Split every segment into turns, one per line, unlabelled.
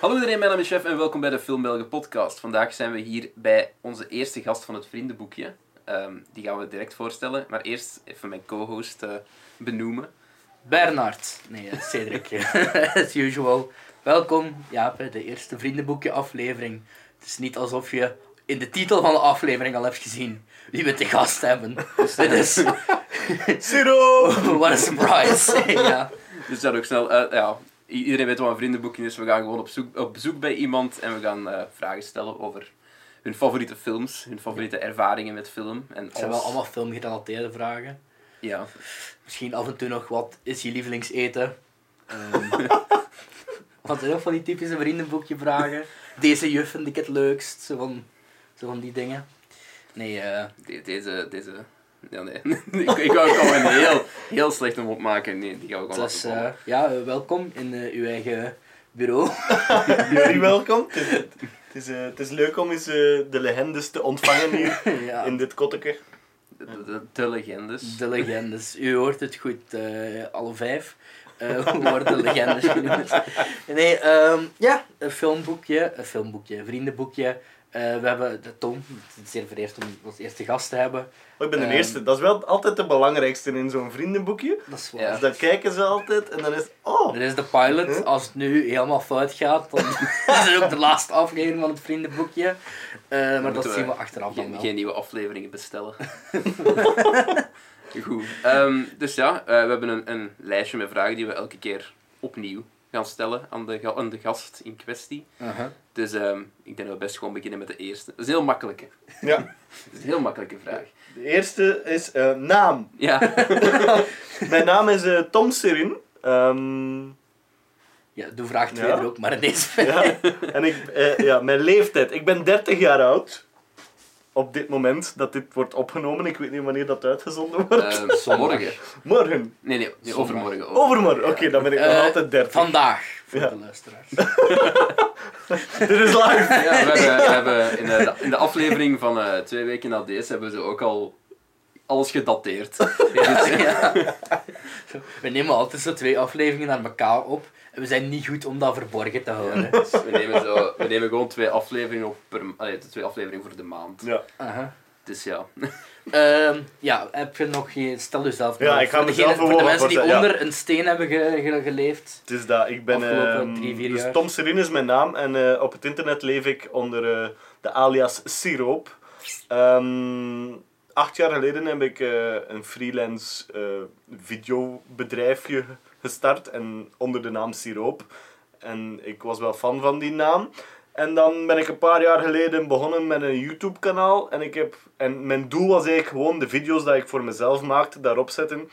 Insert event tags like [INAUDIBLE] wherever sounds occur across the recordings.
Hallo iedereen, mijn naam is Chef en welkom bij de Film Belgen podcast. Vandaag zijn we hier bij onze eerste gast van het vriendenboekje. Ehm, die gaan we direct voorstellen, maar eerst even mijn co-host eh, benoemen.
Bernard. Nee, eh, Cedric. [LAUGHS] As usual. Welkom, Jaap, bij de eerste vriendenboekje-aflevering. Het is niet alsof je in de titel van de aflevering al hebt gezien wie we te gast hebben. [LAUGHS] Dit is...
Zero!
[LAUGHS] What a surprise. ja.
Dus dat ook snel, eh, ja, i- iedereen weet wat een vriendenboekje is. We gaan gewoon op, zoek, op bezoek bij iemand en we gaan eh, vragen stellen over hun favoriete films, hun favoriete ervaringen met film. En
Het zijn wel
alles-
allemaal filmgerelateerde vragen.
Ja,
Misschien af en toe nog, wat is je lievelingseten? Ehm, wat zijn ook van die typische vriendenboekje vragen? Deze juf vind ik het leukst. Zo van, zo van die dingen. Nee, eh...
de- deze... deze... Ja, nee. [LAUGHS] ik, ik wou ook al een heel, heel slecht hem opmaken. Nee, die gaan we gewoon
Dus
laten vallen.
eh, ja, eh, welkom in eh, uw eigen bureau. [LAUGHS]
Jullie welkom. Het is, het is, eh, het is leuk om eens eh, de legendes te ontvangen hier
ja,
in dit kotteke.
De, de, de legendes.
de legendes. U hoort het goed, eh, alle vijf eh, worden legendes genoemd.
[LAUGHS]
Nee, ehm, ja, een filmboekje, een filmboekje, een vriendenboekje. Eh, we hebben de Tom, het is zeer vereerd om als eerste gast te hebben.
Oh, ik ben de
Ehm.
eerste. Dat is wel altijd de belangrijkste in zo'n vriendenboekje.
Dat is waar.
Ja.
Dus dan kijken ze altijd en dan is oh,
Dit is de pilot. Als het nu helemaal fout gaat, dan [LAUGHS] is het ook de laatste aflevering van het vriendenboekje. Eh, maar dat
moeten
zien we
we
achteraf dan
Geen,
wel.
geen nieuwe afleveringen
[LAUGHS]
bestellen. Goed. Ehm, dus ja, eh, we hebben een, een lijstje met vragen die we elke keer opnieuw gaan stellen aan de, ga- aan de gast in kwestie.
Uh-huh.
Dus ehm, ik denk dat we best gewoon beginnen met de eerste. Dat is een heel makkelijke. [LAUGHS]
Ja.
Dat is een heel makkelijke vraag.
de eerste is eh, naam.
Ja,
Mijn naam is eh, Tom Serin. Ehm,
Ja, doe vraag 2
Ja.
er ook, maar in deze
ja.
[LAUGHS]
En ik, eh, ja, mijn leeftijd. Ik ben 30 jaar oud. Op dit moment dat dit wordt opgenomen. Ik weet niet wanneer dat uitgezonden wordt.
[LAUGHS]
ehm morgen.
Morgen.
Nee, nee, nee,
Zondag.
overmorgen. over-
Overmorgen. Oké, dan ben ik nog
Oh. Eh,
altijd 30.
Vandaag, voor
Ja.
de luisteraars.
Dit is live.
Ja, we hebben,
[LAUGHS]
we hebben in, de, in de aflevering van eh, twee weken na deze hebben ze ook al alles gedateerd. Dus, eh,
Ja. We nemen altijd zo twee afleveringen aan elkaar op. En we zijn niet goed om dat verborgen te [LAUGHS]
[LAUGHS]
houden.
Dus we, nemen zo, we nemen gewoon twee afleveringen op per m- allee, twee afleveringen voor de maand.
Ja.
Aha.
Dus ja.
Ehm, ja, heb je nog geen... Stel jezelf
Ja,
nog-
ik ga
voor
mezelf
degene- Voor de
gewoon
mensen die
wat vertellen,
onder een steen hebben ge- ge- geleefd. [LAUGHS]
Het is dat, ik ben...
Afgelopen
ehm,
drie, vier
dus
jaar.
Tom Serin is mijn naam en eh, op het internet leef ik onder eh, de alias Siroop. Ehm, acht jaar geleden heb ik eh, een freelance eh, videobedrijfje gestart en onder de naam Siroop. En ik was wel fan van die naam. En dan ben ik een paar jaar geleden begonnen met een YouTube kanaal. En, ik heb, en mijn doel was eigenlijk gewoon de video's die ik voor mezelf maakte, daarop zetten.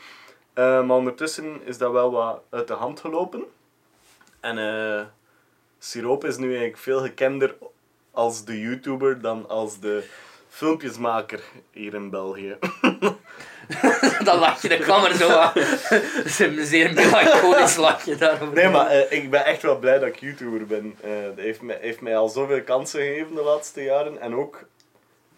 Eh, maar ondertussen is dat wel wat uit de hand gelopen. En eh Siroop is nu eigenlijk veel gekender als de YouTuber dan als de filmpjesmaker hier in België. [LAUGHS]
dan lach je, dat kwam er zo aan. Dat is een zeer melancholisch lachje daarover.
Nee, maar eh, ik ben echt wel blij dat ik YouTuber ben. Eh, dat heeft mij, heeft mij al zoveel kansen gegeven de laatste jaren. En ook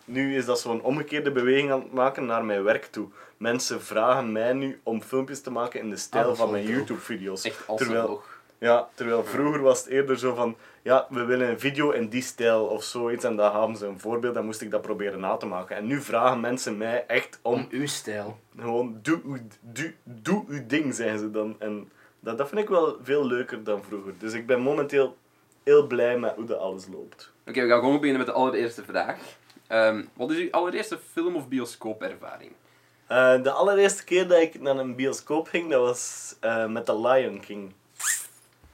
nu is dat zo'n omgekeerde beweging aan het maken naar mijn werk toe. Mensen vragen mij nu om filmpjes te maken in de
Ah,
stijl
dat is
van
wel
mijn
dope.
YouTube-video's.
Echt als
Terwijl-
een vlog.
Ja, terwijl vroeger was het eerder zo van, ja, we willen een video in die stijl of zoiets. En daar hadden ze een voorbeeld, dan moest ik dat proberen na te maken. En nu vragen mensen mij echt
Om
om,
uw stijl.
gewoon, doe, uw- doe, doe uw ding, zeggen ze dan. En dat, dat vind ik wel veel leuker dan vroeger. Dus ik ben momenteel heel blij met hoe dat alles loopt.
Oké, we gaan gewoon beginnen met de allereerste vraag. Ehm, wat is uw allereerste film- of bioscoopervaring?
Eh, de allereerste keer dat ik naar een bioscoop ging, dat was eh, met The Lion King.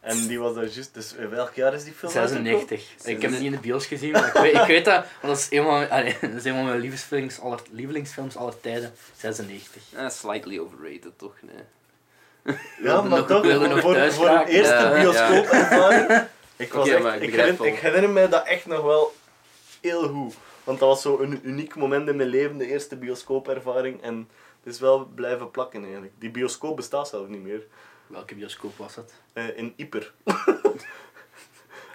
En die was dan juist, dus in welk jaar is die film uitgekomen?
96. Ik heb het niet in de bios gezien, maar ik
[LAUGHS]
weet, ik weet dat. Want dat is een van mijn, allee, [LAUGHS] dat is een van mijn lievelingsfilms aller, lievelingsfilms aller tijden. 96.
Eh, slightly overrated, toch? Nee.
Ja,
wilde
maar
nog-
toch,
wilde nog
voor,
thuis
voor een
raken.
eerste
Ja, ja.
bioscoop
[LAUGHS]
Ik, was
Oké,
echt-
maar ik
ik,
begrijp
herinner,
wel.
ik herinner mij dat echt nog wel heel goed. Want dat was zo een uniek moment in mijn leven, de eerste bioscoopervaring. En het is wel blijven plakken eigenlijk. Die bioscoop bestaat zelf niet meer.
Welke bioscoop was dat?
Eh, in Ieper. [LAUGHS]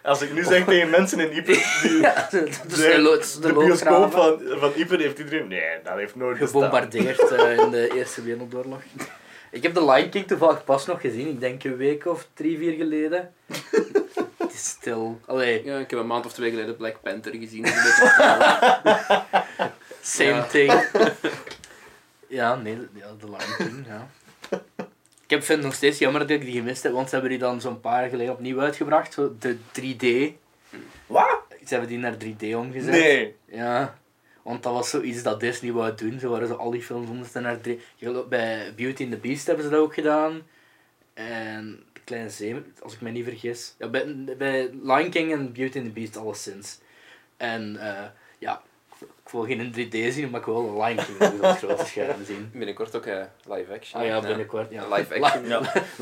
Als ik nu zeg tegen mensen in Ieper... Die,
Ja, dat is
de-
de, lo- Oh. [LAUGHS] het is de
de bioscoop
loopgraven.
van, van Ieper heeft iedereen... Nee, dat heeft nooit bestaan.
Gebombardeerd eh, in de Eerste Wereldoorlog. Ik heb de Lion King toevallig pas nog gezien, ik denk een week of drie, vier geleden. Het is stil. Allee,
Ja, ik heb een maand of twee geleden Black Panther
[LAUGHS]
gezien. dat is een beetje-
same
Ja.
thing. ja, nee, de- ja, de Lion King, ja. Ik heb- vind het nog steeds jammer dat ik die gemist heb, want ze hebben die dan zo'n paar jaar geleden opnieuw uitgebracht. zo De 3D.
Wat?
Ze hebben die naar 3D omgezet.
Nee.
Ja, want dat was zoiets dat Disney wou doen. Ze waren zo al die films onderste naar drie. Je gelooft- Bij Beauty and the Beast hebben ze dat ook gedaan. En De Kleine Zee, als ik me niet vergis. Ja, bij, bij Lion King en Beauty and the Beast alleszins. En eh, ja, ik wil geen 3D zien, maar ik wil Lion King op het grote scherm
[LAUGHS]
zien.
Binnenkort ook eh, live action.
Ah ja, binnenkort. Ja.
Live action.
Li-
Ja,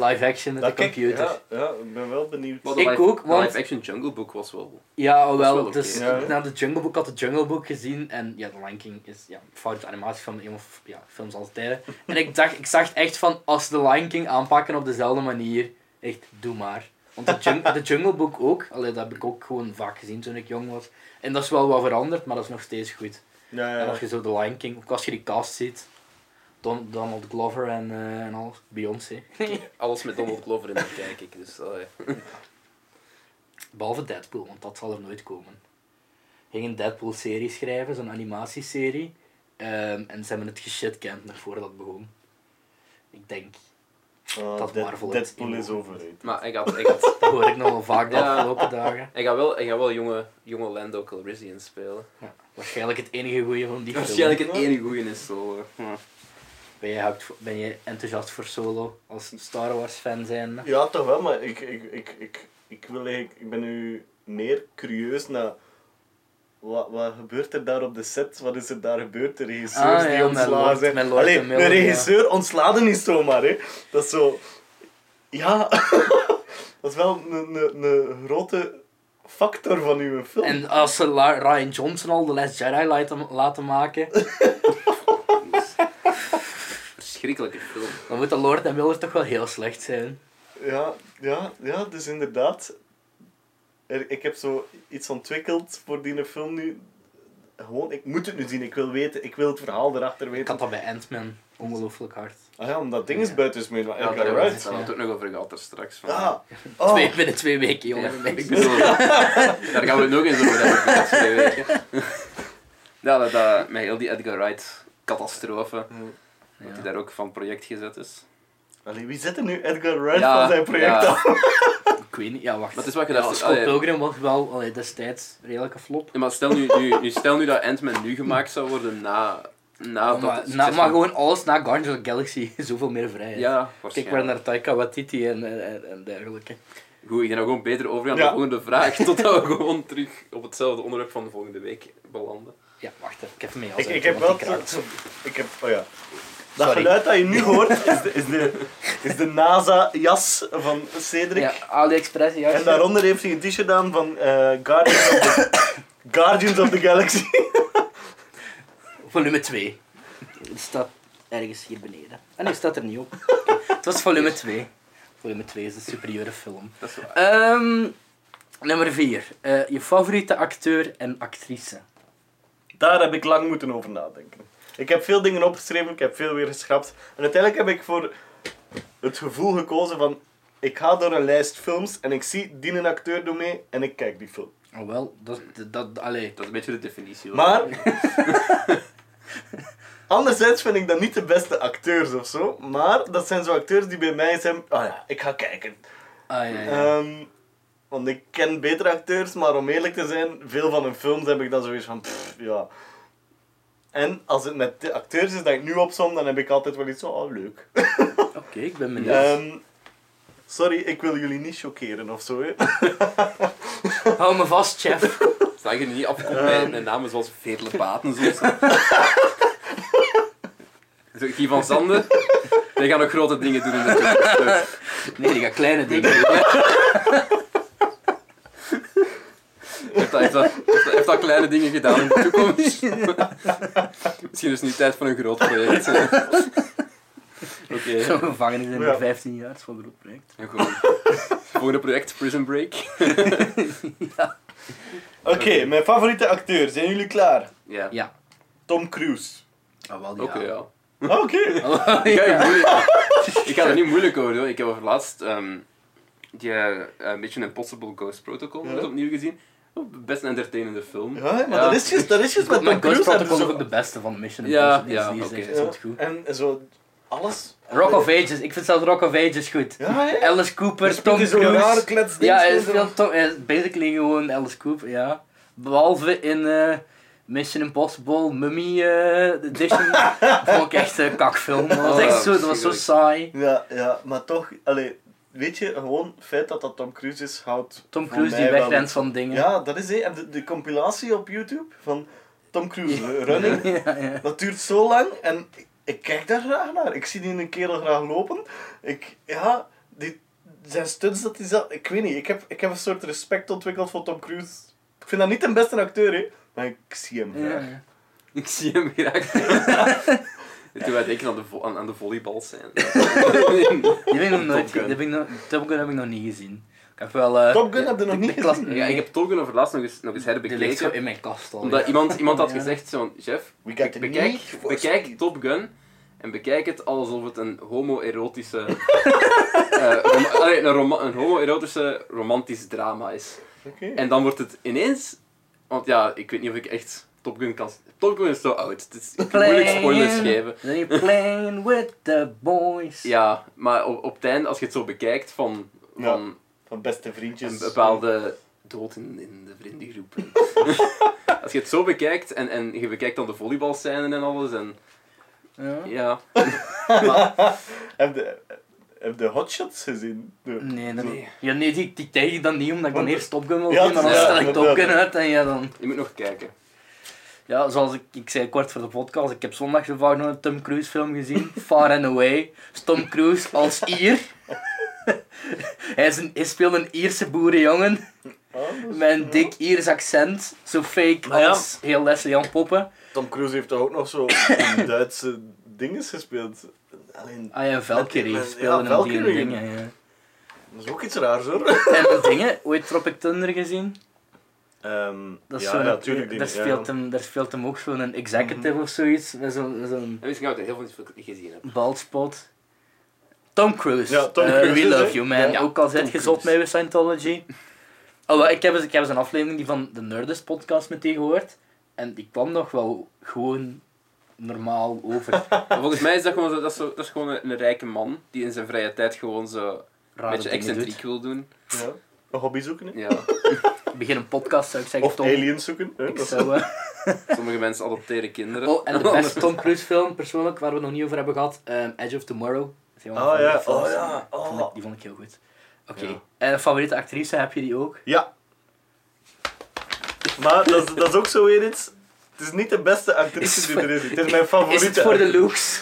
live action met
dat
de
kijk,
computer.
ja, ja, ik ben wel benieuwd.
Maar de
Ik
live-
ook,
de
want-
live action Jungle Book was
[LAUGHS]
wel...
Ja,
is wel
wel,
oké.
dus
Ja, hè?
na de Jungle Book had de Jungle Book gezien en ja, The Lion King is ja, een foute animatiefilm, een van ja, films als
[LAUGHS]
tijden. En ik dacht, ik zag echt van, als de Lion King aanpakken op dezelfde manier, echt, doe maar. Want de, jung de Jungle Book ook, allee, dat heb ik ook gewoon vaak gezien toen ik jong was. En dat is wel wat veranderd, maar dat is nog steeds goed.
Ja,
En
ja.
als je zo The Lion King, ook als je die cast ziet, Don Donald Glover en, eh, en alles, Beyoncé.
Alles met Donald Glover in, dat kijk ik. Dus, allee.
Behalve Deadpool, want dat zal er nooit komen. Ging een Deadpool-serie schrijven, zo'n animatieserie. Ehm, en ze hebben het geshitkend nog voordat het begon. Ik denk,
Ah,
dat
Dead-
Marvel het
Deadpool
in-
is overrated.
maar hij gaat, hij, gaat,
dat hoor ik nog wel
[LAUGHS]
vaak de
Ja.
afgelopen dagen.
hij gaat wel, hij gaat wel jonge, jonge Lando Calrissian spelen.
Ja, waarschijnlijk het enige goede van die film.
Waarschijnlijk het enige goeie is Solo. Ja.
Ben je, hyped voor- ben je enthousiast voor Solo als Star Wars-fan zijn?
Ja, toch wel, maar ik, ik, ik, ik, ik, wil eigenlijk, ik ben nu meer curieus naar wat, wat gebeurt er daar op de set? Wat is er daar gebeurd? De regisseurs
Ah, ja,
die
met
ontslagen
Lord-
zijn.
met Lord
Allee,
en Miller,
een regisseur ontslaat niet zomaar, hè? Dat is zo. Ja, [LAUGHS] dat is wel een, een, een grote factor van uw film.
En als ze La- Ryan Johnson al de Last Jedi laten, laten maken,
[LAUGHS] Dus- [LAUGHS] Verschrikkelijke film.
dan moet de Lord en Miller toch wel heel slecht zijn.
Ja, ja, ja, dus inderdaad. Er, ik heb zo iets ontwikkeld voor die film nu. Gewoon, ik moet het nu zien. Ik wil weten, ik wil het verhaal erachter
Ik
weten.
had dat bij Ant-Man ongelooflijk hard.
Ah ja, omdat ding is
Ja.
buiten is meer dan
Ja,
Edgar
daar hebben we het
Wright.
daar hebben we het ook nog over gehad er straks. Van.
Ah,
[LAUGHS] Twee,
oh,
binnen twee weken, jongen.
Ja, [LAUGHS] ik bedoel, daar gaan we het nog eens over hebben de laatste twee weken. [LAUGHS] Ja, dat, dat, met heel die Edgar Wright catastrofe,
Eh,
dat hij daar ook van project gezet is.
Allee, wie zet er nu Edgar Wright
Ja,
van zijn project
ja.
af?
Ik weet niet, ja wacht.
Maar het is wat je
ja,
dacht,
Scott
allee.
Pilgrim was wel allee, destijds een redelijke flop.
Ja, maar stel nu, nu, nu, stel nu dat Ant-Man nu gemaakt zou worden na... Oh, na dat
maar,
het
na,
succes
maar
van-
gewoon alles na Guardians of the Galaxy, [LAUGHS] zoveel meer vrijheid.
Ja,
Kijk maar
waarschijnlijk.
naar Taika Waititi en, en, en- en dergelijke.
Goed, ik denk dat we gewoon beter overgaan
Ja.
naar de volgende [LAUGHS] vraag, totdat we gewoon terug op hetzelfde onderwerp van de volgende week belanden.
Ja, wacht even, ik heb hem mee als
Ik, ik
uitje,
heb wel...
want die kraakt.
Ik heb... Oh ja. Dat
Sorry.
geluid dat je
[LAUGHS]
nu hoort is de, is de, is de NASA-jas van Cedric.
Ja, AliExpress, ja.
En daaronder heeft hij een t-shirt aan van eh, Guardians, of the, Guardians of the Galaxy.
Volume 2. Het staat ergens hier beneden. En nu staat er niet op. Het
[LAUGHS]
was volume 2. Volume 2 is een superieure film.
Dat is waar.
Ehm, nummer 4.
Eh,
je favoriete acteur en actrice.
Daar heb ik lang moeten over nadenken. Ik heb veel dingen opgeschreven, ik heb veel weer geschrapt. En uiteindelijk heb ik voor het gevoel gekozen van... Ik ga door een lijst films en ik zie die een acteur doet mee en ik kijk die film.
Oh wel, dat, dat, dat allee.
Dat is een beetje de definitie. hoor.
Maar... Anderzijds vind ik dat niet de beste acteurs of zo. Maar dat zijn zo acteurs die bij mij zijn... Oh ja, ik ga kijken.
Ah, ja, ja.
Ehm, want ik ken betere acteurs, maar om eerlijk te zijn, veel van hun films heb ik dan zoiets van, pff, ja. En als het met de acteurs is dat ik nu opzom, dan heb ik altijd wel iets van, oh leuk.
Oké, ik ben benieuwd.
Ehm, sorry, ik wil jullie niet choqueren of zo. hè. [LAUGHS]
Hou me vast, chef.
Zou je niet afkomen bij een naam zoals Veerle Batens [LAUGHS] of zo? Zo, Guy van Zanden, die gaat nog grote dingen doen in de toekomst.
Nee, die gaat kleine dingen doen.
Heeft dat, heeft, dat, heeft, dat, heeft dat kleine dingen gedaan in de [LAUGHS] toekomst? Misschien is het nu tijd voor een groot [LAUGHS] project. Oké,
Zo'n gevangenis in
[LAUGHS] Ja.
15 jaar, dat is wel een groot project.
en gewoon. Volgende project, Prison Break.
Oké, mijn favoriete acteur, zijn jullie klaar?
Ja,
Ja.
Tom Cruise. Ah,
Ah, wel, ja.
oké, ja.
Oké.
Oh,
Ik ga,
ja.
er moeilijk- ik ga er niet moeilijk over doen. Ik heb over laatst ehm, Die eh, Mission Impossible Ghost Protocol
Ja.
net opnieuw gezien. Oh, Best een entertainende film.
Ja, maar
Ja.
dat is juist, dat is juist met Tom
Maar Ghost
Cruise. hebben
Protocol
ze
is
zo-
ook de beste van Mission
Ja,
Impossible. dus
ja,
die is
oké.
echt
Ja,
zot goed.
En zo, alles.
Rock of Ages, ik vind zelfs Rock of Ages goed.
Ja, ja.
Alice
Er
Cooper,
speelt
Tom
die zo'n rare
Cruise.
kletsding.
Ja,
zo,
hij is
zo.
veel Tom, hij is basically gewoon Alice Cooper, ja. Behalve in eh, Mission Impossible, Mummy eh,
[LAUGHS]
Edition. vond ik echt een kakfilm. Dat was
Oh,
echt zo, dat was zo
verschrikkelijk.
saai.
Ja, ja, maar toch, allee, weet je, gewoon het feit dat dat Tom Cruise is, houdt.
Tom
voor
Cruise die
mij wel-
wegrent van dingen.
Ja, dat is hij. En de, de compilatie op YouTube van Tom Cruise Running,
Ja, ja.
dat duurt zo lang en ik, ik kijk daar graag naar. Ik zie die een kerel graag lopen. Ik, ja, die, zijn stunts dat hij zat, ik weet niet, ik heb, ik heb een soort respect ontwikkeld voor Tom Cruise. Ik vind dat niet de beste acteur, hè, maar ik zie hem graag.
Ja.
[LAUGHS] Ik zie hem graag. Toen wij denken aan de, vo- aan, aan de volleybal
[LAUGHS]
zijn.
Die heb ik nog
[LAUGHS] Top Gun.
nooit gezien. Die heb ik nog- Top Gun heb ik nog niet gezien. Ik heb wel... eh,
Top Gun
de-
heb je nog
de-
niet
de klas-
gezien?
ja, ik heb Tolkien over laatst nog eens, nog eens
Die ligt zo
herbekeken.
in mijn kast al.
Omdat
ja.
iemand, iemand had
Ja.
gezegd zo'n, Jeff,
We got the need
bekijk,
for
bekijk
speed.
Top Gun en bekijk het alsof het een homoerotische... [LAUGHS] eh, rom- allee, een, roma- een homoerotische romantisch drama is.
Oké.
En dan wordt het ineens... Want ja, ik weet niet of ik echt Top Gun kan... Top Gun is zo oud. Het is ik kan moeilijk spoilers geven.
Then you're playing with the boys.
Ja, maar op, op het einde, als je het zo bekijkt van...
Ja.
van
Van beste vriendjes.
een bepaalde dood in, in de vriendengroep. Als je het zo bekijkt en, en je bekijkt dan de volleybalscène en alles en
Ja.
ja.
Heb de, heb de hotshots gezien? De-
Nee, dat
Nee.
Ja, nee die, die kijk ik dan niet, omdat ik dan
Want-
eerst Top Gun wil
Ja,
zien, maar dan
ja,
stel ik Top Gun
inderdaad.
uit en ja dan...
Je moet nog kijken.
Ja, zoals ik, ik zei kort voor de podcast, ik heb zondag zo vaak nog een Tom Cruise film
[LAUGHS]
gezien. Far and Away. Dus Tom Cruise als Ier. [LAUGHS] hij, is een, hij speelt een Ierse boerenjongen
Ah, dat is-
met een dik Iers accent. Zo fake
Maar ja.
als heel Leslie Jan Poppen.
Tom Cruise heeft toch ook nog zo in Duitse dinges gespeeld. Alleen,
Ah ja, Valkyrie
Met- met-
speelde
ja,
hem die in
Valkyrie.
dingen. Ja.
dat is ook iets raars hoor.
En dat dingen, ooit Tropic Thunder gezien?
Ehm,
Dat is
ja, Mhm.
zo'n-
natuurlijk.
daar, speelt hem, daar speelt hem ook zo'n executive of zoiets. Met zo'n met zo'n
En misschien gaan we er heel veel niet gezien hebben.
baldspot. Tom Cruise.
Ja, Tom
Eh,
Cruise
We
is,
love
hè?
you, man.
Ja,
ook al
Tom
zit je zot
Cruise.
mee bij Scientology. Oh, wel, ik, heb eens, ik heb eens een aflevering die van de Nerdist podcast meteen gehoord. En die kwam nog wel gewoon normaal over.
Maar volgens mij is dat gewoon, zo, dat is zo, dat is gewoon een, een rijke man die in zijn vrije tijd gewoon zo een
Rare
beetje
dingen doet.
excentriek wil doen.
Ja. Een hobby zoeken. hè?
Ja.
Begin een podcast, zou ik zeggen.
Of
Tom.
aliens zoeken. Hè?
Ik
Dat is-
[LAUGHS]
zou, eh,
Sommige mensen adopteren kinderen.
Oh,
[LAUGHS]
en de beste Tom Cruise film, persoonlijk, waar we het nog niet over hebben gehad. ehm, Edge of Tomorrow. Dat is een van
Ah,
mijn
ja.
films.
Oh, ja. Oh.
Vond ik- die vond ik heel goed. Oké.
Ja.
En favoriete actrice, heb je die ook?
Ja. Maar dat is, dat is ook zo weer iets. Het is niet de beste actrice
Is-
die er is. Het is mijn favoriete.
Is het voor de looks? [LAUGHS]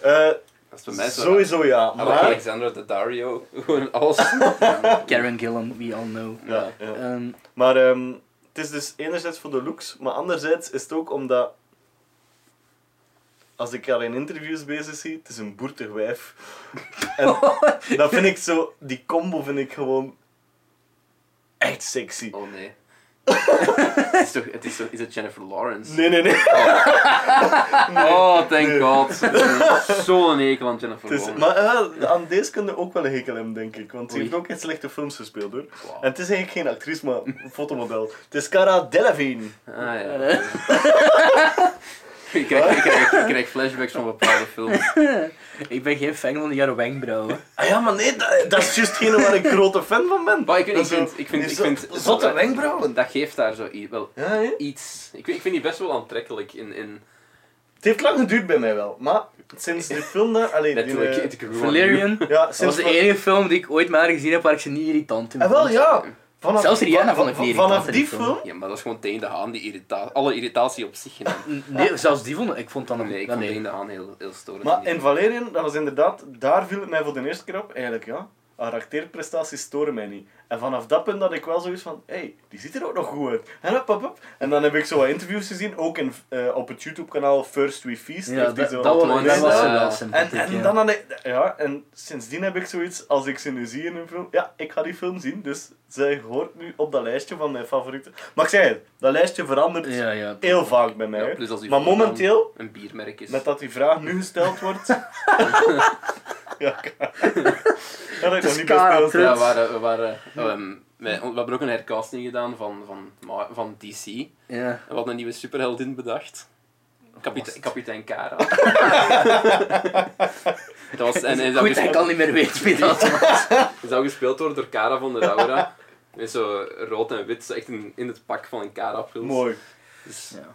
Eh,
Dat is bij mij zo. Ah,
sowieso ja.
Maar
Maar...
Alexander de Dario, gewoon
[LAUGHS]
alles.
Karen Gillan, we all know.
Ja, ja.
Ehm,
Maar ehm, het is dus enerzijds voor de looks, maar anderzijds is het ook omdat. Als ik haar in interviews bezig zie, het is een boertig [LAUGHS] wijf. En dat vind ik zo, die combo vind ik gewoon echt sexy.
Oh
[LAUGHS]
nee. het is toch, het is, toch, is het Jennifer Lawrence?
Nee, nee, nee. [LAUGHS]
Oh, thank god. Zo'n hekel aan Jennifer
Het is,
Lawrence.
maar eh, aan deze kun je ook wel een hekel hebben, denk ik. Want ze
Oei.
heeft ook in slechte films gespeeld hoor.
Wauw.
En het is eigenlijk geen actrice, maar een fotomodel. Het is Cara Delevingne.
Ah ja.
eh, [LAUGHS]
Ik krijg, ik, krijg, ik krijg flashbacks van bepaalde
[LAUGHS]
films.
ik ben geen fan van die haar wenkbrauwen.
Ah ja, maar nee, dat, dat is juist geen waar ik grote fan van ben.
Maar ik, weet- ik
Dat is zo-
vind... Ik vind,
die
ik
zo-
vind
Zotte wenkbrauwen.
Dat geeft daar zo i- wel
Ja, hè?
iets... Ik, weet- ik vind die best wel aantrekkelijk in... in
Het heeft lang geduurd bij mij wel, maar sinds de film daar... Allee, die,
letterlijk,
eh,
it grew on you.
Valerian.
ja,
Dat was
sinds
de
van-
enige film die ik ooit maar gezien heb waar ik ze niet irritant in
Eh, wel, ja. Vanaf,
Zelfs Rihanna vond ik
van-
niet irritant
Vanaf
in
die
die film.
film...
Ja, maar dat is gewoon Deen de Haan die irrita alle irritatie op
[LAUGHS]
zich genomen.
vond. Nee, zelfs die vond ik, ik vond dat nog
Nee, ik
dat
vond
nee.
Deen de Haan heel, heel storend.
Maar in Valerian, dat was inderdaad... Daar viel het mij voor de eerste keer op, eigenlijk ja. Haar acteerprestaties storen mij niet. En vanaf dat punt had ik wel zoiets van, hé, hey, die ziet er ook nog goed uit. En, hop, hop, hop. en dan heb ik zo wat interviews gezien, ook in, eh, op het YouTube-kanaal First We Feast.
Ja,
heeft die
dat,
zo
dat, was-
altijd-
dat was
eh,
ze wel
en-
sympathiek.
en, en,
ja.
dan had ik, ja, en sindsdien heb ik zoiets, als ik ze nu zie in een film, ja, ik ga die film zien. Dus zij hoort nu op dat lijstje van mijn favorieten. Maar ik zeg het, dat lijstje verandert
ja, ja.
heel vaak bij mij.
Ja,
hè.
plus als die
maar
voornaam
momenteel,
Een biermerk is.
met dat die vraag nu
[LAUGHS]
gesteld wordt... ja, ik- [LAUGHS] daar had ik nog niet bij
Cara
stilgestaan.
Ja, we, waren, we, waren, ehm, wij- we hebben ook een hercasting gedaan van, van, Ma- van DC. En
Ja.
we hadden een nieuwe superheldin bedacht. Kapite kapitein
[LAUGHS]
Kara. dat was, en, en dat dus
Goed, hij
gespeeld,
kan niet meer weten wie dat was.
zou gespeeld worden door Kara van der Aura. Met zo rood en wit, zo echt in, in het pak van een Kara-pils.
Mooi.
Dus,
Ja.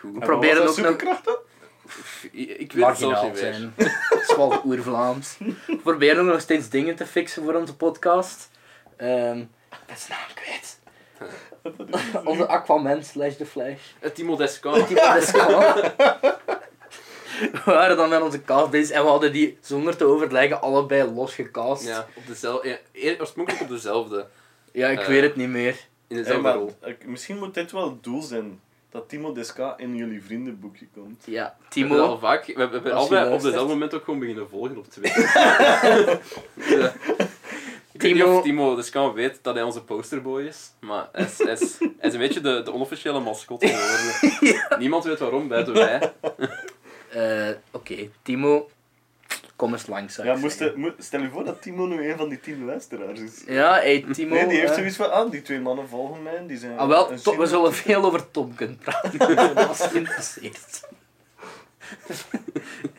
goed.
En proberen
Wat was
ook
dat,
nog-
superkracht dan?
Ik, [LAUGHS] ik weet het zelfs
marginaal
niet meer.
zijn. Het is wel
[LAUGHS]
oer-Vlaams. We proberen nog steeds dingen te fixen voor onze podcast. Ehm, ik ben zijn naam
[LAUGHS]
kwijt. onze Aquaman slash The Flash.
Eh, Timo Descamps.
Die van de schaal. We waren dan met onze cast bezig en we hadden die zonder te overleggen allebei losgecast.
Ja, op dezelfde, ja, eer- oorspronkelijk op dezelfde.
Ja, ik
Eh.
weet het niet meer.
In
Hey,
dezelfde
maar,
rol.
ik- misschien moet dit wel het doel zijn. Dat Timo Desca in jullie vriendenboekje komt.
Ja,
We hebben dat
Timo.
al vaak, we hebben we hebben
Als je
allebei op
luistert.
dezelfde moment ook gewoon beginnen volgen op Twitter.
[LAUGHS]
ja. Ik weet niet
Timo-
of Timo Descamp weet dat hij onze posterboy is, maar hij is, hij is, hij is een beetje de, de onofficiële mascotte
[LAUGHS]
geworden. Niemand weet waarom, buiten wij.
Eh, Oké, Timo. Kom eens langs. zou
Ja,
ik
moest
zeggen.
de- moet- stel je voor dat Timo nu een van die tien luisteraars is.
Ja, hey, Timo.
nee, die heeft
eh,
zoiets van, ah, die twee mannen volgen mij. en Die zijn
Ah, wel,
Eh, een
to- we
zin-
zullen veel over Tom kunnen praten. [LAUGHS] dat is geïnteresseerd. [LAUGHS]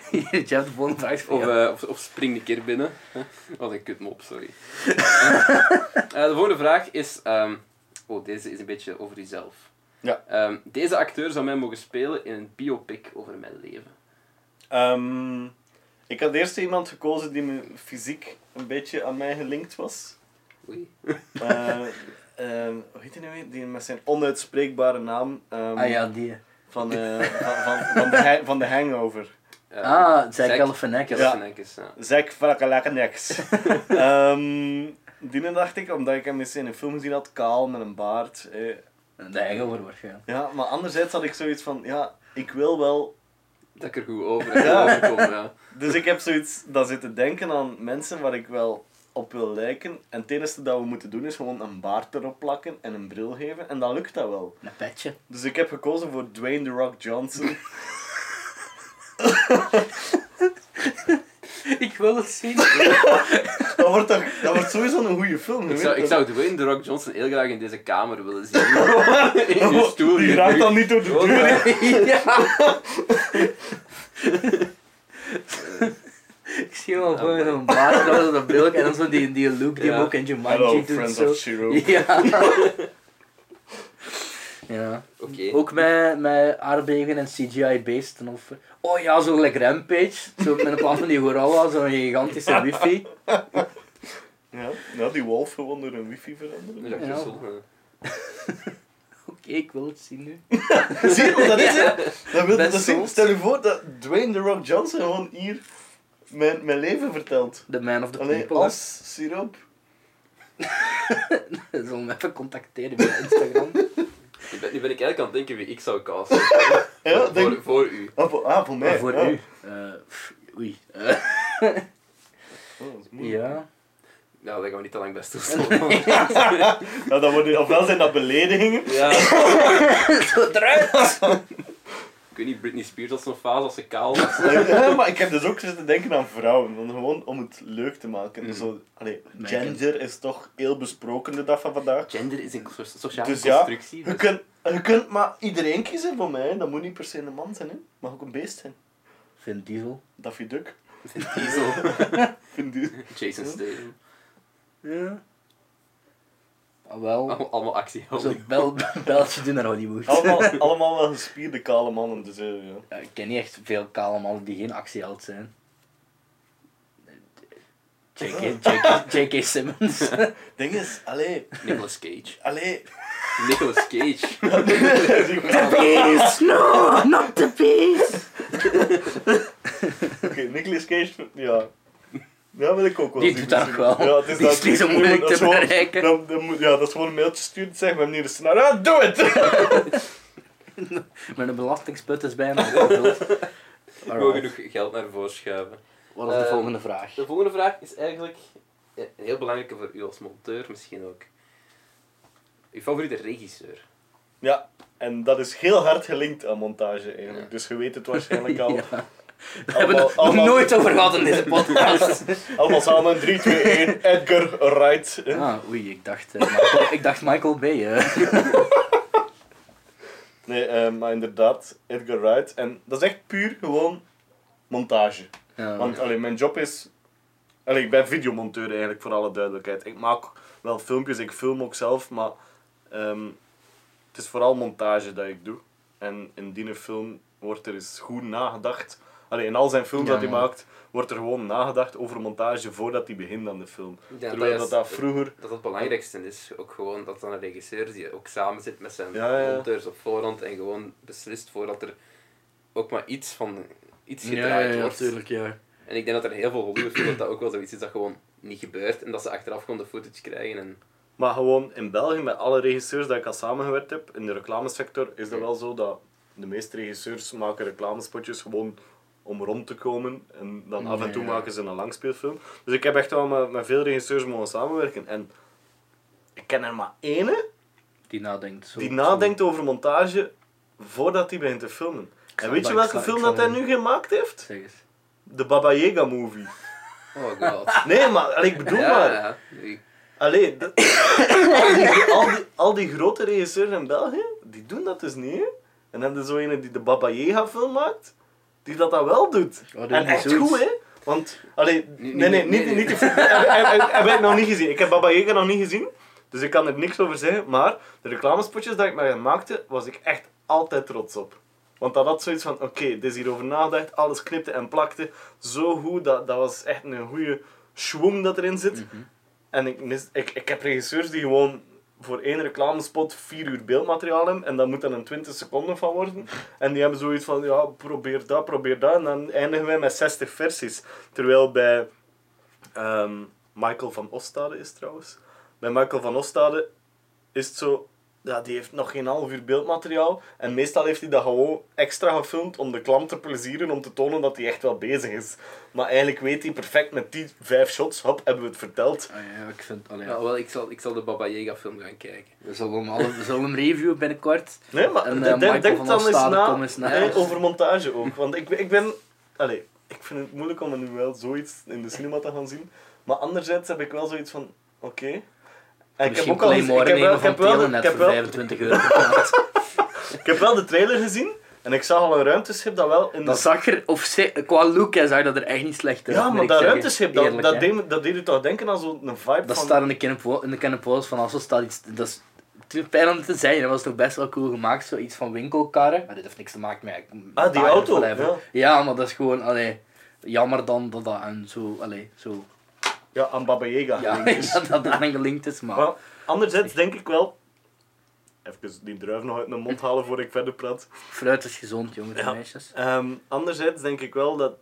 Hier, Jeff de Bonnevaart voor
Of,
jou.
eh, of, of spring een keer binnen. Oh, Wat een kutmop, sorry. Eh, de volgende vraag is... ehm, oh, deze is een beetje over jezelf.
Ja.
Ehm, deze acteur zou mij mogen spelen in een biopic over mijn leven.
Ehm, ik had eerst iemand gekozen die me fysiek een beetje aan mij gelinkt
[LAUGHS]
was.
Oei.
Eh, ehm, hoe heet hij nou weer? Die met zijn onuitspreekbare naam. ehm,
Ah ja, die.
van, eh, van, van, van, de ha- van de hangover.
Eh,
Ah, Zack
Zack
Galifianakis.
Ja.
Galifianakis, ja.
Zack Vrakkelekkendeks.
[LAUGHS]
Ehm die dacht ik, omdat ik hem eens in een film gezien had, kaal met een baard. eh.
De hangover waarschijnlijk.
Ja, maar anderzijds had ik zoiets van, ja, ik wil wel...
Dat ik er goed over
Ja.
overkom,
[LAUGHS]
ja.
Dus ik heb zoiets dat zit te denken aan mensen waar ik wel op wil lijken. En het enige dat we moeten doen is gewoon een baard erop plakken en een bril geven. En dan lukt dat wel.
Een petje.
Dus ik heb gekozen voor Dwayne The Rock Johnson.
[LAUGHS] Ik wil het zien.
[LAUGHS] Dat wordt, toch, dat wordt sowieso een goede film. je
Ik zou,
weet
ik
dat.
zou Dwayne The Rock Johnson heel graag in deze kamer willen
[LAUGHS]
zien. in uw stoel.
Oh, Die raakt
[LAUGHS]
dan niet door de
Gewoon,
deur.
eh,
[LAUGHS] ja. Ik zie hem al gewoon in een baard dat een bilk en dan zo die, die look die hem
Ja.
ook in Jumanji
Hello,
doet.
friends
Zo.
of
[LAUGHS]
Shiro.
Ja. [LAUGHS] ja.
Oké.
Oh.
Ook met, met aardbevingen en CGI-beesten. Of, oh ja, zo'n like Rampage. Zo met een plan van die Gorilla, zo'n [LAUGHS] gigantische wifi.
Ja, nou, die wolf gewoon door een wifi veranderen.
Ja,
Ja.
Krussel, eh.
Oké, ik wil het zien nu.
[LAUGHS] Zie je wat dat is? hè? Dat wil je
Best
dat zien.
soms.
Stel je voor dat Dwayne The Rock Johnson gewoon hier mijn, mijn leven vertelt.
The Man of the
Alleen
People.
als siroop.
hè. [LAUGHS] Zal hem even contacteren via
[LAUGHS]
Instagram.
Nu ben, nu ben ik eigenlijk aan het denken wie ik zou casten.
Ja,
voor,
denk...
voor, voor u.
ah, voor, ah, voor mij.
maar voor
ja.
u. eh, pff, oei. Eh,
Oh, dat is moeilijk.
ja. [LAUGHS]
Nou, daar gaan we niet te lang bij stilstaan.
Nou, dat worden, ofwel zijn dat
[LAUGHS]
beledigingen.
ja.
Zo eruit!
Ik weet niet, Britney Spears had zo'n fase als ze kaal was.
Ja, [LAUGHS] maar ik heb dus ook zitten denken aan vrouwen. Want gewoon om het leuk te maken.
Mm.
Zo, allee,
Nee,
gender is toch heel besproken de dag van vandaag.
Gender is een soort sociale
Dus ja,
constructie.
Je
dus-
kunt, je kunt maar iedereen kiezen voor mij. Dat moet niet per se een man zijn. Hè. Mag ook een beest zijn.
Vin Diesel.
Daffy Duck.
Vin Diesel, [LAUGHS]
Vind je?
Jason Statham.
Ja. Ah, wel.
Allemaal, allemaal actie.
Zo bel, [LAUGHS] beltje doen naar Hollywood.
Allemaal, allemaal Ah, wel gespierde kale mannen, dus eh, ja.
[LAUGHS] Ja, ik ken niet echt veel kale mannen die geen actieheld
[LAUGHS]
zijn. J.K. J.K. J.K. Simmons.
[LAUGHS] Ding is, allee,
Nicolas Cage.
allee. [LAUGHS]
Nicolas Cage.
Oké,
beast! [LAUGHS] No, not the beast!
Nicolas Cage, ja. Ja, wil ik ik ook wel.
Die
zien
doet dat
misschien.
nog wel.
het
Die is niet zo moeilijk
dat is
te
gewoon-
bereiken.
Dan, dan moet- ja, dat is gewoon een mailtje sturen. Zeg, we hebben hier een scenario. Ah, doe het! [LAUGHS]
Mijn belastingsput is bijna opgevuld.
Ik wil
Alright.
genoeg geld naar voren schuiven.
Wat is de
Eh,
volgende vraag?
De volgende vraag is eigenlijk eh, een heel belangrijke voor u als monteur misschien ook. Uw favoriete regisseur?
Ja, en dat is heel hard gelinkt aan montage eigenlijk.
Ja.
Dus je weet het waarschijnlijk al.
[LAUGHS] Ja. We
allemaal-
hebben het nog
allemaal-
nooit over
[LAUGHS]
gehad in deze podcast.
Allemaal samen, 3, 2, 1, Edgar Wright. Eh,
ah, oei, ik dacht, eh, Michael, ik dacht Michael Bay.
[LAUGHS]
eh.
Nee, eh, maar inderdaad, Edgar Wright. En dat is echt puur gewoon montage.
Ja.
Want allee, mijn job is... Allee, ik ben videomonteur eigenlijk, voor alle duidelijkheid. Ik maak wel filmpjes, ik film ook zelf, maar... ehm, het is vooral montage dat ik doe. En in die film wordt er eens goed nagedacht. Allee, in al zijn films
Ja,
dat hij
ja.
maakt, wordt er gewoon nagedacht over montage voordat hij begint aan de film. Terwijl dat, dat vroeger...
dat het belangrijkste is ook gewoon dat dan een regisseur die ook samen zit met zijn
Ja, ja.
monteurs op voorhand en gewoon beslist voordat er ook maar iets van iets
Ja, ja,
gedraaid
ja,
wordt.
natuurlijk, ja.
En ik denk dat er heel veel Hollywoodfilms dat dat ook wel zoiets is dat gewoon niet gebeurt en dat ze achteraf gewoon de footage krijgen en
Maar gewoon in België, met alle regisseurs dat ik al samengewerkt heb, in de reclamesector, is dat wel zo dat de meeste regisseurs maken reclamespotjes gewoon om rond te komen. En dan af en toe
Ja.
maken ze een langspeelfilm. Dus ik heb echt wel met, met veel regisseurs mogen samenwerken. En ik ken er maar ene
Die nadenkt. Zo,
die
zo.
nadenkt over montage voordat hij begint te filmen. En
zal
weet je
dat-
welke
ik zal-
film
ik zal
dat hij
hem-
nu gemaakt heeft?
Zeg eens.
De Baba Yaga movie.
oh god.
Nee, maar allee, ik bedoel maar...
Ja, ik-
Allee, dat- [COUGHS] al, die, al, die, al die grote regisseurs in België, die doen dat dus niet. hè. En dan is er zo ene die de Baba Yaga film maakt, die dat dan wel doet.
Oh, dat
en
is
echt
zoiets.
goed, hè? Want, allee,
Nee,
nee, nee,
nee,
niet,
nee,
niet,
nee.
die [LAUGHS] film. heb, heb, heb- heb ik nog niet gezien. Ik heb Baba Yaga nog niet gezien, dus ik kan er niks over zeggen. Maar de reclamespotjes dat ik met hen maakte, was ik echt altijd trots op. Want dat had zoiets van, oké, dit is hierover nagedacht, alles knipte en plakte. Zo goed, dat, dat was echt een goede schwung dat erin zit.
Mhm.
En ik, mis, ik, ik heb regisseurs die gewoon voor één reclamespot vier uur beeldmateriaal hebben. En dat moet dan een 20 seconden van worden. En die hebben zoiets van, ja, probeer dat, probeer dat. En dan eindigen wij met 60 versies. Terwijl bij ehm, Michael van Ostade is trouwens. Bij Michael van Ostade is het zo... Ja, die heeft nog geen half uur beeldmateriaal. En meestal heeft hij dat gewoon extra gefilmd om de klant te plezieren, om te tonen dat hij echt wel bezig is. Maar eigenlijk weet hij perfect met die vijf shots, hop, hebben we het verteld.
Ah, ja, ik vind. Allee,
Nou, wel, ik zal, ik zal de Baba Yaga film gaan kijken.
We zullen hem, alle, we zullen hem reviewen binnenkort.
Nee, maar
En, eh,
de- de-
Michael
denk
van
dan eens
Ostade,
na,
kom eens na.
eh, over montage ook. Want ik, ik ben... Allee, ik vind het moeilijk om nu wel zoiets in de cinema te gaan zien. Maar anderzijds heb ik wel zoiets van... Oké. En Ik heb
Misschien
ook al eens-
Claymore
ik heb wel-
nemen
ik
van
heb wel- ik
Telenet
heb
voor
wel-
25 euro
[LAUGHS]
betaald.
ik heb wel de trailer gezien. En ik zag al een ruimteschip dat wel in
Dat
de...
zag er, of ze- qua look, hè, zag dat er echt niet slecht uit.
Ja,
moet
maar
ik
dat
zeggen.
ruimteschip, dat,
Eerlijk,
dat,
hè.
deed, me- dat deed u toch denken aan zo'n vibe
Dat
van...
staat in de Kennepo- in de Kennepolis van Assel staat iets. Dat is natuurlijk pijn om het te zeggen. Dat was nog best wel cool gemaakt. Zoiets van winkelkarren. Maar dit heeft niks te maken met.
Ah, die
karren of
auto,
whatever.
ja.
Ja, maar dat is gewoon. Allee, jammer dan dat dat en zo. Allee, zo.
Ja, aan Baba Yaga. [LAUGHS]
Ja,
Ah, gelinkt is.
[LAUGHS] dat dat aan gelinkt is, maar.
Maar anderzijds denk ik wel... Even die druif nog uit mijn mond halen voor ik verder praat.
Fruit is gezond, jongens en
Ja.
meisjes.
Ehm, anderzijds denk ik wel dat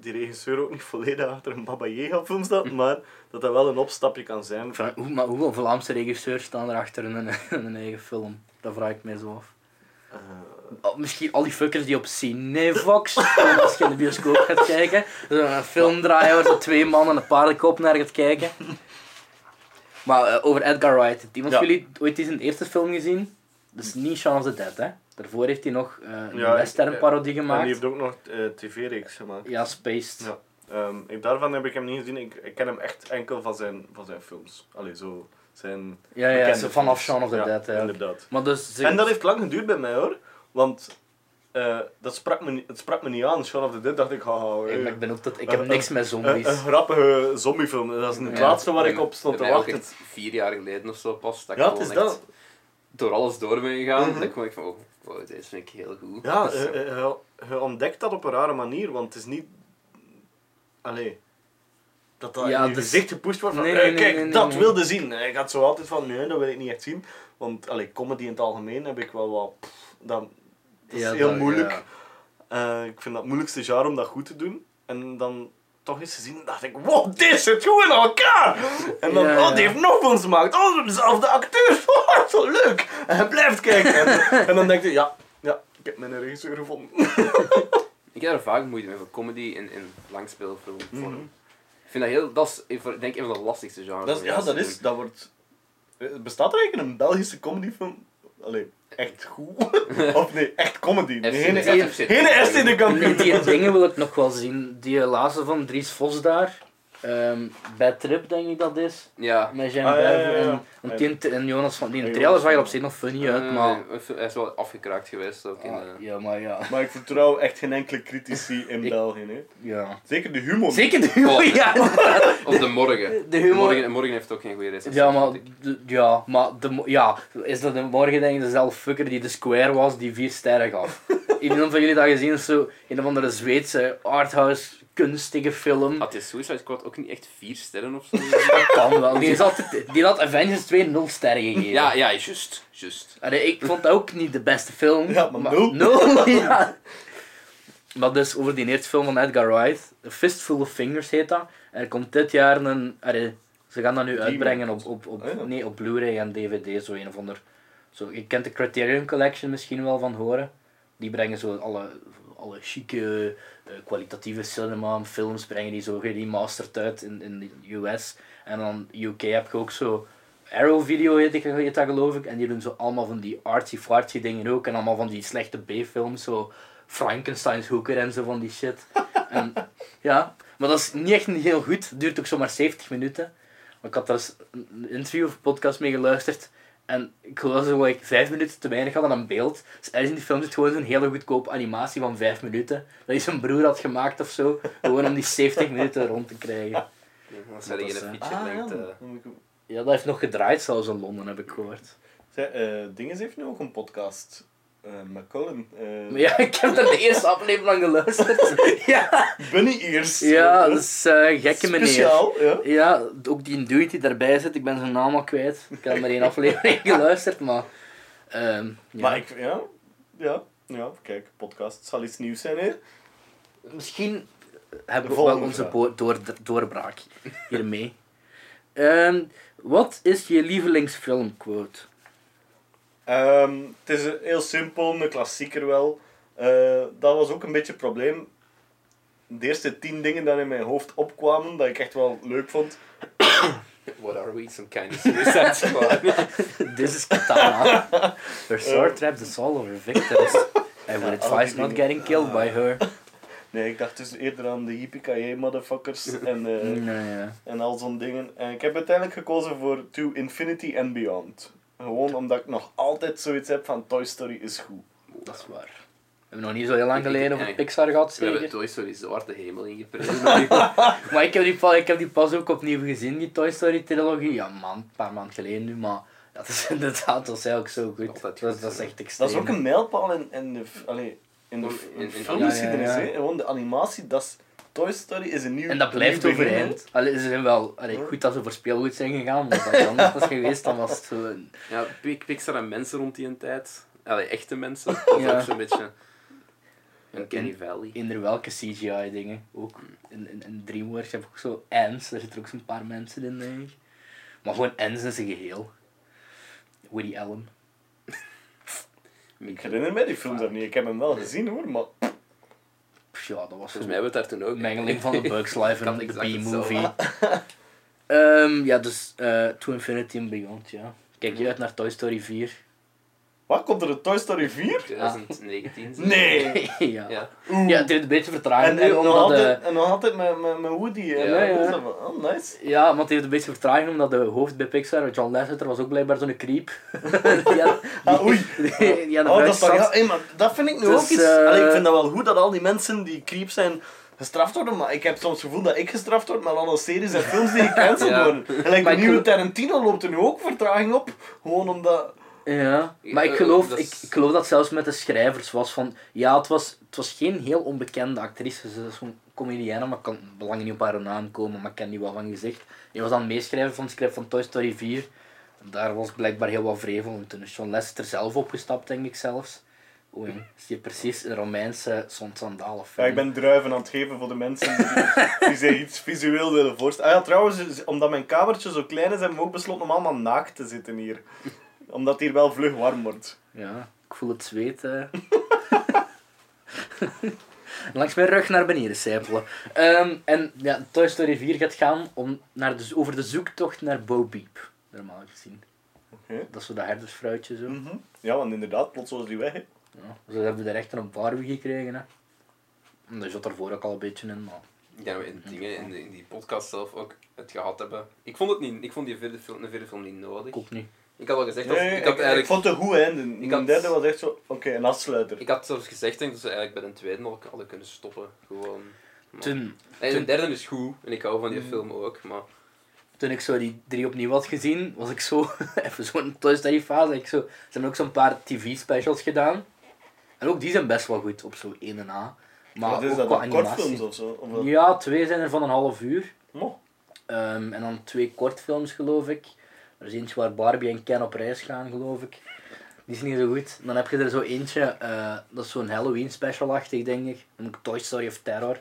die regisseur ook niet volledig achter een Baba Yaga film staat,
Hm.
maar dat dat wel een opstapje kan zijn.
Fra- hoe, maar hoeveel Vlaamse regisseurs staan er achter hun, hun eigen film? Dat vraag ik mij zo af.
Eh,
Oh, misschien al die fuckers die op Cinevox, eh, als je in de bioscoop gaat kijken, zo een film draaien waar zo twee mannen een paardenkop naar gaat kijken. Maar eh, over Edgar Wright, heeft iemand
Ja.
van jullie ooit eens een eerste film gezien? Dat is niet Shaun of the Dead, hè? Daarvoor heeft hij nog eh, een
Ja, ik-
western-parodie
en die
gemaakt.
heeft ook nog eh, tv-reeks gemaakt.
Ja, Spaced.
Ja. Ehm, ik, daarvan heb ik hem niet gezien. Ik, ik ken hem echt enkel van zijn, van zijn films. Allee, zo zijn
Ja, ja,
bekende
zo vanaf
films.
Shaun of the
Ja,
Dead. eigenlijk.
inderdaad.
Maar dus, ze-
En dat heeft lang geduurd bij mij hoor. Want eh, dat sprak me, niet- het sprak me niet aan. Shaun of the Dead dacht ik, haha,
ik,
eh,
ik ben ook tot, ik
Eh,
heb
eh,
niks met
een,
zombies.
een grappige zombiefilm. Dat is het
Ja.
laatste waar ik op stond te
Bij mij ook
wachten.
echt vier jaar geleden of zo pas. Dat ik
Ja, het
gewoon
is
echt
dat.
door alles door ben gegaan.
Mhm.
Dat ik gewoon echt van, oh, wow, deze vind ik heel goed.
Ja,
Dat
Dus,
is zo.
eh, eh, je, je ontdekt dat op een rare manier, want het is niet... Allee... Dat dat
Ja,
in je
dus-
gezicht gepusht wordt van,
Nee, nee,
eh,
nee,
kijk,
nee, nee,
dat
nee.
wilde zien. Hij gaat zo altijd van, nee, dat wil ik niet echt zien. Want allee, comedy in het algemeen heb ik wel wat... pff, dat, dat is
Ja,
heel
dat-
moeilijk.
ja.
Eh, ik vind dat het moeilijkste jaar om dat goed te doen. En dan toch eens gezien en dacht ik, wow, dit zit goed in elkaar! En dan,
Ja, ja.
oh, die heeft nog films gemaakt. Oh, dezelfde acteur. [LAUGHS] Oh, zo leuk. En hij blijft kijken. En, en dan denk je, ja, ja, ik heb mijn regisseur gevonden.
Ik heb er vaak moeite mee voor comedy in, in langspeelvorm.
Mhm.
Ik vind dat heel, dat is een van- denk ik een van de lastigste genres.
Dat is,
om
ja,
juist
dat
te
is,
doen.
dat wordt... eh, Bestaat er eigenlijk een Belgische comedyfilm? Allee, echt goed? [LAUGHS] of nee, echt comedy? Nee,
FC
geen
de
echt-
kampioen.
geen FC de
Die,
[LAUGHS]
kampioen.
die dingen wil ik nog wel zien. Die laatste van Dries Vos daar. ehm Bad Trip, denk ik dat is.
Ja.
Met Jean
Ah, ja, ja, ja,
Buyver en-
ja.
en, Tint en Jonas van... Die
En
trailer zag
Jonas
er
van-
op zich nog funny uit,
Eh,
maar...
Hij is wel afgekraakt geweest ook. In,
Ah,
eh,
ja, maar ja.
Maar ik vertrouw echt geen enkele critici in
Ik-
België. Hè.
ja.
Zeker de humor. niet.
Zeker de humor,
Oh.
ja.
Op de
[LAUGHS]
morgen.
De humor-
Morgen, morgen heeft ook geen goede recensie.
Ja, maar,
vond ik.
de- ja, maar de, mo- ja, is dat de morgen denk ik dezelfde fucker die de square was die vier sterren
[LAUGHS]
gaf? Iemand van jullie dat gezien is zo een of andere Zweedse arthouse kunstige film.
Had die Suicide Squad ook niet echt vier sterren
[LAUGHS]
of zo?
Dat kan wel. Die, is altijd, die had Avengers 2 0 sterren gegeven.
ja, ja, juist. Juist.
Allee, ik vond dat ook niet de beste film.
Ja, maar nul. [LAUGHS]
nul, ja. Maar dus over die eerste film van Edgar Wright, A Fistful of Fingers heet dat. En er komt dit jaar een... allee, ze gaan dat nu uitbrengen op, op, op,
Ah, ja.
nee, op Blu-ray en DVD, zo een of ander. Zo, je kent de Criterion Collection misschien wel van horen. Die brengen zo alle, alle chique, eh, kwalitatieve cinema, films brengen die zo geremasterd uit in, in de US. En dan UK heb je ook zo Arrow Video heet, ik, heet dat geloof ik. En die doen zo allemaal van die artsy-fartsy dingen ook. En allemaal van die slechte B-films, zo Frankenstein's Hoeker en zo van die
[LAUGHS]
shit. en, ja, maar dat is niet echt een heel goed. Duurt ook zomaar 70 minuten. Maar ik had daar eens een interview of podcast mee geluisterd. En ik geloof dat ik vijf minuten te weinig had aan een beeld. Dus ergens in die film zit gewoon zo'n hele goedkoop animatie van vijf minuten. Dat hij zijn broer had gemaakt of zo. Gewoon om die 70 minuten rond te krijgen.
Dat zijn
Dat
geen
is, eh,
feature
Ah, ja.
length, eh.
Dan moet ik-
Ja, dat heeft nog gedraaid zelfs in Londen, heb ik gehoord.
Zij, eh, Dinges heeft nu ook een podcast. Eh McCullen. eh,
Maar ja, ik heb daar de eerste aflevering aan geluisterd. [LAUGHS] ja,
Bunny Ears.
[LAUGHS] ja
Eh,
dat is eh gekke meneer.
Speciaal, ja.
Ja, ook die dude die daarbij zit, ik ben zijn naam al kwijt. Ik heb maar één [LAUGHS] aflevering geluisterd, maar... ehm, ja.
Maar ik, ja, ja, ja, kijk, podcast. Het zal iets nieuws zijn, hè.
Misschien hebben
De
we ook wel
volgende
onze
vraag.
boor- door, doorbraak hiermee. [LAUGHS] Ehm, wat is je lievelingsfilmquote? [LAUGHS]
Ehm, het is een- heel simpel, een klassieker wel. Eh, dat was ook een beetje het probleem. De eerste tien dingen die in mijn hoofd opkwamen, dat ik echt wel leuk vond.
What are we? Some kind of
[LAUGHS]
Suicide Squad.
This
[LAUGHS]
is Katana. Her sword traps the soul of her victims. And when it
al
finds
die
not
dingen.
getting killed by her.
Ah,
Nee, ik dacht dus eerder aan de
[LAUGHS]
yippie motherfuckers en, eh,
Nee, ja.
en al zo'n dingen. En ik heb uiteindelijk gekozen voor To Infinity and Beyond. Gewoon omdat ik nog altijd zoiets heb van Toy Story is goed.
Dat is waar. We hebben nog niet zo heel lang
Ik- ik-
geleden over
nee.
Pixar gehad,
We hebben
zeker.
Toy Story zwarte hemel
[LAUGHS]
ingeprint.
Maar ik heb, die, pa- ik heb die pas ook opnieuw gezien, die Toy Story trilogie. Ja, man, een paar maanden geleden nu, maar dat is [LAUGHS] inderdaad, dat was eigenlijk zo goed.
Altijd
Dat,
goed,
is- dat is
hè.
echt extreem.
Dat is ook een mijlpaal in, in de, f- allee, in de f-
In- in-
filmgeschiedenis.
ja, ja, ja.
hè. Gewoon de animatie, dat is, Toy Story is een nieuw
En dat blijft
nieuw begin, hè.
overeind. Allee, ze zijn wel allee, goed dat ze voor speelgoed zijn gegaan, want als het anders was geweest, dan was het zo... een-
Ja, Pi- Pixar en mensen rond die een tijd. Allee, echte
[LAUGHS]
mensen. Dat is
Ja.
ook zo'n beetje... Uncanny Valley.
Eender welke CGI-dingen. Ook in, in, in DreamWorks heb ik ook zo Ants, daar zitten ook zo'n paar mensen in, denk ik. Maar gewoon Ants in zijn geheel. Woody Allen.
Ik herinner mij die film daar niet. Ik heb hem wel gezien hoor, maar
Pff, ja, dat was
Volgens
zo'n
mij hebben we het daar toen ook.
mengeling
[LAUGHS]
van de Bugs Life en
Kan
de
exact
B-movie. [LAUGHS] Ehm, ja, dus eh To Infinity and Beyond, ja. Kijk
Mhm.
je uit naar Toy Story 4?
wat komt er een Toy Story 4?
2019. zijn.
Nee!
[LAUGHS] ja. ja.
Ja.
het heeft een beetje
En,
vertraging.
en,
En
nog
omdat, eh,
altijd, en nog altijd met, met, met Woody. en
Ja,
ja.
dat is dan wel- Oh, nice.
Ja, want het heeft een beetje vertraging omdat de hoofd bij Pixar, John Lasseter, was ook blijkbaar zo'n creep. [LAUGHS] die had,
Ah, oei.
die, die had een
Oh, dat, is
huis
toch,
zat.
ja, hey, maar dat vind ik nu
Dus,
ook iets.
eh,
Allee, ik vind dat wel goed dat al die mensen die creep zijn gestraft worden, maar ik heb soms het gevoel dat ik gestraft word met alle series en films die gecanceld
Ja.
worden. En like,
Maar
de
ik
nieuwe
wil-
Tarantino loopt er nu ook vertraging op, gewoon omdat...
Ja, maar ik
eh,
geloof,
dat
ik,
is-
ik geloof dat zelfs met de schrijvers was van... Ja, het was, het was geen heel onbekende actrice. Ze is zo'n comedienne, maar ik kan belang niet op haar naam komen. Maar ik ken die wel van gezicht. Die was dan meeschrijver van het script van Toy Story 4. Daar was blijkbaar heel wat vrevel in. Toen is John Lester zelf opgestapt, denk ik zelfs. Oei, is hier precies een Romeinse zonsandalen
Ja,
film.
ik ben druiven aan het geven voor de mensen die, die zich iets visueel willen voorstellen. Ah ja, trouwens, omdat mijn kamertje zo klein is, hebben we ook besloten om allemaal naakt te zitten hier. Omdat het hier wel vlug warm wordt.
Ja, ik voel het zweet. eh. [LAUGHS] Langs mijn rug naar beneden sijpelen. Ehm, en ja, Toy Story 4 gaat gaan om naar de, over de zoektocht naar Bo Peep. Normaal gezien.
Oké.
Dat is zo dat herdersfruitje zo.
Mhm. Ja, want inderdaad, plots was die weg. hè.
Ja, zo hebben we de rechter een Barbie gekregen. Hè. En Daar zat ervoor ook al een beetje in. Maar...
Ik denk dat we in, dingen, in, de- in die podcast zelf ook het gehad hebben. Ik vond, het niet, ik vond die vierde film, de vierde film niet nodig.
Ik ook niet.
Ik had al gezegd, als,
Nee,
ik
ik,
had
ik
eigenlijk...
vond het goed, hè. De,
Ik
de
had-
derde was echt zo... Oké, een afsluiter.
Ik had zelfs gezegd denk ik, dat ze eigenlijk bij de tweede al hadden kunnen stoppen. Gewoon. Maar-
Toen,
En de
toen-
derde is goed en ik hou van die
Mm.
film ook, maar
toen ik zo die drie opnieuw had gezien, was ik zo [LAUGHS] even zo'n Toy Story fase. Ik zo, ze hebben ook zo'n paar tv-specials gedaan. En ook die zijn best wel goed op zo'n 1 en A. Maar
Wat is
ook
dat,
qua
een
animatie.
kortfilms of zo? Of wat?
Ja, twee zijn er van een half uur.
Mo.
Ehm, en dan twee kortfilms, geloof ik. Er is eentje waar Barbie en Ken op reis gaan, geloof ik. Die is niet zo goed. Dan heb je er zo eentje, eh, dat is zo'n Halloween special-achtig, denk ik. Noem ik Toy Story of Terror.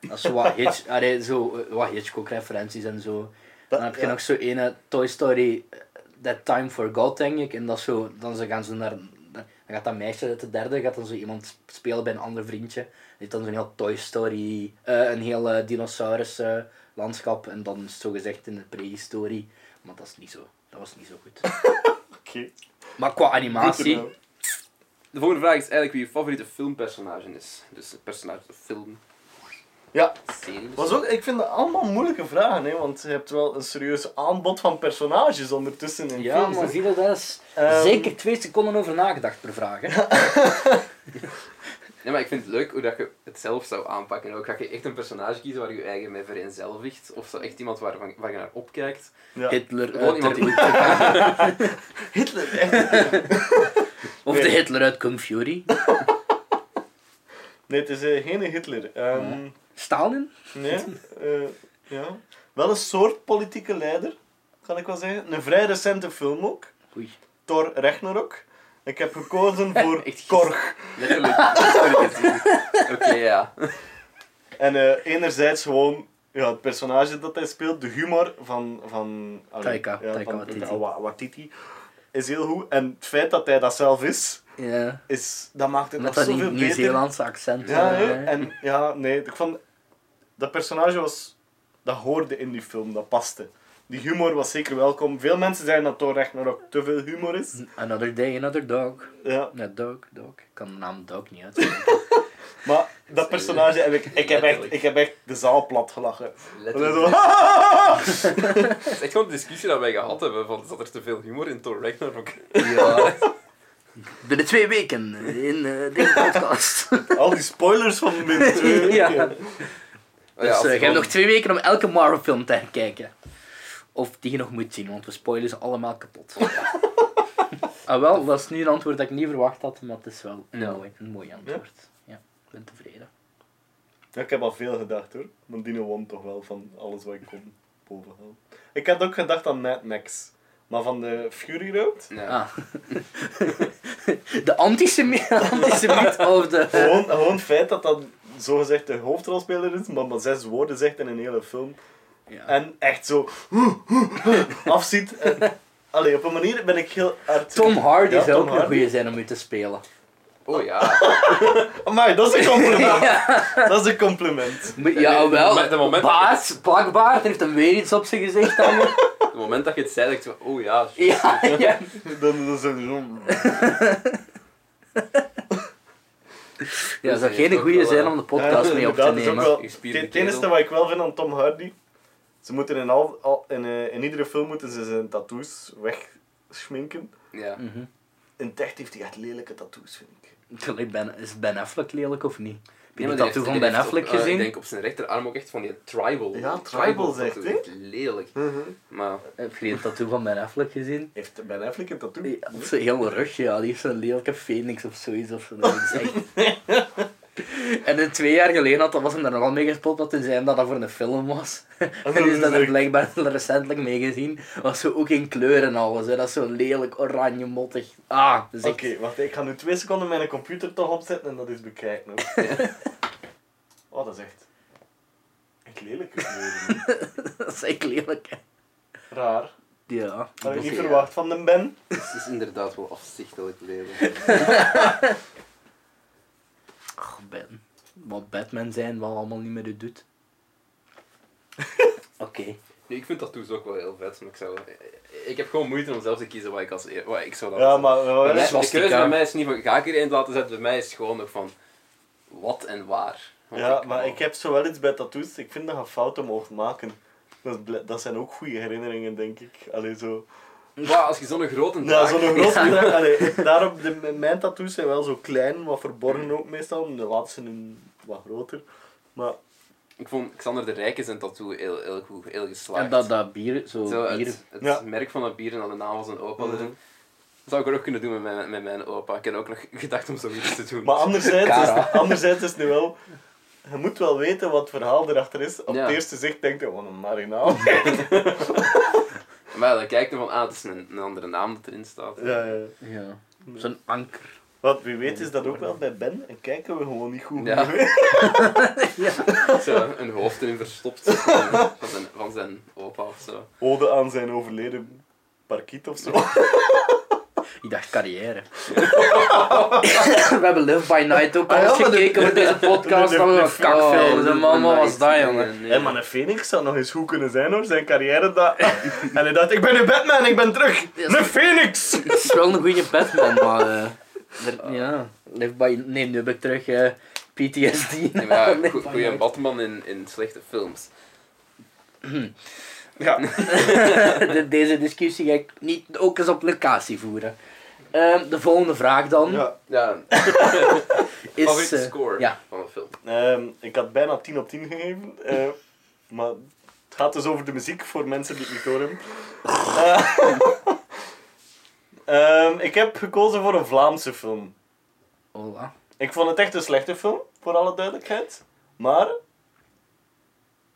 Dat is zo wat, Hitch, [LAUGHS] allee, zo, eh, wat Hitchcock-referenties en zo.
Dat-
dan heb je
ja.
nog zo ene Toy Story eh, That Time for God, denk ik. En dat is zo, dan ze gaan ze naar... Dan gaat dat meisje uit de derde, gaat dan zo iemand spelen bij een ander vriendje. Die heeft dan zo'n heel Toy Story, eh, een heel eh, dinosaurus eh, landschap. En dan is het zogezegd in de prehistorie. Maar dat is niet zo. Dat was niet zo goed.
Oké.
Maar qua
Goed
animatie...
ernaar.
De volgende vraag is eigenlijk wie je favoriete filmpersonage is. Dus een personage of film,
Ja,
serie. misschien.
was ook, ik vind dat allemaal moeilijke vragen, hè, want je hebt wel een serieus aanbod van personages ondertussen in
Ja,
films.
maar
hè.
zie je, dat is
Ehm.
zeker twee seconden over nagedacht per vraag. Hè?
Nee, maar ik vind het leuk hoe dat je het zelf zou aanpakken. En ook dat je echt een personage kiest waar je je eigen mee vereenzelvigt. Of zo echt iemand waar, van- waar je naar opkijkt.
Ja.
Hitler
Gewoon iemand die...
Hitler, echt.
Of de
Nee.
Hitler uit Kung Fury.
Nee, het is eh, geen Hitler. Ehm,
Stalin?
Nee, eh, ja. Wel een soort politieke leider, kan ik wel zeggen. Een vrij recente film ook,
Oei.
Thor Ragnarok. Ik heb gekozen voor
Echt
Korg.
Letterlijk.
[LAUGHS]
letterlijk gezien. Oké, ja.
En eh, enerzijds gewoon ja, het personage dat hij speelt, de humor van... van allee,
Taika,
ja,
Taika
van-
Waititi.
ja, Wa- Waititi Is heel goed. En het feit dat hij dat zelf is,
Ja.
is dat maakt het
Met dat
nog zoveel
Nieuw-
beter.
Nieuw-Zeelandse accent.
Ja,
eh,
hè. en ja, nee, ik vond dat personage was dat hoorde in die film, dat paste. Die humor was zeker welkom. Veel mensen zeiden dat Thor Ragnarok te veel humor is.
Another day, another dog.
Ja,
Ja, dog, dog. Ik kan de naam dog niet [LAUGHS] uitspreken.
maar dat personage heb ik, ik heb echt,
Letterlijk.
ik heb echt de zaal plat gelachen. En dan
Letterlijk.
zo, [LAUGHS]
Het is echt gewoon de discussie dat wij gehad hebben. Van, zat er te veel humor in Thor Ragnarok? [LAUGHS]
ja. Binnen twee weken in eh deze podcast.
al die spoilers van de min twee
Ja.
Oh
weken.
Dus
ja,
eh,
als
je
je
hebt
gewoon-
nog twee weken om elke Marvel-film te herkijken. Of die je nog moet zien, want we spoilen ze allemaal kapot. ah wel, dat is nu een antwoord dat ik niet verwacht had, maar het is wel een,
Ja.
mooi, een mooi antwoord. Ja, ik ben tevreden.
Ja, ik heb al veel gedacht hoor. Maar Dino won toch wel van alles wat ik kon bovenhalen. Ik had ook gedacht aan Mad Max. Maar van de Fury Road?
Ja.
Ah. de antisemiet, [LAUGHS] antisemiet of de...
Gewoon, gewoon het feit dat dat zogezegd de hoofdrolspeler is, maar maar zes woorden zegt in een hele film.
Ja.
En echt zo [LAUGHS] afziet. En, allee, op een manier ben ik heel hard...
Tom Hardy
Ja,
zou
Tom
ook een
Hardy.
goede zijn om u te spelen.
Oh ja.
Amai, dat is een compliment. Dat is een compliment.
Maar Jawel,
Maar de moment-
baas, plakbaard, heeft hem weer iets op zijn gezicht hangen.
Op het moment dat je het zei, dacht ik zo... Oh ja. shit.
Ja, ja.
Dan, dan zijn er zo...
Ja,
Dat
zou
is
geen
ook
goede
wel,
zijn
eh,
om de podcast
Ja,
mee op te
inderdaad, dat is ook
nemen.
wel-
Gespierde
Het enige
kerel.
wat ik wel vind aan Tom Hardy, ze moeten in, al, al- in, eh, in iedere film moeten ze zijn tattoos wegschminken.
Ja.
Mhm.
In het echt heeft hij echt lelijke tattoos, vind ik.
[LAUGHS] Gelijk Ben, is Ben Affleck lelijk of niet? Heb
Nee,
je de
maar die
tattoo
heeft-
van
die
Ben
heeft
Affleck
op, eh,
gezien?
ik denk op zijn rechterarm ook echt van die tribal.
Ja, tribal
tribal
zegt,
tattoo.
hè?
Echt Lelijk. Maar
Eh, Heb je die tattoo van Ben Affleck gezien?
Heeft Ben Affleck een tattoo?
Die had zo'n
[LAUGHS]
heel rug, ja. Die heeft zo'n lelijke phoenix of zoiets. Of zo. dat is echt- en En twee jaar geleden had, was hem daar nogal mee gespot dat hij zei dat dat voor een film
[LAUGHS]
was. En dus dat er blijkbaar recentelijk mee gezien was. Zo ook in kleur en alles. Hè. Dat is zo lelijk, oranje, mottig. Ah, dus
Oké,
ik...
wacht, ik ga nu twee seconden mijn computer toch opzetten en dat eens bekijken.
[LAUGHS]
Hoor. Oh, dat is echt... Echt lelijk.
[LAUGHS] dat is echt lelijk. hè.
Raar.
Ja.
Had ik niet
Dus, ja.
verwacht van de Ben.
Het is inderdaad wel afzichtelijk lelijk.
Ach, ben. Wat Batman zijn, wat allemaal niet meer
[LAUGHS]
doet. Oké.
[LAUGHS] Nee, ik vind tattoos ook wel heel vet, maar ik zou... Ik heb gewoon moeite om zelf te kiezen wat ik als... eer- Wat ik zou
Ja, maar...
Bij mij-
eh,
is
de
swastika.
keuze bij mij is niet van, ga ik er één laten zetten? Bij mij is het gewoon nog van, wat en waar. Want
Ja, maar ik heb zo wel iets bij tattoos. Ik vind dat je fouten mocht maken. Dat, is bl- dat zijn ook goede herinneringen, denk ik. Allee, zo...
Wauw, als je zo'n grote
[LAUGHS] Ja,
draagt-
zo'n groot bedrag. Allee, daarom, de, mijn tattoos zijn wel zo klein, wat verborgen ook meestal. De laatste zijn wat groter. Maar
Ik vond Xander de Rijken zijn tattoo heel, heel goed, heel geslaagd.
En dat, dat bier, zo,
Zo,
bier.
het het
Ja.
merk van dat bier en dan de naam van zijn opa
Mhm.
erin. Dat zou ik er ook kunnen doen met mijn, met mijn opa. Ik heb ook nog [LAUGHS] gedacht om zoiets te doen.
Maar anderzijds
Cara.
is, anderzijds is het nu wel... Je moet wel weten wat het verhaal erachter is. Op
Ja.
het eerste zicht denk je, wat een [LAUGHS] marinaal.
Maar dan kijk je van, ah, het is een, een andere naam dat erin staat.
ja, ja.
Ja. Zo'n anker.
Want wie weet is dat ook wel bij Ben. En kijken we gewoon niet goed.
Ja.
mee.
[LAUGHS] Zo, een hoofd erin verstopt van, van zijn, van zijn opa of zo.
[LAUGHS] Ode aan zijn overleden parkiet of zo. [LAUGHS]
Ik dacht carrière. we hebben Live by Night ook al
Ah ja,
eens
maar de-
gekeken voor deze podcast.
de-
Dat
de-
was
de-
een kakfilm.
Oh,
De man, wat
maar
was
is-
dat, jongen?
nee, nee.
En maar een Phoenix zou nog eens goed kunnen zijn hoor. Zijn carrière dat... en hij dacht, ik ben nu Batman, ik ben terug. Een Phoenix!
Het is wel een goede Batman, maar... eh, er-
Ah.
ja, Live by... Nee, nu heb ik terug eh, PTSD.
Nee,
[LAUGHS]
maar
Live
ja, goe-
by
goeie
Night. [CLEARS THROAT]
Batman in, in slechte films.
Ja.
[LAUGHS] De- Deze discussie ga ik niet ook eens op locatie voeren. Ehm, de volgende vraag dan
ja.
Ja,
is...
favoriete
eh,
score
ja.
van een film.
Ehm, ik had bijna 10 op 10 gegeven. eh, maar het gaat dus over de muziek voor mensen die het niet horen. Eh, [LAUGHS] ehm, ik heb gekozen voor een Vlaamse film.
Hola.
Ik vond het echt een slechte film, voor alle duidelijkheid. Maar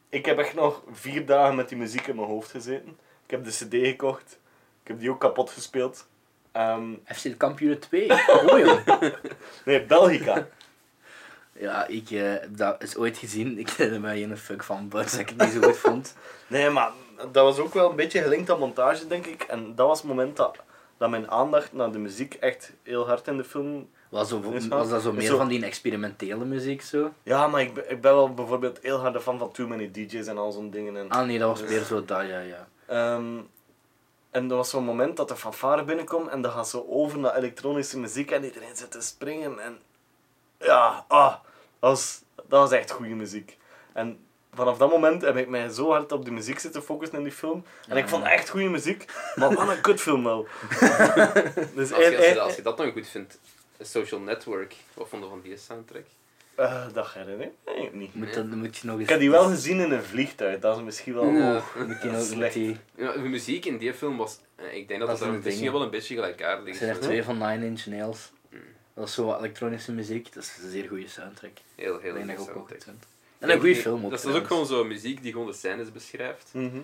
ik heb echt nog vier dagen met die muziek in mijn hoofd gezeten. Ik heb de CD gekocht. Ik heb die ook kapot gespeeld. Ehm,
FC de Kampioenen 2. Oh, joh. [LAUGHS]
nee, Belgica.
Ja, ik eh, heb dat is ooit gezien. Ik heb er maar geen fuck van, dus dat ik het niet zo goed vond.
Nee, maar dat was ook wel een beetje gelinkt aan montage, denk ik. En dat was het moment dat, dat mijn aandacht naar de muziek echt heel hard in de film...
Was, zo,
Is wel-
was dat zo
is
meer
zo-
van die experimentele muziek zo?
Ja, maar ik, ben- ik ben wel bijvoorbeeld heel harde fan van Too Many DJs en al zo'n dingen. En,
Ah nee, dat was meer zo dat, ja, ja.
ehm, en er was zo'n moment dat de fanfare binnenkomt en dat gaat zo over naar elektronische muziek en iedereen zit te springen. En ja, ah, dat, was, dat was echt goede muziek. En vanaf dat moment heb ik mij zo hard op de muziek zitten focussen in die film. En ik vond echt goede muziek, maar wat een
[LAUGHS]
kutfilm wel. dus
Als je, als, je,
eh,
als je dat dan goed vindt, Social Network, wat vonden van die soundtrack?
eh, eh, dat herinner ik me niet.
Moet, dat, moet je nog eens...
Ik heb die wel gezien in een vliegtuig, dat is misschien wel...
Ja.
Moet je nog, moet
Slecht.
die,
Ja, de muziek in die film was, eh, ik denk dat,
Dat
dat
zijn
het
de
misschien
dingen.
wel een beetje gelijkaardig
er
is.
zijn er
met-
twee van Nine Inch Nails. Dat is zo wat elektronische muziek. Dat is een zeer goede soundtrack.
Heel, heel
Ik denk dat ik ook wel
interessant.
goed vind. En een goede film ook.
Dat is dus ook
trouwens.
gewoon zo'n muziek die gewoon de scènes beschrijft,
Mhm.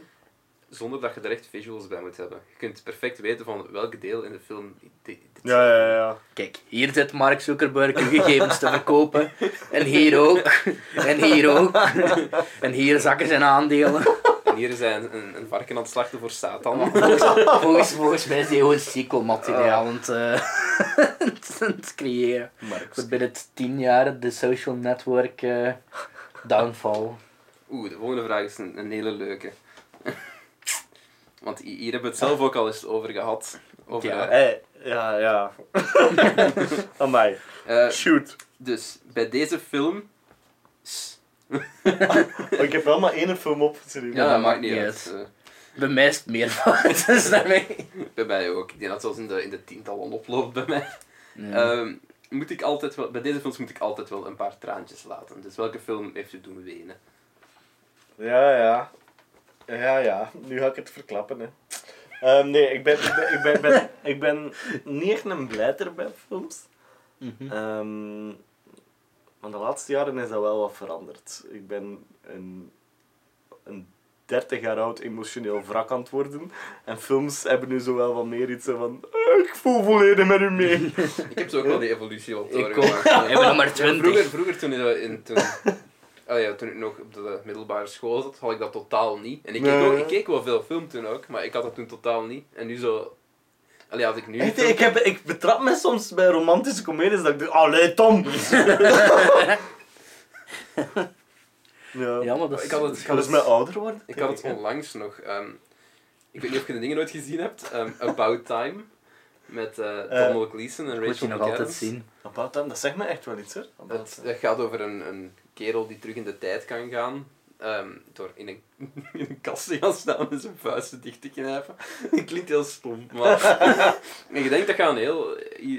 zonder dat je er echt visuals bij moet hebben. Je kunt perfect weten van welk deel in de film dit, dit-
Ja, ja, ja, ja.
Kijk, hier zit Mark Zuckerberg uw gegevens te verkopen. En hier ook. En hier ook. En hier zakken zijn aandelen.
En hier zijn een, een varken aan het slachten voor Satan.
Volgens, volgens mij is die gewoon sequel-materiaal aan, het, eh, [LAUGHS] aan het creëren. Voor binnen het tien jaar de social network eh, downfall.
Oeh, de volgende vraag is een, een hele leuke. [LAUGHS] Want hi- hier hebben we het zelf ook al eens over gehad. Over,
Ja.
eh,
Hey, ja, ja. [LAUGHS] Amai.
eh,
Shoot.
dus, bij deze film... S-
Maar Oh, ik heb wel maar één film op. Sorry.
Ja, dat maakt niet
maakt
uit.
niet Bij mij is het meer fout, [LAUGHS] dus daarmee.
Eh, bij mij ook. Ik denk dat het zelfs in de, in de tientallen oploopt bij mij.
Ja.
Ehm, moet ik altijd wel, bij deze films moet ik altijd wel een paar traantjes laten. Dus welke film heeft u doen wenen?
Ja, ja. Ja, ja. Nu ga ik het verklappen, hè. Ehm, nee, ik ben, ik, ben, ik, ben, ik ben- ik ben niet echt een blijter bij films.
Mhm.
Ehm, Maar de laatste jaren is dat wel wat veranderd. Ik ben een, een 30 jaar oud emotioneel wrak aan het worden. En films hebben nu zo wel wat meer iets van... "Eh, Ik voel volledig met u mee.
Ik heb zo ook wel die evolutie wel
Ik ook. [LAUGHS]
doorgemaakt.
We hebben er maar
Ja, vroeger,
twintig.
vroeger toen, ik dat in, toen, [LAUGHS] ah ja, toen ik nog op de middelbare school zat, had ik dat totaal niet. En ik keek,
Nee.
ook, ik keek wel veel film toen ook, maar ik had dat toen totaal niet. En nu zo... Allee, als ik
[LAUGHS]
nu...
Echt,
film-
ik, heb, ik betrap me soms bij romantische comedies dat ik denk... Allee, [LAUGHS] Tom! ja.
Ja, maar dat is...
Ik had het-
Ik ga dus met ouder worden.
Ik had het
denk
onlangs nog. ehm, ik weet niet of je de dingen ooit gezien hebt. ehm, About Time. Met eh Donald Gleeson en
dat moet
Rachel
je nog altijd
McAdams.
zien.
hè. About Time, dat zegt me echt wel iets, hè? About
Het,
Time.
het gaat over een, een kerel die terug in de tijd kan gaan. ehm, door in een, [LAUGHS] in een kast te gaan staan en zijn vuisten dicht te knijpen. [LAUGHS] Dat klinkt heel stom, maar... [LAUGHS] en je denkt dat gaat een heel,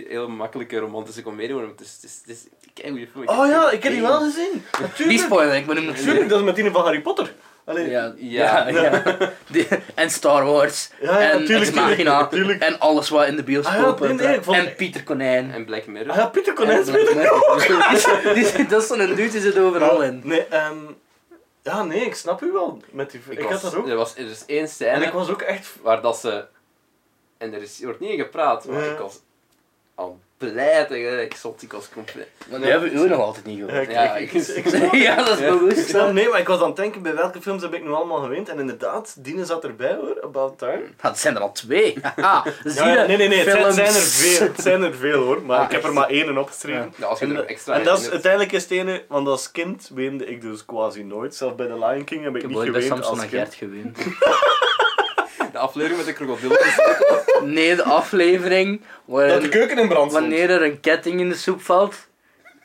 heel makkelijke romantische komedie worden. maar Het is, het is, het is een keigoeie film.
Oh ja, ik heb die wel
gezien.
gezien.
Die
Natuurlijk.
spoiler, ik moet hem nog
Natuurlijk,
zien.
dat is met die van Harry Potter. Allee. Ja,
Ja, ja,
[LAUGHS]
ja. Die- en Star Wars.
ja,
en
natuurlijk.
Ex Machina.
natuurlijk.
En alles wat in de bioscoop
Ah ja, nee, nee, ik vond-
En Pieter Konijn.
En Black
Ah
Mirror.
ja, Pieter Konijn
En-
speelt
[LAUGHS]
er
Die- die- die- Dat is zo'n dude, die zit overal in.
Nee, ehm, ja, nee, ik snap u wel. Met die, ik had
was-
dat ook.
Er, was, er is één
En
scène...
ik was ook echt...
waar dat ze... En er, is, er wordt niet in gepraat, maar
Ja.
ik was al blij tegen ik zat, ik was compleet...
Maar die hebben we nog altijd niet
Ja, ik,
gehoord.
Ja,
ik, ik,
ik-
ik
[LAUGHS]
snap-
Ja, dat is
Ja.
ik
bewust.
snap-
hè.
nee, maar ik was aan het denken bij welke films heb ik nu allemaal gewend. En inderdaad, Dine zat erbij hoor, About Time.
Ah, Het zijn er al twee. [LAUGHS] Haha, zie
Ja,
je?
ja, nee, nee, nee, het zijn, het
films.
zijn er
[LAUGHS]
veel. Het zijn er veel hoor, maar
Ah,
ik heb er
echt?
maar één opgeschreven.
Ja, als je
En,
er extra
en dat is,
in hebt.
uiteindelijk is het ene, want als kind weende ik dus quasi nooit. Zelfs bij The Lion King heb ik,
Ik heb
niet
ooit bij
geweend
Samson
als
en
kind.
Gert gewend.
De aflevering met de krokodil
[LAUGHS]
is
Nee, de aflevering
Dat de
waarin,
keuken in brand stond.
wanneer er een ketting in de soep valt.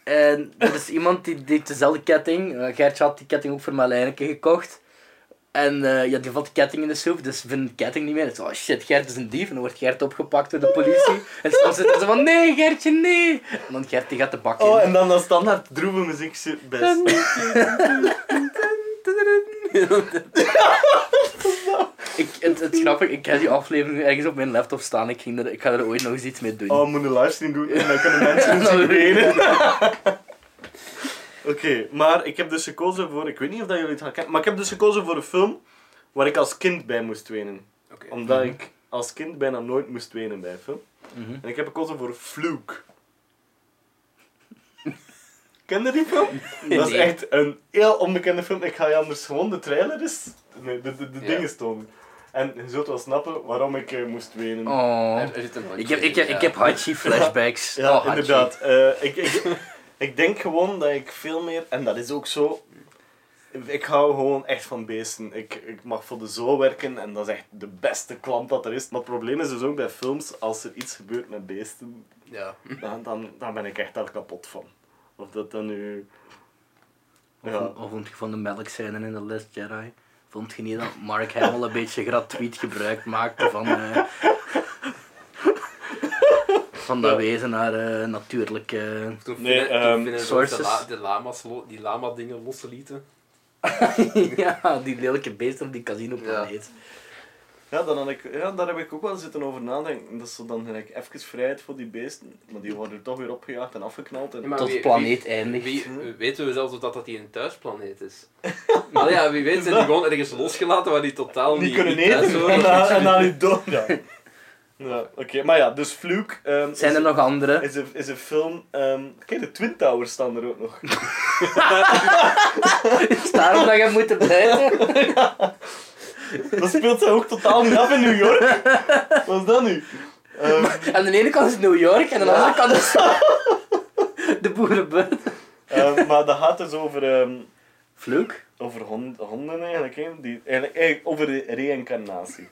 En er is iemand die deed dezelfde ketting. Eh, Gertje had die ketting ook voor Malijneke gekocht. En eh, ja, die valt de ketting in de soep, dus vindt de ketting niet meer. Het is, oh shit, Gert is een dief. En dan wordt Gert opgepakt door de politie. En dan zit er zo van, nee Gertje, nee. En dan Gert die gaat de bak in.
Oh, en dan dat standaard droeve muziek zit best.
ik, het, het grappige, ik heb die aflevering ergens op mijn laptop staan. Ik, ging er, ik ga er ooit nog eens iets mee doen. [LAUGHS]
Oh, we moeten een livestream doen en dan kunnen mensen dus zien wenen. [LAUGHS] Oké, maar ik heb dus gekozen voor, ik weet niet of dat jullie het gaan kennen, maar ik heb dus gekozen voor een film waar ik als kind bij moest wenen.
Oké.
Omdat ik als kind bijna nooit moest wenen bij een film.
Mhm.
En ik heb gekozen voor Fluke. [LAUGHS] Ken je die film? Dat is
Nee.
echt een heel onbekende film. Ik ga je anders gewoon de trailer eens, nee, de, de, de
Ja.
dingen tonen. En je zult wel snappen waarom ik eh, moest wenen.
Oh.
Er, er zit een handje
Ik heb, ik, heb-
in,
ik
ja.
heb Hachi flashbacks.
Ja,
Oh, Hachi.
inderdaad. Eh, ik, ik, ik denk gewoon dat ik veel meer, en dat is ook zo, ik hou gewoon echt van beesten. Ik, ik mag voor de zoo werken en dat is echt de beste klant dat er is. Maar het probleem is dus ook bij films, als er iets gebeurt met beesten,
Ja.
dan, dan, dan ben ik echt daar kapot van. Of dat dan nu...
Of,
Ja.
of vond je van de melk zijn en in de Last Jedi? Vond je niet dat Mark Hamill een beetje gratuit gebruik maakte van, eh, van dat wezen naar eh, natuurlijk... eh,
Toen nee,
Nee,
vinden,
ehm,
toen vinden ze ook
sources.
de, la, de lama's lo- die lama dingen losse lieten.
[LAUGHS] ja, die lelijke beesten op die casino planeet.
Ja, dan had ik, ja, daar heb ik ook wel zitten over nadenken. Dat is zo dan gelijk even vrijheid voor die beesten, maar die worden toch weer opgejaagd en afgeknald. En...
Ja, maar
Tot
wie-
de planeet eindigt.
Wie, weten we zelfs of dat, dat die een thuisplaneet
[LAUGHS]
is? Maar ja, wie weet zijn die gewoon ergens losgelaten waar die totaal niet,
niet kunnen
niet thuis
eten en
horen.
dan, en dan niet dood. Ja. Ja, Oké, maar ja, dus Fluke ehm,
Zijn er
is,
nog andere? [LAUGHS]
is, een, is een film... ehm, kijk, de Twin Towers staan er ook nog. [LAUGHS]
Is daarom dat je moet blijven?
Dat speelt zich ook totaal niet af in New York. [LAUGHS] Wat is dat nu? Ehm,
Aan de ene kant is New York en aan de andere kant is... [LAUGHS] De boerenbund.
ehm, maar dat gaat dus over, ehm,
Vloek?
over hond- honden eigenlijk, hè? Die, eigenlijk, eigenlijk over de reïncarnatie.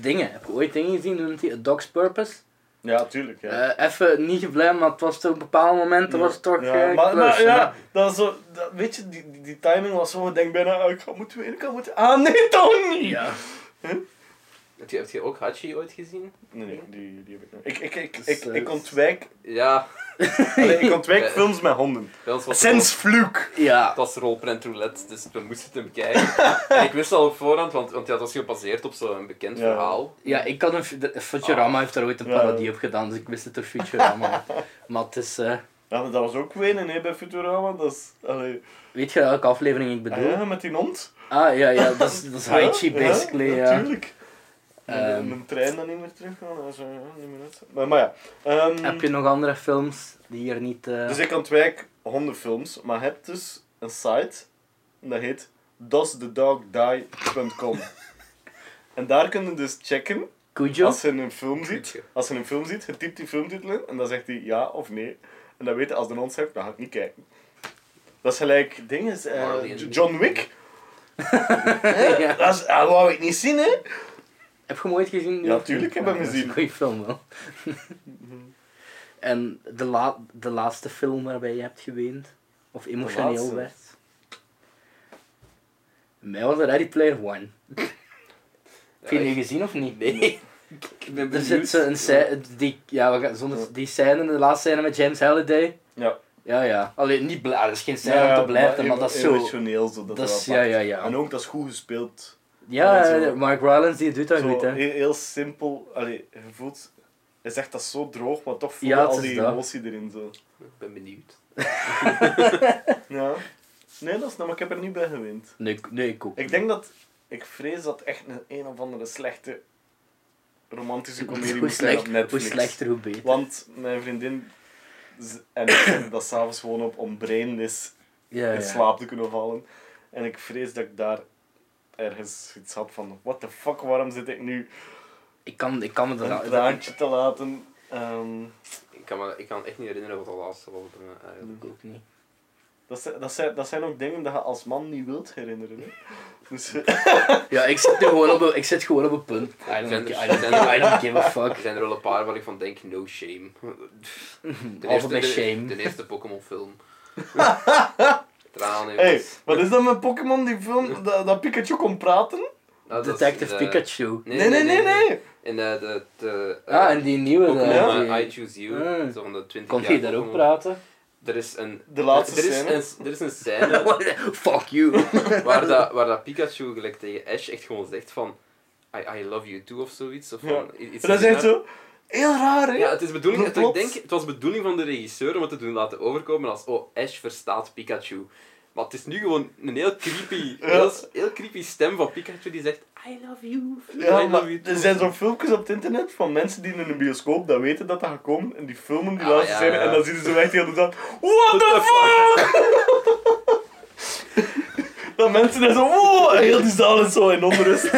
Dingen. Heb je ooit dingen gezien? Noemt die A Dog's Purpose?
Ja, tuurlijk. Ja.
Eh, even niet gebleven, maar het was toch op bepaalde momenten was het toch.
Ja,
eh,
maar, maar
klus,
ja, dat is zo, dat, weet je, die, die, die timing was zo, ik denk bijna, ah, ik ga moeten winnen, ik ga moeten... Ah, nee, toch
hè?
niet!
Ja.
Heb je, heb je ook Hachi ooit gezien?
Nee, nee, die, die heb ik nog. Ik, ik, ik,
Dus,
ik,
eh, [LAUGHS]
ik ontwijk,
Ja,
allee, ik ontwijk
Eh,
films met honden.
bij ons was
Sinds Fluke.
ja.
Het was rolprent roulette, dus we moesten het hem
[LAUGHS]
kijken. en ik wist al op voorhand, want, want ja, dat was gebaseerd op zo'n bekend
Ja.
verhaal.
Ja, ik had een. fi- de- Futurama heeft daar ooit een
Ah. Ja. [LAUGHS]
parodie op gedaan, dus ik wist het door Futurama. maar het is. eh,
Ja, maar dat was ook wenen hè, bij Futurama. Dat is, allee,
Weet je welke aflevering ik
ah
bedoel?
ja, met die hond.
Ah ja, ja dat is, dat is Haichi
[LAUGHS] Ja, ja,
basically. Ja,
Natuurlijk.
Ehm.
En Mijn trein dan niet meer terug gaan. Dat is, eh, niet meer uit. Maar, maar ja. ehm,
Heb je nog andere films die hier niet. eh,
Dus ik ontwijk hondenfilms, maar heb dus een site. En dat heet
[LAUGHS]
doesthedogdie.com. en daar kunnen dus checken
Cujo? [LAUGHS]
als je een film ziet. Als je een film ziet, je typt die filmtitel in en dan zegt hij ja of nee. En dan weet je, als de ons hebt, dan ga ik niet kijken. Dat is gelijk ding is, eh,
Marley en
J-
me.
John Wick. Hè?
Ja.
Dat, is, dat wou ik niet zien, hè?
Heb je hem ooit gezien?
Ja, tuurlijk heb ik hem
Ja, [LAUGHS]
gezien.
Dat is een goede film wel. en de, la de laatste film waarbij je hebt geweend, of emotioneel
laatste?
werd? Mij was het Ready Player One. Heb je die gezien of niet?
Nee. Ik ben
Er
benieuwd.
zit zo een scène, die, ja, we gaan, zonder, die scène, de laatste scène met James Halliday.
Ja.
Ja, ja. Alleen niet bla, ah, dat is geen scène om te blijven, maar, dat is zo.
Emotioneel, zo dat
Dat is,
wel
ja,
pakt.
ja, ja.
En ook, dat is goed gespeeld.
Ja,
en zo.
Mark Rylance die doet dat
Zo
goed, hè.
Heel, heel simpel. Allee, je voelt... Hij zegt dat zo droog, maar toch voel je
Ja, het
al
is
die
dat.
emotie erin zo.
Ik ben benieuwd.
Ja. Nee, dat is nou, maar ik heb er niet bij gewend.
Nee, ik- nee, ik ook.
Ik denk dat... Ik vrees dat echt een, een of andere slechte
Dus
romantische comedie
hoe,
moet zijn
slecht,
op Netflix.
hoe slechter, hoe beter.
Want mijn vriendin z- en ik zetten dat s'avonds gewoon op om brainness
ja,
in
ja.
slaap te kunnen vallen. En ik vrees dat ik daar ergens iets had van... What the fuck, waarom zit ik nu
Ik kan, ik kan me
een
dat...
traantje te laten? Ehm,
Ik kan, me, ik kan echt niet herinneren wat de laatste was. eh, bij mij
Mm-hmm.
eigenlijk.
Ik ook niet.
Dat, zijn- dat, zijn, dat zijn ook dingen dat je als man niet wilt herinneren. Hè? Dus,
Ja, ik zit, er gewoon op een, ik zit gewoon op een punt. I don't, I don't, I don't give a
Er
fuck.
zijn er wel een paar waar ik van denk, no shame. [LAUGHS] De
Altijd bij
de-
shame.
De, eerste Pokémon film.
[LAUGHS]
Tranen,
Hé, hey,
jongens.
dus-
wat is dat met Pokémon die film dat, dat Pikachu kon praten?
Nou, dat is
Detective
de-
Pikachu.
Nee, nee, nee, nee.
En eh, de... de eh,
Ah, en die nieuwe...
Pokémon,
daar,
eh,
die-
I Choose You.
Ah.
Zo van de 20
Kon
jaar
je daar ook
Pokémon. [LAUGHS]
praten?
Er is een...
De laatste
er is
scène.
Een, er is een
[LAUGHS]
scène
Fuck you.
waar,
[LAUGHS]
dat, waar dat Pikachu gelijk tegen Ash echt gewoon zegt van... I, I love you too of zoiets. Of
Ja.
van, i- iets
En dat is echt zo heel raar, hè?
Ja, het, is bedoeling, het, ik
Klopt.
denk, het was bedoeling van de regisseur om het te doen laten overkomen als oh, Ash verstaat Pikachu. Maar het is nu gewoon een heel creepy,
[LAUGHS] Ja.
heel, heel creepy stem van Pikachu die zegt I love you.
Ja,
I
maar
love you too."
er
[LAUGHS]
zijn zo'n filmpjes op het internet van mensen die in een bioscoop dat weten dat dat gaat komen. En die filmen die
Ah,
laatste
ja,
scène
ja.
en dan zien ze zo echt heel de dag... What the fuck? dat mensen dan zo... Wow, en heel die zaal is zo in onrust.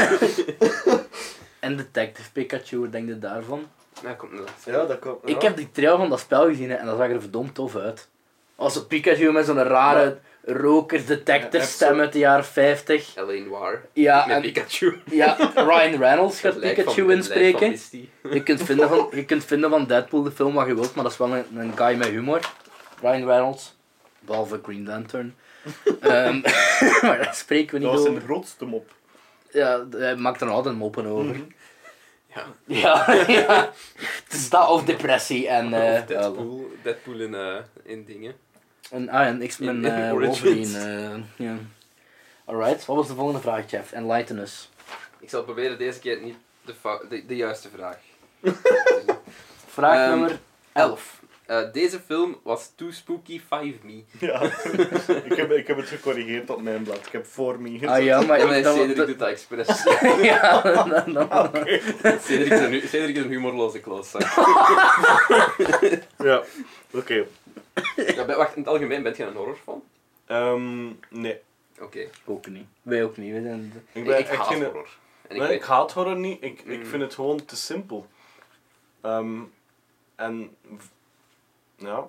En Detective Pikachu, wat denk je daarvan?
Ja, Nou, komt nog.
[LAUGHS] Ja, dat komt...
Ik heb die trail van dat spel gezien hè, en dat zag er verdomd tof uit. Als een Pikachu met zo'n rare roker-detective
Ja,
stem
absoluut.
uit de jaren 50.
L.A. Noir.
Ja,
met
en
Pikachu.
ja, Ryan Reynolds gaat
Het lijk
Pikachu
van- het lijk
inspreken.
van Misty.
Je kunt, vinden van, je kunt vinden van Deadpool de film wat je wilt, maar dat is wel een, een guy met humor. Ryan Reynolds. Behalve Green
[LAUGHS]
Lantern. Ehm, [LAUGHS] maar daar spreken we niet
Dat was zijn
over.
grootste mop. Mhm.
Ja, hij maakt er altijd moppen over.
Mhm. Ja,
Ja, [LAUGHS] ja. Het is dat of depressie en... eh,
of Deadpool, Deadpool in, eh, in dingen.
en, ah, en X-Men
In- in
eh,
Origins.
Wolverine. eh, ja. Alright, wat was de volgende vraag, Jeff? Enlighten us.
Ik zal proberen deze keer niet de, fou- de, de juiste vraag.
Vraag
Ehm,
nummer 11.
Eh, deze film was Too Spooky 5 Me.
Ja, [LAUGHS] ik heb, ik heb het gecorrigeerd op mijn blad. Ik heb voor me gezet.
Ah ja, maar...
En
ik-
mijn
dat-
Cedric
dat-
doet dat [LAUGHS] expres.
[LAUGHS] ja, dan- dan-
Cedric is een, hu- Cedric is een humorloze klootzak.
[LAUGHS]
Ja, oké.
Ja, ben- wacht, in het algemeen ben je een horror van?
Ehm, nee.
Oké.
Ook niet. Wij ook niet. Wij zijn...
Ik
Ik,
ben
ik
echt
haat
geen...
horror. En ik
nee,
weet,
ik haat horror niet. Ik, ik
Mm.
vind het gewoon te simpel. Ehm, en... v- Ja.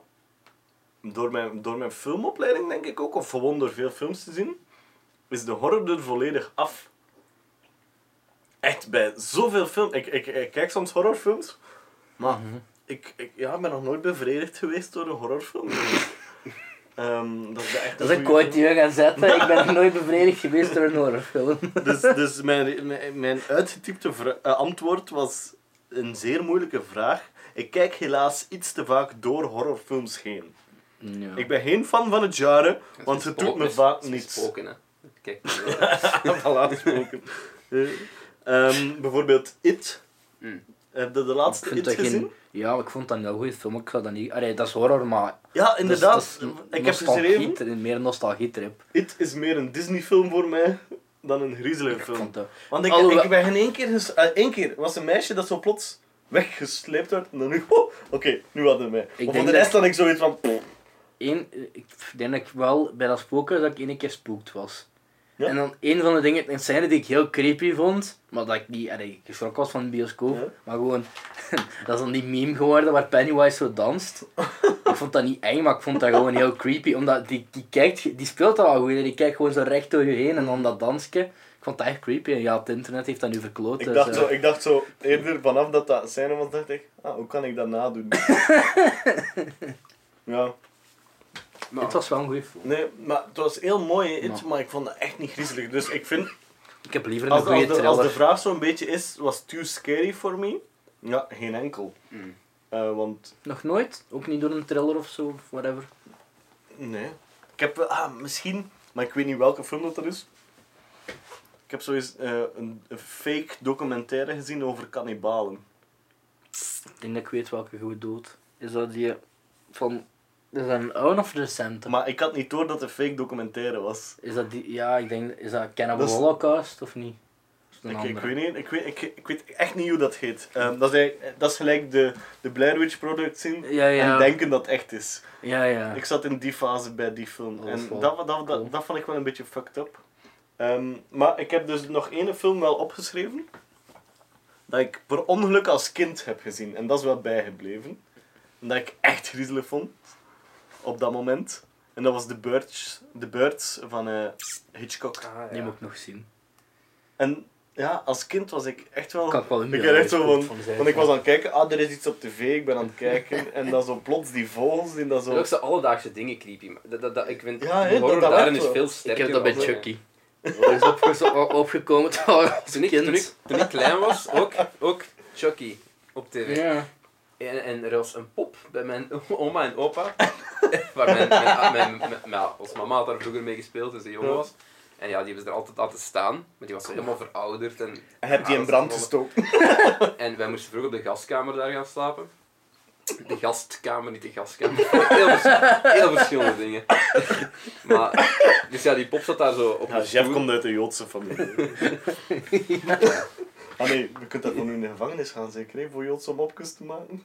Door mijn, door mijn filmopleiding, denk ik ook, of gewoon door veel films te zien, is de horror er volledig af. Echt, bij zoveel films... Ik, ik, ik kijk soms horrorfilms, maar...
Mhm.
Ik, ik ja, ik ben nog nooit bevredigd geweest door een
[LAUGHS]
horrorfilm. Ehm, dat, is echt
Dat is een
goeie-
quote die we gaan zetten. Ik ben nog nooit bevredigd geweest door een horrorfilm.
Dus, dus mijn, mijn, mijn uitgetypte vra- eh, antwoord was een zeer moeilijke vraag. Ik kijk helaas iets te vaak door horrorfilms heen.
Ja.
Ik ben geen fan van het genre, want het doet
spook-
me
is-
vaak
is
niets.
Spoken, hè. Kijk.
[LAUGHS] Voilà, spoken. Eh, ehm, bijvoorbeeld It.
Mm.
Heb je de
Ik
laatste
vind
It
dat
gezien?
geen... Ja, ik vond dat een heel goede film. Ik zou dat niet... Allee, dat is horror, maar...
Ja,
dat is-
inderdaad.
dat is
ik heb
nostalgie-
geschreven,
Meer nostalgie-trip.
It is meer een Disney-film voor mij dan een griezelige
Ik
film.
vond dat...
Want ik,
Alhoewel-
ik ben in één keer... Ges, eh, één keer was een meisje dat zo plots weggesleept werd. En dan nu... [LAUGHS] oh, Oké, nu hadden we mij.
denk
Maar voor de
dat-
rest had ik zoiets van... pff,
Eén, eh, ik denk dat ik wel bij dat spoken dat ik één keer spookt was.
Ja.
En dan een van de dingen, een scène die ik heel creepy vond, maar dat ik niet allee, geschrokken was van de bioscoop,
Ja.
maar gewoon, [LAUGHS] dat is dan die meme geworden waar Pennywise zo danst. ik vond dat niet eng, maar ik vond dat gewoon heel creepy, omdat die, die, kijkt, die speelt dat wel goed en die kijkt gewoon zo recht door je heen en dan dat dansje. Ik vond dat echt creepy en ja, het internet heeft dat nu verkloot.
Ik
dus,
dacht,
eh,
zo, ik dacht zo eerder vanaf dat dat scène was, dacht ik, ah, hoe kan ik dat nadoen? ja,
Maar,
Het was wel een goede film.
nee, maar het was heel mooi, hè, het,
Ja.
maar ik vond het echt niet griezelig. Dus ik vind,
Ik heb liever een
als, als,
goede
de, als de
thriller.
vraag zo'n beetje is, was too scary for me? Ja, geen enkel.
mm.
Eh, want,
Nog nooit? Ook niet door een thriller of zo, of whatever.
nee. Ik heb, wel- ah, misschien, maar ik weet niet welke film dat er is. Ik heb zo eens eh, een, een fake documentaire gezien over kannibalen.
Ik denk dat ik weet welke je bedoelt. Is dat die van... Is dat een oude of recente?
Maar ik had niet door dat het een fake documentaire was.
Is dat die... Ja, ik denk... Is dat Cannibal
Dat is-
Holocaust of niet? Is dat een
Ik, ik,
andere?
weet niet, ik, weet, ik, ik weet echt niet hoe dat heet. Ehm, dat, is eigenlijk- dat is gelijk de, de Blair Witch product zien
Ja, ja.
en denken dat het echt is.
Ja, ja.
Ik zat in die fase bij die film.
Dat
en
was wel
dat, dat, dat,
cool.
dat vond ik wel een beetje fucked up. Ehm, maar ik heb dus nog één film wel opgeschreven. Dat ik per ongeluk als kind heb gezien. En dat is wel bijgebleven. En dat ik echt griezelig vond. Op dat moment. En dat was The Birds, The Birds van eh, Hitchcock.
Ah,
Die
ja.
moet ik nog zien.
En ja, als kind was ik echt wel...
Kan ik wel een
Oh. Ik
beeld
ben echt zo
uitgekomen
van,
zijn,
want ik
maar-
was aan het kijken, ah, er is iets op tv, ik ben aan het kijken. En dan zo plots die vogels die dat
Dat zijn
zo...
ook zo alledaagse dingen creepy. maar Dat, dat, dat, ik vind
Ja, hè,
de horror
dat- dat
daarin
werkt
is
wel.
veel
Ik
sterker.
heb dat bij
dan-
Chucky. Dat Oh, is opge- o- opgekomen toen ik als
Toen ik, toen, ik,
kind.
toen ik klein was, ook, ook Chucky op tv.
Ja.
En, en er was een pop bij mijn [LAUGHS] oma en opa. waar mijn, mijn, ah, mijn, mijn- mijn- ons mama had daar vroeger mee gespeeld toen ze jong
Ja.
was. En ja, die hebben ze er altijd laten staan. Maar die was zo helemaal verouderd. En,
En heb die in brand gestoken.
en wij moesten vroeger op de gastkamer daar gaan slapen. De gastkamer, niet de gastkamer. [LAUGHS] Heel, vers- heel verschillende dingen. [LAUGHS] maar, dus ja, die pop zat daar zo op
Ja,
een
Jeff
stoel.
komt uit de Joodse familie. [LAUGHS] Ah nee, je kunt dat gewoon in de gevangenis gaan zeker, hè, voor Joodse mopjes te maken.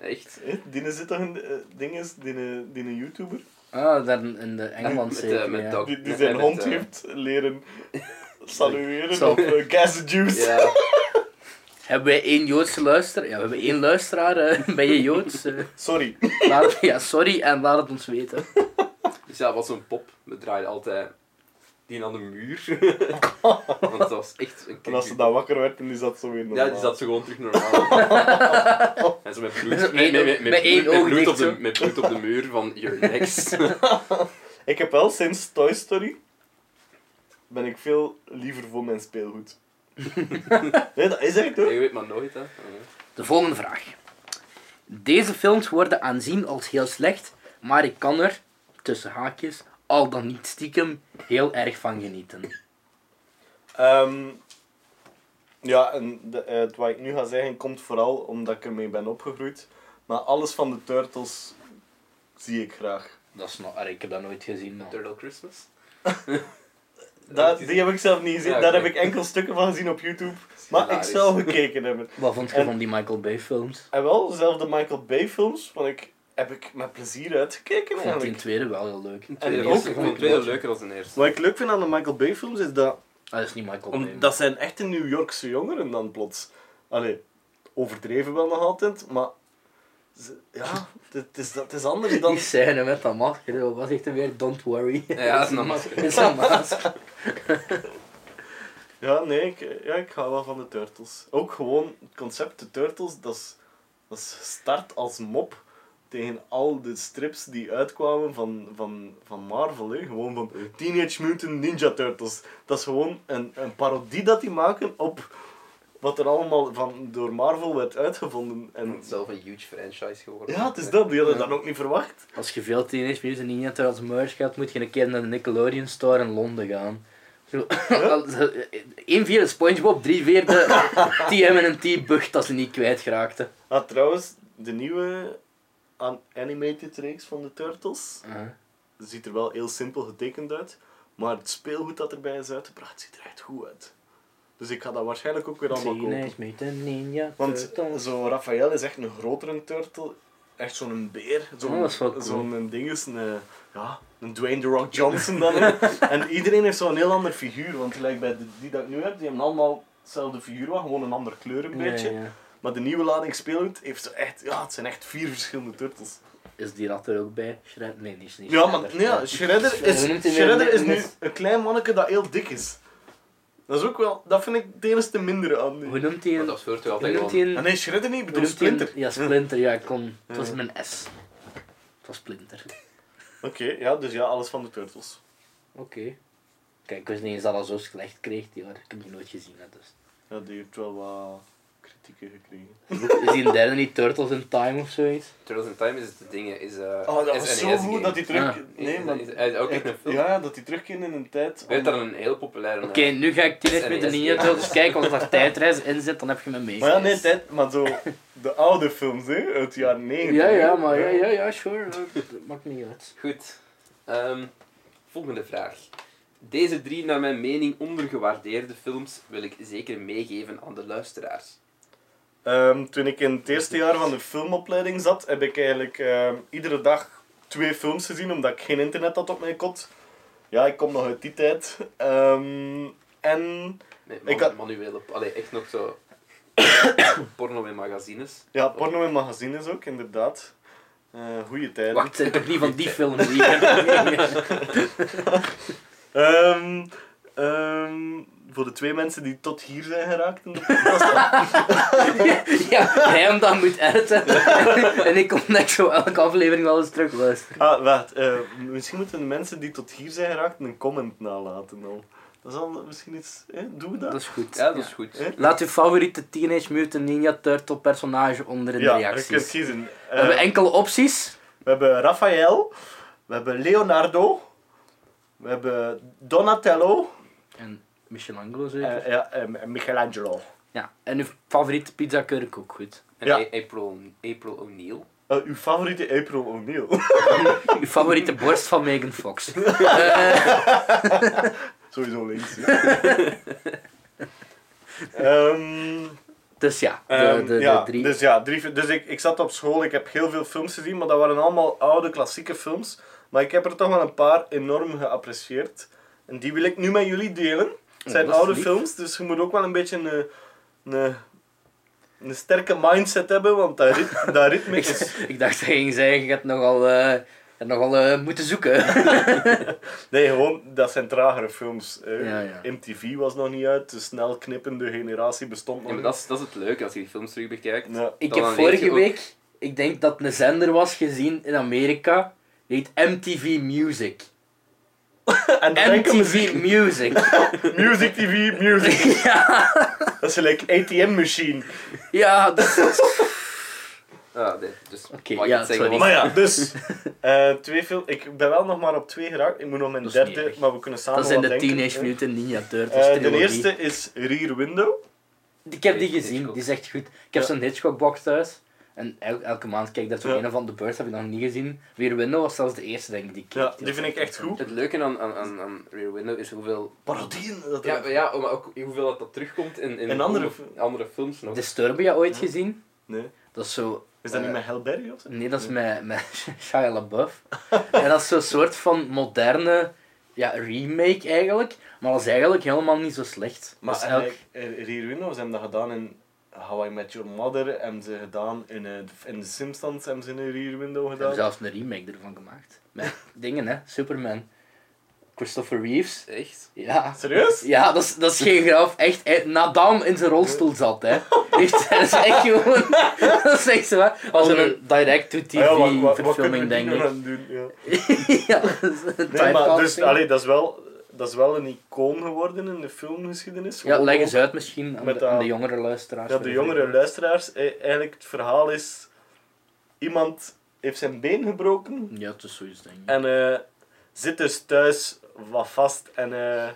Echt.
Hè, Die zit toch een ding is, die, een- die een YouTuber,
Ah, daar in de Engeland
Met, eh,
zeker,
met
Oh, ja.
Doc.
die, die
Nee,
zijn
met,
hond
eh,
heeft leren salueren
Zo.
op eh, gas juice.
Ja.
Hebben wij één Joodse luisteraar? Ja, we hebben één luisteraar. eh, [LAUGHS] ben je Joods? Eh,
Sorry.
laat het- ja, sorry en laat het ons weten.
Dus ja, het was zo'n pop. We draaiden altijd die aan de muur. [LAUGHS] Want dat was echt een
En als ze
creepy.
dan wakker werd, dan is dat zo weer normaal.
Ja, die zat zo gewoon terug normaal. en zo met bloed,
Met
met,
zo'n
met,
één-
met,
met één
bloed- met
oog
bloed
dicht
op de,
zo.
met bloed op de muur van your next.
Ik heb wel sinds Toy Story ben ik veel liever voor mijn speelgoed. nee, dat is echt hoor.
je weet maar nooit, hè. Ja.
De volgende vraag. Deze films worden aanzien als heel slecht, maar ik kan er, tussen haakjes, al dan niet stiekem, heel erg van genieten.
Ehm, ja, en de, eh, wat ik nu ga zeggen komt vooral omdat ik ermee ben opgegroeid. Maar alles van de Turtles zie ik graag.
Dat is nog, allee, ik heb dat nooit gezien. maar-
Turtle Christmas.
Dat, die heb ik zelf niet gezien,
Ja,
daar
oké.
heb ik enkel stukken van gezien op YouTube. Maar ik
Hilarisch.
zou gekeken hebben.
Wat vond je
En-
van die Michael Bay films?
En wel, zelf de Michael Bay films vond ik, heb ik met plezier uitgekeken
Ik vond die
eigenlijk.
tweede wel heel leuk.
De
En
tweede
ook-
is- ik vond de tweede leuker dan de eerste.
Wat ik leuk vind aan de Michael Bay films is dat
Ah, dat is niet Michael
Om-
Bay.
dat zijn echt de New Yorkse jongeren dan plots. Allee, overdreven wel nog altijd, maar... ze- ja, het is, het is anders dan...
[LAUGHS] Die scène met dat masker, dat was echt weer Don't Worry.
Ja, dat is een masker.
[LAUGHS] Dat is een masker.
Ja, nee, ik, ja, ik hou wel van de Turtles. Ook gewoon het concept de Turtles, dat is, dat is start als mop tegen al de strips die uitkwamen van, van, van Marvel. Hè. Gewoon van Teenage Mutant Ninja Turtles. Dat is gewoon een, een parodie dat die maken op wat er allemaal van, door Marvel werd uitgevonden. En
Het is zelf een huge franchise geworden.
Ja, het is dat. Die hadden
Ja.
dat ook niet verwacht.
Als je veel Teenage Mutant Ninja Turtles merch gaat, moet je een keer naar de Nickelodeon Store in Londen gaan. Zo, [LAUGHS] Eén vierde Spongebob, drie vierde TMNT bucht dat ze niet kwijtgeraakten.
Ah, trouwens, de nieuwe an- animated reeks van de Turtles ziet er wel heel simpel getekend uit. Maar het speelgoed dat erbij is uitgebracht ziet er echt goed uit. Dus ik ga dat waarschijnlijk ook weer allemaal kopen.
Teenage Mutant Ninja
Want
Turtles.
zo Raphaël is echt een grotere turtle. Echt zo'n beer. Zo'n
Oh, dat is wel cool.
zo'n ding is een, eh, ja, een Dwayne The Rock Johnson dan.
[LAUGHS]
en iedereen heeft zo'n heel ander figuur. Want gelijk bij de, die dat ik nu heb, die hebben allemaal hetzelfde figuur, maar gewoon een andere kleur een
Ja,
beetje.
ja, ja.
Maar de nieuwe lading speelgoed heeft zo echt, ja, het zijn echt vier verschillende turtles.
Is die rat er ook bij? Shred? Nee, die is niet
Ja, maar
Shredder.
nee, ja, Shredder is,
Hoe noemt hij
Shredder
weer?
is nu een klein manneke dat heel dik is. Dat is ook wel, dat vind ik het enige te mindere aan nu.
Hoe noemt hij
Want
een...
dat hoort u
Hoe
altijd
noemt
gewoon.
hij een...
Ah, nee, Shredder niet, ik
hoe
bedoel
noemt hij een-
Splinter. Hm.
Ja, Splinter, ja, ik kon... Het was
Ja.
mijn S. Het was Splinter.
Oké, ja, dus ja, alles van de Turtles.
Oké. Kijk, ik wist niet eens dat dat zo slecht kreeg, die hoor. Ik heb die nooit gezien, hè, dus...
Ja, die heeft wel wat kritieken gekregen.
Is die een derde niet Turtles in Time of zoiets?
Turtles in Time is het ding, is... eh
Oh, dat
is
was
een
zo
NES
goed
game.
dat hij terug...
Ah.
Nee,
Is-
maar...
is- hij is ook echt een film.
Ja, dat hij terugkeert in een tijd...
Weet dat een heel populaire...
Oké, nu ga ik Teenage Mutant Ninja Turtles kijken. Als [LAUGHS] daar tijdreis in zit, dan heb je me mee.
Maar ja, nee, tijd, maar zo... De oude films, hè, uit de jaren 90.
Ja, ja,
hè.
maar ja, ja, ja, sure. Dat dat maakt niet uit.
Goed. Ehm, volgende vraag. Deze drie, naar mijn mening, ondergewaardeerde films wil ik zeker meegeven aan de luisteraars.
Ehm, toen ik in het eerste jaar van de filmopleiding zat, heb ik eigenlijk ehm, iedere dag twee films gezien, omdat ik geen internet had op mijn kot. Ja, ik kom nog uit die tijd. Ehm, en
Nee,
Ik had-
Manuele... Allee, echt nog
[COUGHS]
zo... porno in magazines.
ja, porno in magazines ook, inderdaad. Eh goeie tijden.
Wacht, het zijn toch niet van die films die ik heb
Ehm, ehm, voor de twee mensen die tot hier zijn geraakt. in de [LAUGHS] podcast.
[LAUGHS] Ja, hij hem dan moet editen. [LAUGHS] en ik kom net zo elke aflevering wel eens terug dus luisteren.
ah, wacht. eh, misschien moeten de mensen die tot hier zijn geraakt een comment nalaten al. Dat is al misschien iets... eh, doen we dat?
Dat is goed.
Ja, dat is goed.
Eh?
Laat uw favoriete Teenage Mutant Ninja Turtle personage onder in de
ja, je kunt
reacties. We
kiezen. Eh,
hebben enkele opties.
We hebben Raphaël, we hebben Leonardo, we hebben Donatello
En Michelangelo
eh,
zeker.
ja, en en Michelangelo.
ja, en uw favoriete pizza kurk ook goed.
En
Ja.
A- April, April O'Neil.
Eh, uw favoriete April O'Neil.
Uw favoriete borst van Megan Fox. Eh,
[LAUGHS] Sowieso links. Ehm,
dus ja, de, de,
ehm,
de
ja,
drie.
Dus ja, drie, fi- dus ik, ik zat op school, ik heb heel veel films gezien, maar dat waren allemaal oude klassieke films. Maar ik heb er toch wel een paar enorm geapprecieerd. En die wil ik nu met jullie delen. Het zijn
dat is
oude
lief.
films, dus je moet ook wel een beetje een, een, een sterke mindset hebben, want
[LAUGHS]
dat, rit, dat ritme is...
[LAUGHS] Ik dacht dat je ging zeggen, je hebt nogal, eh, je hebt nogal eh, moeten zoeken.
Nee, gewoon, dat zijn tragere films. eh.
Ja, ja.
MTV was nog niet uit, de snel knippende generatie bestond nog
Ja, maar dat is, dat is het leuke als je die films terug bekijkt.
niet. Ja.
[LAUGHS] Ik
Dan weet
heb
je
vorige
ook-
week, ik denk dat een zender was gezien in Amerika, die heet MTV Music.
En
[LAUGHS]
dan denk ik aan
MTV
muziek. [LAUGHS]
Music. [LAUGHS]
Music TV, music.
ja,
Dat is gelijk ATM-machine.
ja, dat is-
Ah, nee, dus
Oké,
mag ik
ja,
het zeggen,
sorry.
want-
Maar ja, dus.
[LAUGHS]
eh, twee film. Ik ben wel nog maar op twee geraakt. Ik moet nog mijn
Dat is niet
derde,
erg.
maar we kunnen samen
dat zijn
wat
de
denken.
Teenage Mutant Ninja Turtles
Eh, de
trilogie.
eerste is Rear Window.
Ik heb die
Hitchcock.
gezien, die is echt goed. Ik heb
Ja.
zo'n Hitchcock-box thuis. En el- elke maand kijk ik daar zo
Ja.
een of andere beurt, heb ik nog niet gezien. Weer Window was zelfs de eerste, denk ik, die ik keek.
Ja, die vind ik echt goed.
Het leuke aan, aan, aan, aan Rear Window is hoeveel...
Parodieën. Dat
Ja, maar ja, maar ook hoeveel dat, dat terugkomt in, in,
In andere
hoe-
fi-
andere films
Dus-
nog.
Disturbia ooit
Ja.
gezien.
Nee.
Dat is zo
Is dat niet
Eh,
met Hellberry of zo?
Nee, dat is met, met [LAUGHS] Shia LaBeouf. en dat is zo'n soort van moderne ja, remake eigenlijk. Maar dat is eigenlijk helemaal niet zo slecht.
Maar
dat is elk...
eigenlijk, eh, Rear Window, ze hebben dat gedaan in How I Met Your Mother. Hebben ze gedaan in, eh, in de Simpsons. Hebben ze een Rear Window
Ze hebben
gedaan.
zelfs een remake ervan gemaakt. Met [LAUGHS] dingen, hè. Superman. Christopher Reeves.
Echt?
Ja.
Serieus?
Ja, dat is, dat is geen graf. Echt, hij- Nadam in zijn rolstoel zat,
[LAUGHS]
hè. Echt, dat is echt gewoon... [LAUGHS] Dat is echt zo, hè. Als een
Oh, Ah ja, wat- wat- wat
direct-to-tv-verfilming,
kunnen we die
denk
nog
ik.
aan doen? Ja.
[LAUGHS] ja, dat is een
Nee, maar dus,
typecasting.
allee, dat, is wel, dat is wel een icoon geworden in de filmgeschiedenis.
Ja, leg
Gewoon
eens uit misschien aan,
Met
de, aan de
dat-
jongere luisteraars.
Ja, de jongere luisteraars, eh, eigenlijk het verhaal is... Iemand heeft zijn been gebroken
Ja, het is zoiets denk ik.
en eh, zit dus thuis wat vast en eh,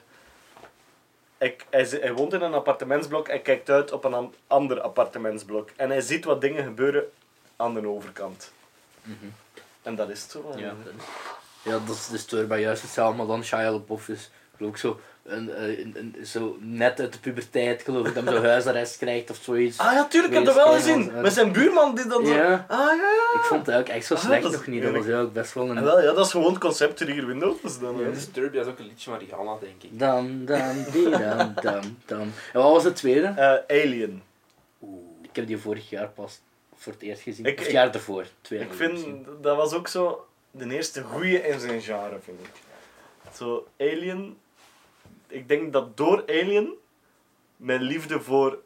Ik, hij, zi- hij woont in een appartementsblok en kijkt uit op een an- ander appartementsblok. En hij ziet wat dingen gebeuren aan de overkant.
Mhm.
En dat is het zo.
Ja, dat is, ja, dat is, dat is door bij juist hetzelfde, maar dan Shia LaBeouf is geloof ik zo, een, eh, een, een- zo net uit de puberteit, geloof ik, dat hij zo huisarrest krijgt of zoiets.
Ah ja, tuurlijk, ik heb
Nee,
dat wel
dat is geen
gezien.
hand-
Met zijn buurman die dan zo...
Ja.
Ah ja, ja.
Ik vond het ook echt zo
Ah,
slecht
dat is
nog niet, dat was ook best wel
En
een...
wel, ja, dat is gewoon concept hier Windows. dus Dan, hè.
Disturbia is ook een liedje Mariana, denk ik.
Dan, dan, die, dan, dan, dan. En wat was de tweede?
Eh, Alien.
Ik heb die vorig jaar pas voor het eerst gezien.
Ik-
of het
ik-
jaar ervoor, twee jaar
Ik
geleden misschien.
vind, dat was ook zo de eerste goeie in zijn genre, vind ik. Zo, Alien... Ik denk dat door Alien mijn liefde voor...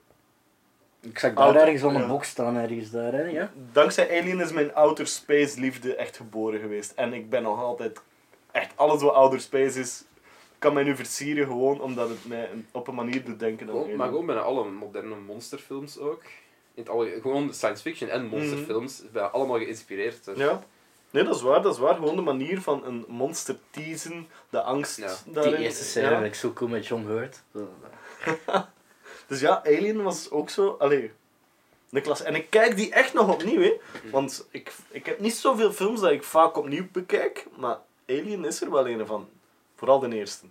Ik zag
Oud-
daar ergens al een
ja.
box staan, ergens daar, hè, ja.
Dankzij Alien is mijn outer space liefde echt geboren geweest. En ik ben nog altijd... Echt alles wat outer space is, kan mij nu versieren gewoon omdat het mij een- op een manier doet denken
Oh,
aan
Gewoon-
Alien.
maar gewoon bijna alle moderne monsterfilms ook. In het alle, gewoon science fiction en monsterfilms. zijn allemaal geïnspireerd. dus. door-
Mhm. Ja. Nee, dat is waar, dat is waar. Gewoon de manier van een monster teasen, de angst
Ja.
Die
daarin.
eerste scène
Ja.
ben ik zo cool met John Hurt.
Dus ja, Alien was ook zo... Allee, de klas. En ik kijk die echt nog opnieuw, hè. Want ik, ik heb niet zoveel films dat ik vaak opnieuw bekijk, maar Alien is er wel een van. Vooral de eerste.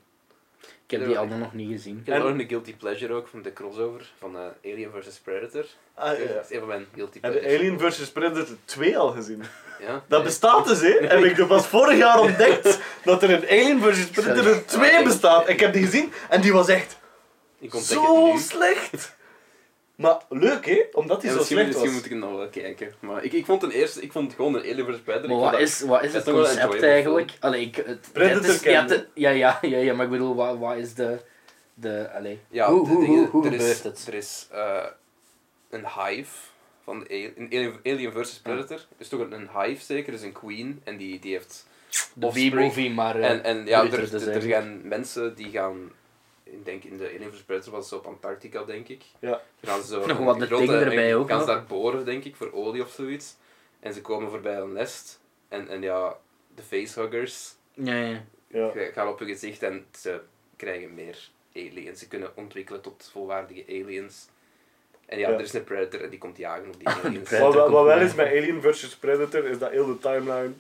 Ik heb die allemaal nog niet gezien.
Ik heb
En-
nog een guilty pleasure ook van de crossover van eh, Alien vs Predator.
Ah, ja.
Dat is een van mijn guilty
Heb je
pleasures.
Alien vs Predator 2 al gezien?
Ja.
Dat bestaat dus, hè? Heb
[LAUGHS]
ik pas vorig jaar ontdekt dat er een Alien vs Predator 2 bestaat. Ik heb die gezien en die was echt
Ik ontdek het
zo
nu.
slecht. Maar leuk, hè? Omdat die
Ja,
zo
misschien
slecht was.
misschien moet ik het nog wel kijken. Maar ik, ik vond een eerste, ik vond gewoon een Alien vs Predator. ik
Maar
vond
wat
dat-
is, wat is
dat
het
is toch wel een
concept
enjoyable
eigenlijk? Allee, ik, het,
Predator
het is, ja,
kennen.
het- ja, ja, ja, ja, maar ik bedoel, wat, wat is de... de allee,
Ja,
hoe,
de
hoe,
dingen-
hoe, hoe
er is,
gebeurt het?
Er is eh, een hive van de al- een Alien, Alien vs Predator. Er is toch een, een hive zeker, dus een queen. En die, die heeft...
De
offspring.
B-movie, maar... eh,
En, en ja,
Predator
er,
dus
er, er
eigenlijk.
gaan mensen die gaan... Ik denk in de Alien vs Predator was het op Antarctica, denk ik.
Ja.
Gaan ze zo
[LAUGHS] Nog
een
wat de
grotte-
dingen erbij
en
ook
Gaan ze
nog.
daar boren, denk ik, voor olie of zoiets. En ze komen voorbij een nest. En, en ja, de facehuggers
Ja, ja.
Ja.
eh, ga- gaan op hun gezicht en ze krijgen meer aliens. Ze kunnen ontwikkelen tot volwaardige aliens. En ja,
Ja.
er is een predator en die komt jagen
[LAUGHS]
op die
Ah, de
aliens.
predator.
Wat, wel- wat wel
komt
is bij Alien vs Predator is dat heel de timeline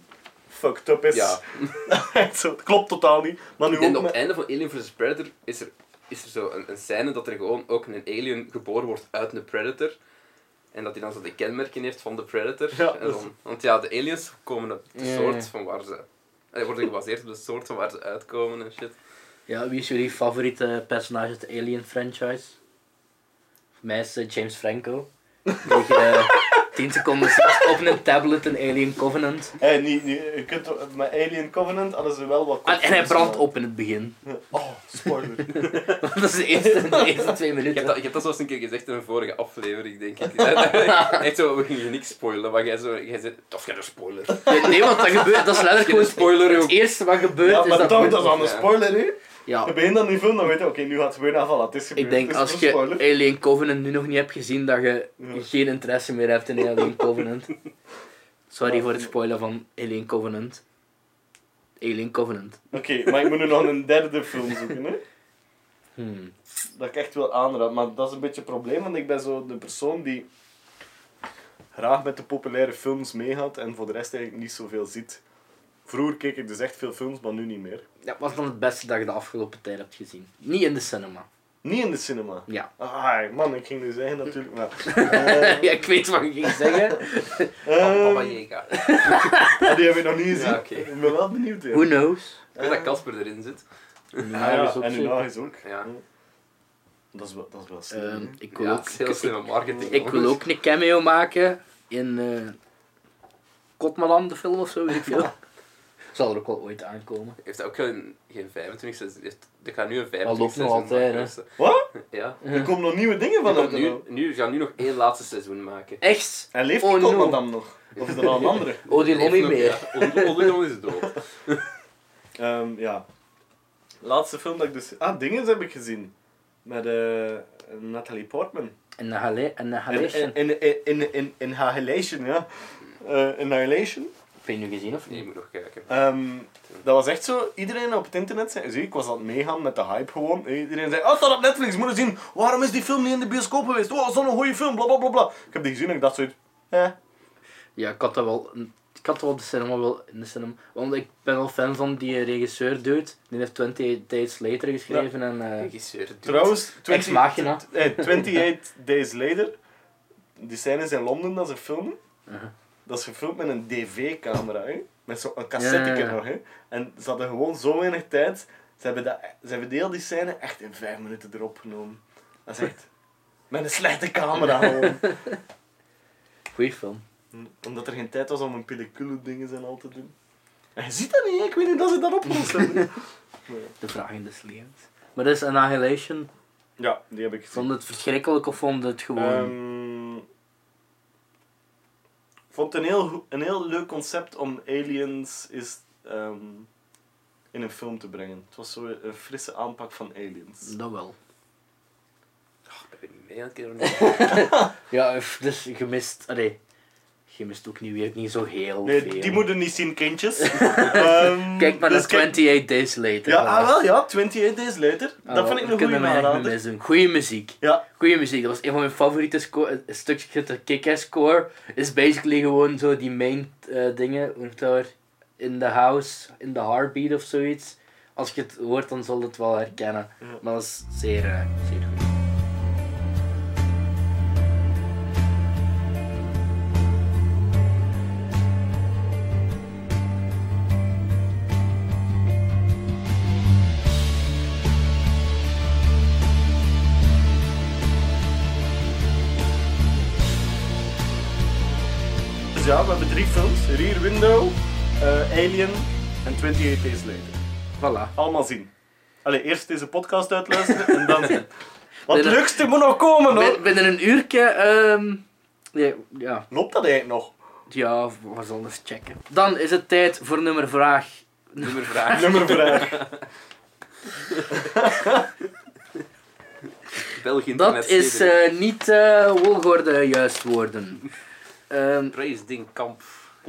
fucked up is.
Ja,
Zo, [LAUGHS] het klopt totaal niet. Maar nu
en
ook
op het
met...
einde van Alien vs Predator is er, is er zo een, een scène dat er gewoon ook een alien geboren wordt uit een predator. En dat hij dan zo de kenmerken heeft van de predator.
Ja,
en dan, want ja, de aliens komen op de
Ja,
soort
ja.
van waar ze... eh, worden gebaseerd op de soort van waar ze uitkomen en shit.
Ja, wie is jullie favoriete personage uit de Alien franchise? Voor mij is eh, James Franco. Die
[LAUGHS]
eh 10 seconden zit op een tablet in Alien Covenant.
Hé, niet, niet, je kunt, met Alien Covenant hadden ze wel wat...
Ah, En, en hij
conflicten,
brandt
maar-
op in het begin. [LAUGHS]
Oh, spoiler.
Dat is de eerste, de eerste twee
Ik heb,
minuten.
dat, ik heb dat zo eens een keer gezegd in een vorige aflevering, denk ik. [LAUGHS] Echt zo, we gingen niks spoilen, maar jij, zo, jij zei, toch geen spoiler.
Nee, nee, want dat gebeurt, dat is letterlijk
Geen
gewoon
spoiler,
Het
ook.
eerste wat gebeurt
ja,
is
maar
dat...
toch, dat is al
Ja.
een spoiler, hè?
[LAUGHS] Ja,
Je begint dan die film, dan weet je, oké, nu gaat het weer naar voilà, het is gebeurd.
ik denk
het is
als
een
je
spoiler.
Alien Covenant nu nog niet hebt gezien, dat je
Ja.
geen interesse meer hebt in
[LAUGHS]
Alien Covenant. Sorry voor het spoilen van Alien Covenant. Alien Covenant.
Oké, maar ik moet nu nog een derde film zoeken, hè?
Hmm.
dat ik echt wil aanraden. Maar dat is een beetje een probleem, want ik ben zo de persoon die graag met de populaire films meegaat en voor de rest eigenlijk niet zoveel ziet. Vroeger keek ik dus echt veel films, maar nu niet meer.
Dat was dan het beste dat je de afgelopen tijd hebt gezien. Niet in de cinema.
Niet in de cinema.
Ja.
Ah, man, ik ging nu zeggen natuurlijk.
[LAUGHS]
Maar, Eh.
[LAUGHS] ja, ik weet wat ik ging zeggen.
Van Baba
Ehm,
Yaga.
[LAUGHS] die heb ik nog niet gezien.
Ja, oké.
Ik ben wel benieuwd. hè.
Who knows?
Ik weet dat Casper erin zit.
Ah,
Ja,
ja, en Unagis ook. Hm.
Ja.
Dat is wel, dat is wel slim.
Ehm,
hè.
ik wil
Ja,
ook...
het is heel slimme marketing.
Ik wil ook een cameo maken in eh Kotmalam, de film of zo, weet ik veel. Zal er ook wel ooit aankomen.
Heeft hij ook geen, geen 25 seizoen? Heeft- Er gaan nu een 25
Dat loopt nog
seizoen
altijd,
maken,
Wat?
dus, eh, Ja.
Er komen nog nieuwe dingen
Er
van
komt
uit.
Nu, nu, we gaan nu nog één laatste seizoen maken.
Echt?
En leeft
Oh,
die
no.
Koopman dan nog? Of is
[LAUGHS]
dat al een andere?
Oh, die lol niet meer.
Odilon is dood.
Ehm, ja. Laatste film dat ik dus... Ah, Dingens heb ik gezien. Met eh, Natalie Portman.
En de Halle- en de
In,
Halation.
in, in, in, in, in Annihilation, ja. Eh, Annihilation.
Heb je nu gezien of
Nee, je
niet?
moet nog kijken.
Ehm, dat was echt zo, iedereen op het internet zei, zie, ik was aan het meegaan met de hype gewoon. Iedereen zei, oh, staat op Netflix, moet je zien, waarom is die film niet in de bioscoop geweest? Oh, zo'n goede film, bla bla bla bla. Ik heb die gezien en ik dacht zoiets, eh.
Ja, ik had dat wel. Ik had dat wel op de cinema wel in de cinema. Want ik ben al fan van die regisseur dude. Die heeft 28 Days Later geschreven en eh
Regisseur. doet.
Trouwens,
Ex
20,
Machina.
eh, 28 [LAUGHS] Days Later, die scènes in Londen dat ze filmen,
Uh-huh.
dat is gefilmd met een dv-camera, hè. Met zo'n cassette
Ja.
nog, hè. En ze hadden gewoon zo weinig tijd, ze hebben, dat, ze hebben deel die scène echt in vijf minuten erop genomen. Dat is echt... [LAUGHS] Met een slechte camera
[LAUGHS]
gewoon.
Goeie film.
Hm, Omdat er geen tijd was om een pellicule dingen zijn al te doen. En je ziet dat niet, hè? ik weet niet dat ze dat opgelost
[LAUGHS]
hebben. Maar ja.
De vragen des levens. Maar dat is Annihilation.
Ja, die heb ik gezien.
Vond het verschrikkelijk of vond het gewoon.
Ehm, ik vond het een heel, goe- een heel leuk concept om aliens is, ehm, in een film te brengen. Het was zo een frisse aanpak van aliens.
Dat wel.
Oh, dat ben ik niet mee aan het kijken. Nee.
Ja, f- dus gemist. Allee. Je mist ook niet weer niet zo heel
Nee,
veel.
die moeten niet zien,
[LAUGHS]
kindjes. Ehm,
Kijk maar
dus
naar 28 Days Later.
Ja, ah, wel, ja, 28 Days Later.
Ah,
dat vind ik een goede aanrader.
Goeie muziek.
Ja,
Goeie muziek. Dat was een van mijn favoriete sco- eh, stukjes. De kick-ass score is basically gewoon zo die main eh, dingen. Hoe heet dat weer? In the house, in the heartbeat of zoiets. Als je het hoort, dan zal je het wel herkennen.
Ja.
Maar dat is zeer, eh, zeer goed.
Dus ja, we hebben drie films. Rear Window, eh, Alien en 28 Days Later.
Voilà.
Allemaal zien. Allee, eerst deze podcast uitluisteren en dan...
[LAUGHS]
Wat
Nee, dat-
leukste moet nog komen, hoor!
Bin- Binnen een uurtje, ehm, nee, ja,
Loopt dat eigenlijk nog? [LAUGHS]
ja, we zullen eens checken. Dan is het tijd voor nummervraag.
Nummer vraag.
Nummervraag.
België
Dat is eh, niet eh volgorde juist worden. Ehm,
Praise Dinkamp.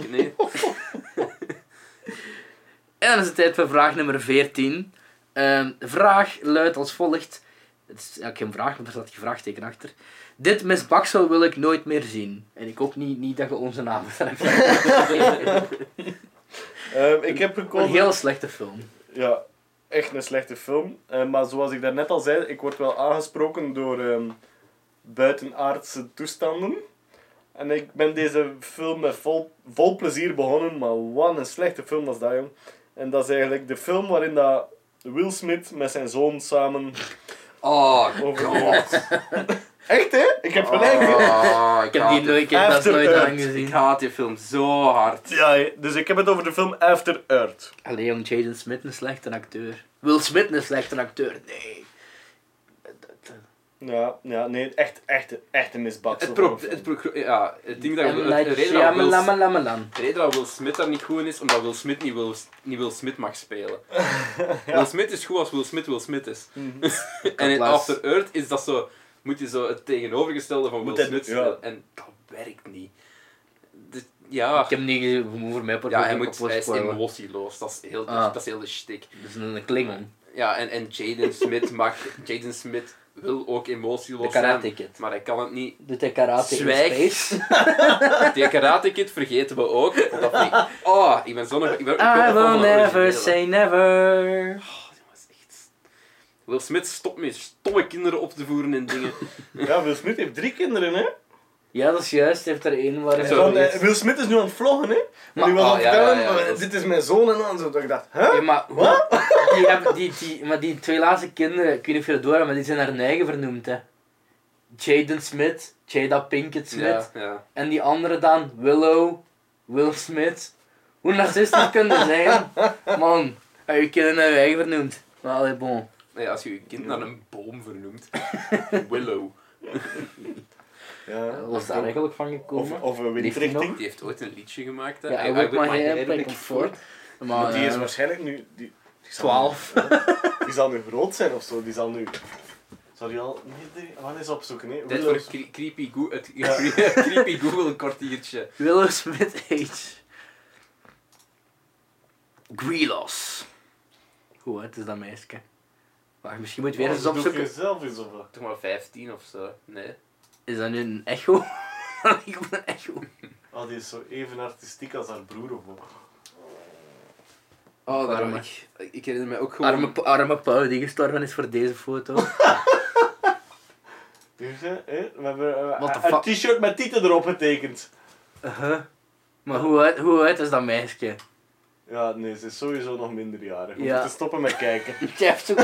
Nee.
En dan is het tijd voor vraag nummer 14. Ehm, de vraag luidt als volgt. Het is eigenlijk geen vraag, want er staat geen vraagteken achter. Dit misbaksel wil ik nooit meer zien. En ik hoop niet, niet dat je onze naam [LAUGHS] hebt.
Ehm, ik heb
Een
gekozen...
heel slechte film.
Ja, echt een slechte film. Eh, maar zoals ik daarnet al zei, ik word wel aangesproken door ehm, buitenaardse toestanden. En ik ben deze film met vol, vol plezier begonnen, maar wat een slechte film was dat, jong. En dat is eigenlijk de film waarin dat Will Smith met zijn zoon samen
Oh,
overleeft. Echt, hè? Ik heb gelijk. hè?
Oh,
Ik heb die nooit, ik heb dat
After
nooit
Earth.
Ik
aangezien.
haat die film zo hard.
Ja, hè. dus ik heb het over de film After Earth.
Allee jong, Jaden Smith een slechte acteur. Will Smith een slechte acteur, nee.
Ja, ja nee, echt, echt, echt een misbaksel.
Het,
van
pro
een film.
het pro ja, het ding dat
En
we het- de
like
reden dat Will-
Shyamalan.
de reden dat Will Smith daar niet goed in is, omdat Will Smith niet Will, niet Will Smith mag spelen.
[LAUGHS] Ja.
Will Smith is goed als Will Smith Will Smith is.
Mhm.
[LAUGHS] En in
Klaas.
After Earth is dat zo, moet je zo het tegenovergestelde van
Moet
Will
hij-
Smith
ja.
spelen. En dat werkt niet. Dus, ja,
Ik heb niet gezien, we moeten mij per
ja hij,
op-
moet, hij is
opsporen.
emotieloos, dat is heel de,
Ah.
dat is heel de shtick.
eh, Dat is een klingon.
Ja, en, en Jaden Smith mag, Jaden Smith wil ook
De
emotieloos
Karate
zijn,
Kid.
maar hij kan het niet.
Doet hij karate
Zwijg. [LAUGHS]
in space?
Die Karate Kid vergeten we ook. Dat vind ik- oh, ik ben zo'n... Ik ben, ik ben
I
fan van
will
de
never
originele.
say never.
Oh, jongens, echt. Will Smith stopt met stomme kinderen op te voeren en
[LAUGHS]
dingen.
Ja, Will Smith heeft drie kinderen, hè?
Ja, dat is juist. Hij heeft er één waar hij
Zo,
zo
Want, eh,
is.
Will Smith is nu aan het vloggen, hè? Maar die was
oh,
aan het
ja,
vertellen,
ja, ja,
eh,
dat is-
dit is mijn zoon en dan zo. Dat ik dacht, hè?
Ja, maar, hoe- [LAUGHS] die hebben, die, die, maar die twee laatste kinderen, ik weet niet of je dat door hebt, maar die zijn naar hun eigen vernoemd, hè. Jaden Smith, Jada Pinkett Smith.
Ja, ja.
En die andere dan, Willow, Will Smith. Hoe narcistisch kunnen ze zijn? Man, heb je kinderen naar je eigen vernoemd? Maar allee, bon.
Nee, als je je kind naar een boom
[LAUGHS]
vernoemt. Willow.
Ja.
Wat was daar eigenlijk van
Of,
gekomen?
of een
Die
windrichting.
heeft ooit een liedje gemaakt. Hè? I-
Ja,
I
hij ook
whip
maar
my hair
geen
back
plek
and
voort.
forth.
Maar
die is
eh,
waarschijnlijk nu... Die, die zal nu-
12.
[LAUGHS] die zal nu groot zijn of zo. Die zal nu... Zal die al... Wat is opzoeken, hè?
Dit
Willow-
voor een cre-
[LAUGHS]
creepy, go het- creepy Google kwartiertje.
Willow Smith Age. Greelos. Goed, hè, het is dat meisje. Wacht, misschien moet je weer
Oh,
eens
doe ik
opzoeken.
jezelf eens of wat?
Toch maar 15 of zo. Nee.
Is dat nu een echo? [LAUGHS] Ik heb een echo.
Oh, die is zo even artistiek als haar broer of wat.
Oh, daarom.
Arme.
Ik, ik herinner mij ook gewoon...
Arme, pa- arme Pauw die gestorven is voor deze foto.
Dus, hè, hè, we hebben eh,
What the fuck?
een t-shirt met tieten erop getekend.
Uh-huh. Maar hoe uit, hoe uit is dat meisje?
Ja, nee, ze is sowieso nog minderjarig. We
Ja.
moeten stoppen met
[LAUGHS]
kijken.
Jeff, [LAUGHS] zo.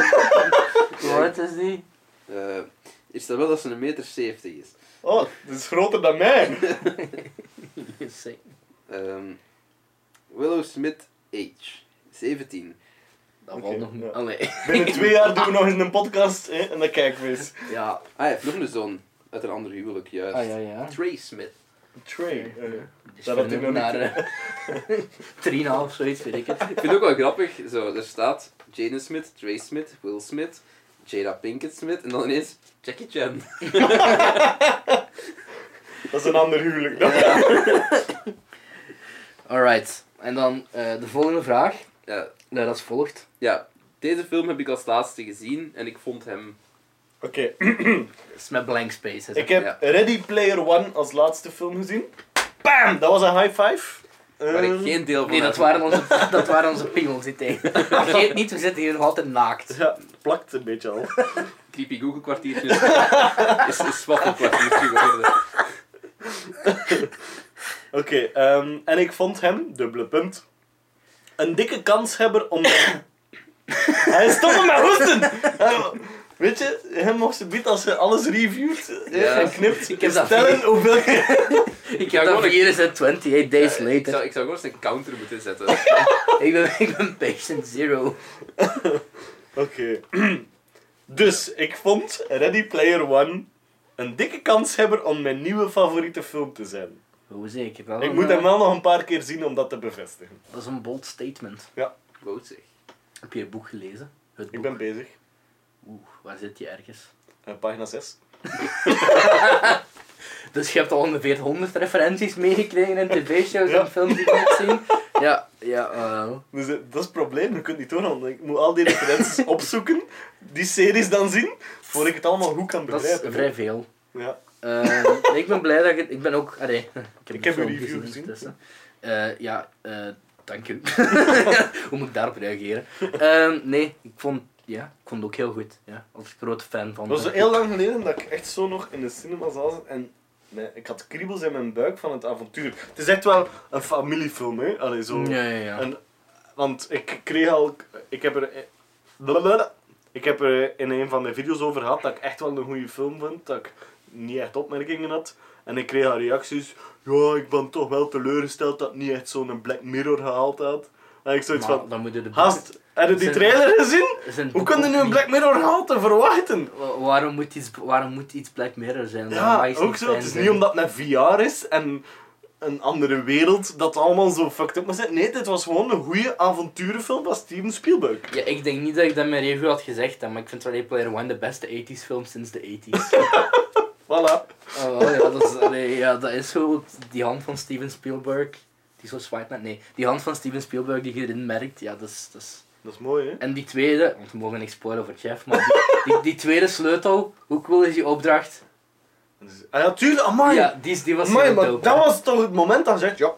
hoe uit is die?
Eh, is dat wel dat ze een meter 70 is?
Oh, dit is groter dan mij.
Ehm, Willow Smith Age. 17.
Dat
Oké,
valt nog niet.
ja.
Allee. [LAUGHS]
Binnen twee jaar doen we nog eens een podcast hè, en dan kijken we eens.
Ja.
Ah, hij heeft nog een zoon. Uit een ander huwelijk, juist.
Ah ja, ja.
Trey Smith.
Trey. eh.
Dus
Dat had ik nog
naar
niet.
[LAUGHS] eh, Trina of zoiets, weet ik het.
[LAUGHS] Ik vind het ook wel grappig. Zo, er staat Jaden Smith, Trey Smith, Will Smith, Jada Pinkett Smith en dan ineens Jackie Chan.
Dat is een ander huwelijk dan.
Alright. En dan eh, de volgende vraag.
Ja.
Nou, dat is volgt.
Ja, deze film heb ik als laatste gezien en ik vond hem...
Oké,
Het is met blank spaces. hè.
ik heb
Ja.
Ready Player One als laatste film gezien. Bam! Dat was een high five.
Waar ik
Ehm,
geen deel van
Nee, dat
heb.
waren onze, [LAUGHS] dat waren onze pingels die tegen. Vergeet niet, we zitten hier nog altijd naakt.
Ja, het plakt een beetje al.
Creepy Google
[LAUGHS]
kwartiertje is een swaffel kwartiertje geworden.
Oké, ehm, en ik vond hem, dubbele punt, een dikke kanshebber om... Hij is toch met hoesten! Eh, Weet je, hem mocht ze bieden als ze alles reviewt eh,
Ja.
en knipt.
Ik heb dat
Stellen hoeveel...
[LAUGHS]
je-
Ik
Ja,
heb dat
gewoon-
virus in 28 days
Ik
later.
zou, ik zou gewoon eens een counter moeten
[LAUGHS]
zetten.
Ik ben, [LAUGHS] ik ben patient zero.
Oké. Dus, ik vond Ready Player One een dikke kanshebber om mijn nieuwe favoriete film te zijn.
Hoe zeker? Dat,
Ik moet hem wel nog een paar keer zien om dat te bevestigen.
Eh, dat is een bold statement.
Boot zeg.
Heb je het boek gelezen? Het
Ik
boek.
ben bezig.
Oeh, waar zit je ergens?
Eh, pagina 6.
Dus je hebt al ongeveer 100 referenties meegekregen in tv-shows
Ja.
en films die je hebt zien. Ja, ja, eh,
Dus eh, dat is het probleem, je kunt niet doen, want ik moet al die
[LAUGHS]
referenties opzoeken, die series dan zien, voor ik het allemaal goed kan
dat is
begrijpen.
vrij veel.
Ja.
Eh, nee, ik ben blij dat je... Ik ben ook... Allee, [LAUGHS] ik heb,
Ik
de
heb uw
film
review gezien.
ondertussen. Eh, ja, eh, dank u. [LAUGHS] Hoe moet ik daarop reageren? Ehm, nee, ik vond... Ja, ik vond het ook heel goed. Ja, als grote fan van...
Het was
de-
zo heel lang geleden dat ik echt zo nog in de cinema zat en nee, ik had kriebels in mijn buik van het avontuur. Het is echt wel een familiefilm, hè? Allee, zo.
Ja, ja, ja.
En, want ik kreeg al... Ik heb er... blablabla. Ik heb er in een van mijn video's over gehad dat ik echt wel een goede film vond. Dat ik niet echt opmerkingen had. En ik kreeg al reacties. Ja, ik ben toch wel teleurgesteld dat het niet echt zo'n Black Mirror gehaald had. En ik zoiets
Maar
van...
dan moet je de
Gast, heb je die
Zijn-
trailer gezien?
boeken- zijn
Hoe
boeken
kun je nu
ook
een
niet-
Black Mirror gehalte verwachten?
Wa- Waarom moet, iets, waarom moet iets Black Mirror zijn? Waarom
Ja,
is
ook zo. Het is niet omdat het met VR is en een andere wereld dat allemaal zo fucked up moet zijn. Nee, dit was gewoon een goede avonturenfilm van Steven Spielberg.
Ja, ik denk niet dat ik dat in mijn review had gezegd, hè, maar ik vind Ready Player One de beste 80s film sinds de [LAUGHS] 80s.
Voilà.
Oh, Ah, wel, ja, dat is, allee, ja, dat is zo. Die hand van Steven Spielberg. Die zo zwaait met. Nee, die hand van Steven Spielberg die je erin merkt. Ja, dat is. Dat is...
Dat is mooi, hè?
En die tweede. Want we mogen niks spoilen voor Jeff, maar. [LAUGHS] Die, die, die tweede sleutel. Hoe cool is die opdracht?
Ah, ja, tuurlijk. Amai.
Ja, die, die was.
Amai,
heel
maar
dope,
dat
hè.
was toch het moment dat je zegt, ja,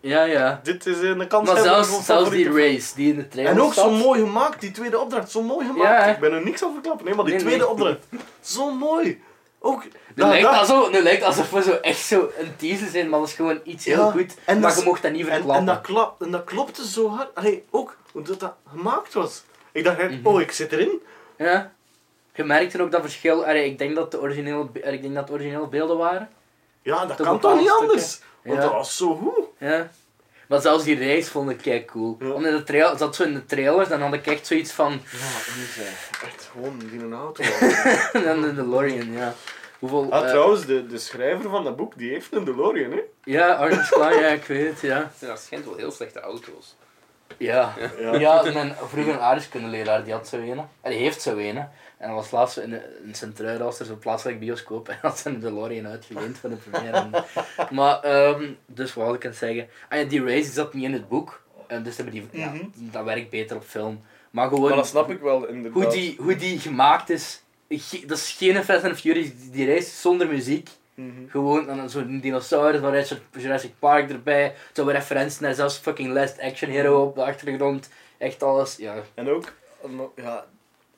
Ja, ja.
dit is een kans.
Maar
hebben voor
zelfs, zelfs die
favoriete-
race die in de trailer
En ook
staat.
zo mooi gemaakt, die tweede opdracht, zo mooi gemaakt.
Ja, hè.
Ik ben er niks aan verklappen, nee, maar die
Nee,
tweede
nee.
opdracht, zo mooi. Ook,
Nu
dat-
lijkt,
dat-
dat zo, nu lijkt alsof we zo echt zo een teaser zijn, maar dat is gewoon iets heel
Ja,
goed.
en
maar
dat
je
is-
mocht dat niet
en, en,
verklappen.
dat klap, en dat klopte zo hard. Allee, ook omdat dat gemaakt was. Ik dacht,
Mhm.
echt, oh, ik zit erin.
Ja. Je merkte ook dat verschil. Allee, ik denk dat de originele, be- ik denk dat het originele beelden waren.
Ja, dat
Toch
kan
een
toch
paar
niet
stukken.
anders? Want
Ja.
dat was zo goed.
Ja. Maar zelfs die reis vond ik kei cool.
Ja.
Omdat de trail, zat zo in de trailers, dan had ik echt zoiets van. [LAUGHS]
Echt gewoon die een auto.
en dan de DeLorean, ja. Hoeveel.
ah,
eh,
trouwens, de, de schrijver van dat boek, die heeft een DeLorean, hè?
ja, Arnold Klein, ja, ik weet het, ja.
Het zijn waarschijnlijk wel heel slechte auto's.
Ja.
Ja.
Ja, mijn vroeger aardrijkskundeleraar die had zo een. En die heeft zo een. hè. En dat was laatst in een in Sint-Truiden was er zo'n plaatselijk bioscoop. [LAUGHS] En had ze een DeLorean uitgeleend van de première. maar, ehm, dus wat had ik aan het zeggen? Ah ja, die race die zat niet in het boek. En dus hebben die, ja,
Mhm.
dat werkt beter op film. Maar gewoon,
Maar dat snap ik wel, inderdaad.
hoe, die, hoe die gemaakt is. Ge- dat is geen Fast and Furious, die, die reis zonder muziek.
Mhm.
Gewoon dan zo'n dinosaurus van Jurassic- Jurassic Park erbij. Zo referenties naar zelfs fucking Last Action Hero op de achtergrond. Echt alles, ja.
En ook, no- ja,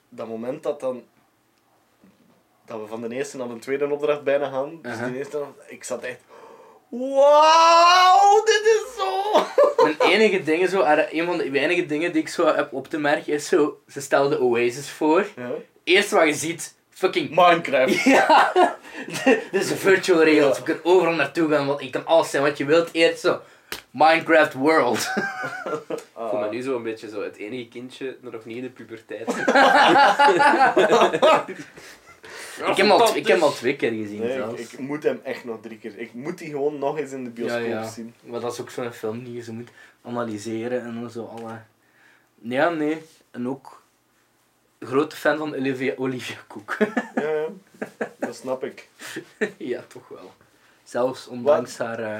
dat moment dat dan... Dat we van de eerste naar de tweede opdracht bijna gaan. Dus
Uh-huh.
de eerste, opdracht- ik zat echt... Wauw, dit is zo... [LAUGHS]
Mijn enige dingen zo, er- een van de weinige dingen die ik zo heb op te merken is zo, ze stelden Oasis voor.
Ja.
Eerst wat je ziet, fucking... [LAUGHS]
Minecraft.
Ja, dit is een virtual reality, je kunt overal naartoe gaan, want je kan alles zijn wat je wilt. Eerst zo, Minecraft World.
Ik
Ah.
voel me nu zo een beetje zo het enige kindje dat nog niet in de puberteit
[LAUGHS] Ik heb hem al, ik heb hem al twee keer gezien
Nee, ik,
zelfs.
ik moet hem echt nog drie keer... Ik moet die gewoon nog eens in de bioscoop
Ja, ja.
zien.
Maar dat is ook zo'n film die je zo moet analyseren en dan zo alle... Ja, nee. En ook grote fan van Olivia, Olivia Cook. [LAUGHS]
Ja, ja. Dat snap ik.
ja, toch wel. Zelfs ondanks haar...
[LAUGHS]
eh,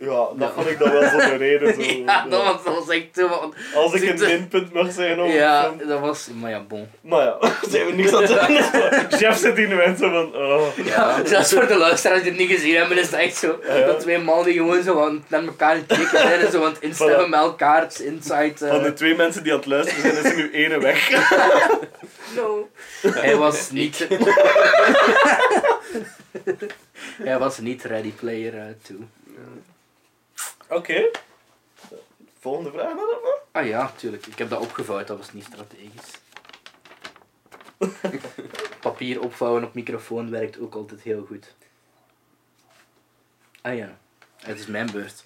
Ja, dat vond ik dan wel zo'n reden. Zo.
[LAUGHS] ja, dat was, dat was echt zo van...
Als ik een
Zitten.
minpunt mag zeggen over
Ja,
een film.
dat was... Maar ja, bon.
Maar ja, [LAUGHS] ze hebben niks aan te [LAUGHS] doen. Jeff zit hier nu en zo van... Oh.
Ja. [LAUGHS] Zelfs voor de luisteraars die het niet gezien hebben, is het echt zo.
Ja.
Dat twee mannen die gewoon zo aan, naar elkaar aan het kijken zijn en zo aan het instemmen
Voilà.
met elkaars insight. eh,
Van de twee mensen die aan het luisteren zijn, is er nu ene weg.
No. Hij was niet. [LAUGHS] Hij was niet Ready Player eh, 2.
Oké. Volgende vraag dan, of wat?
Ah ja, tuurlijk. Ik heb dat opgevouwd, dat was niet strategisch. Papier opvouwen op microfoon werkt ook altijd heel goed. Ah ja, het is mijn beurt.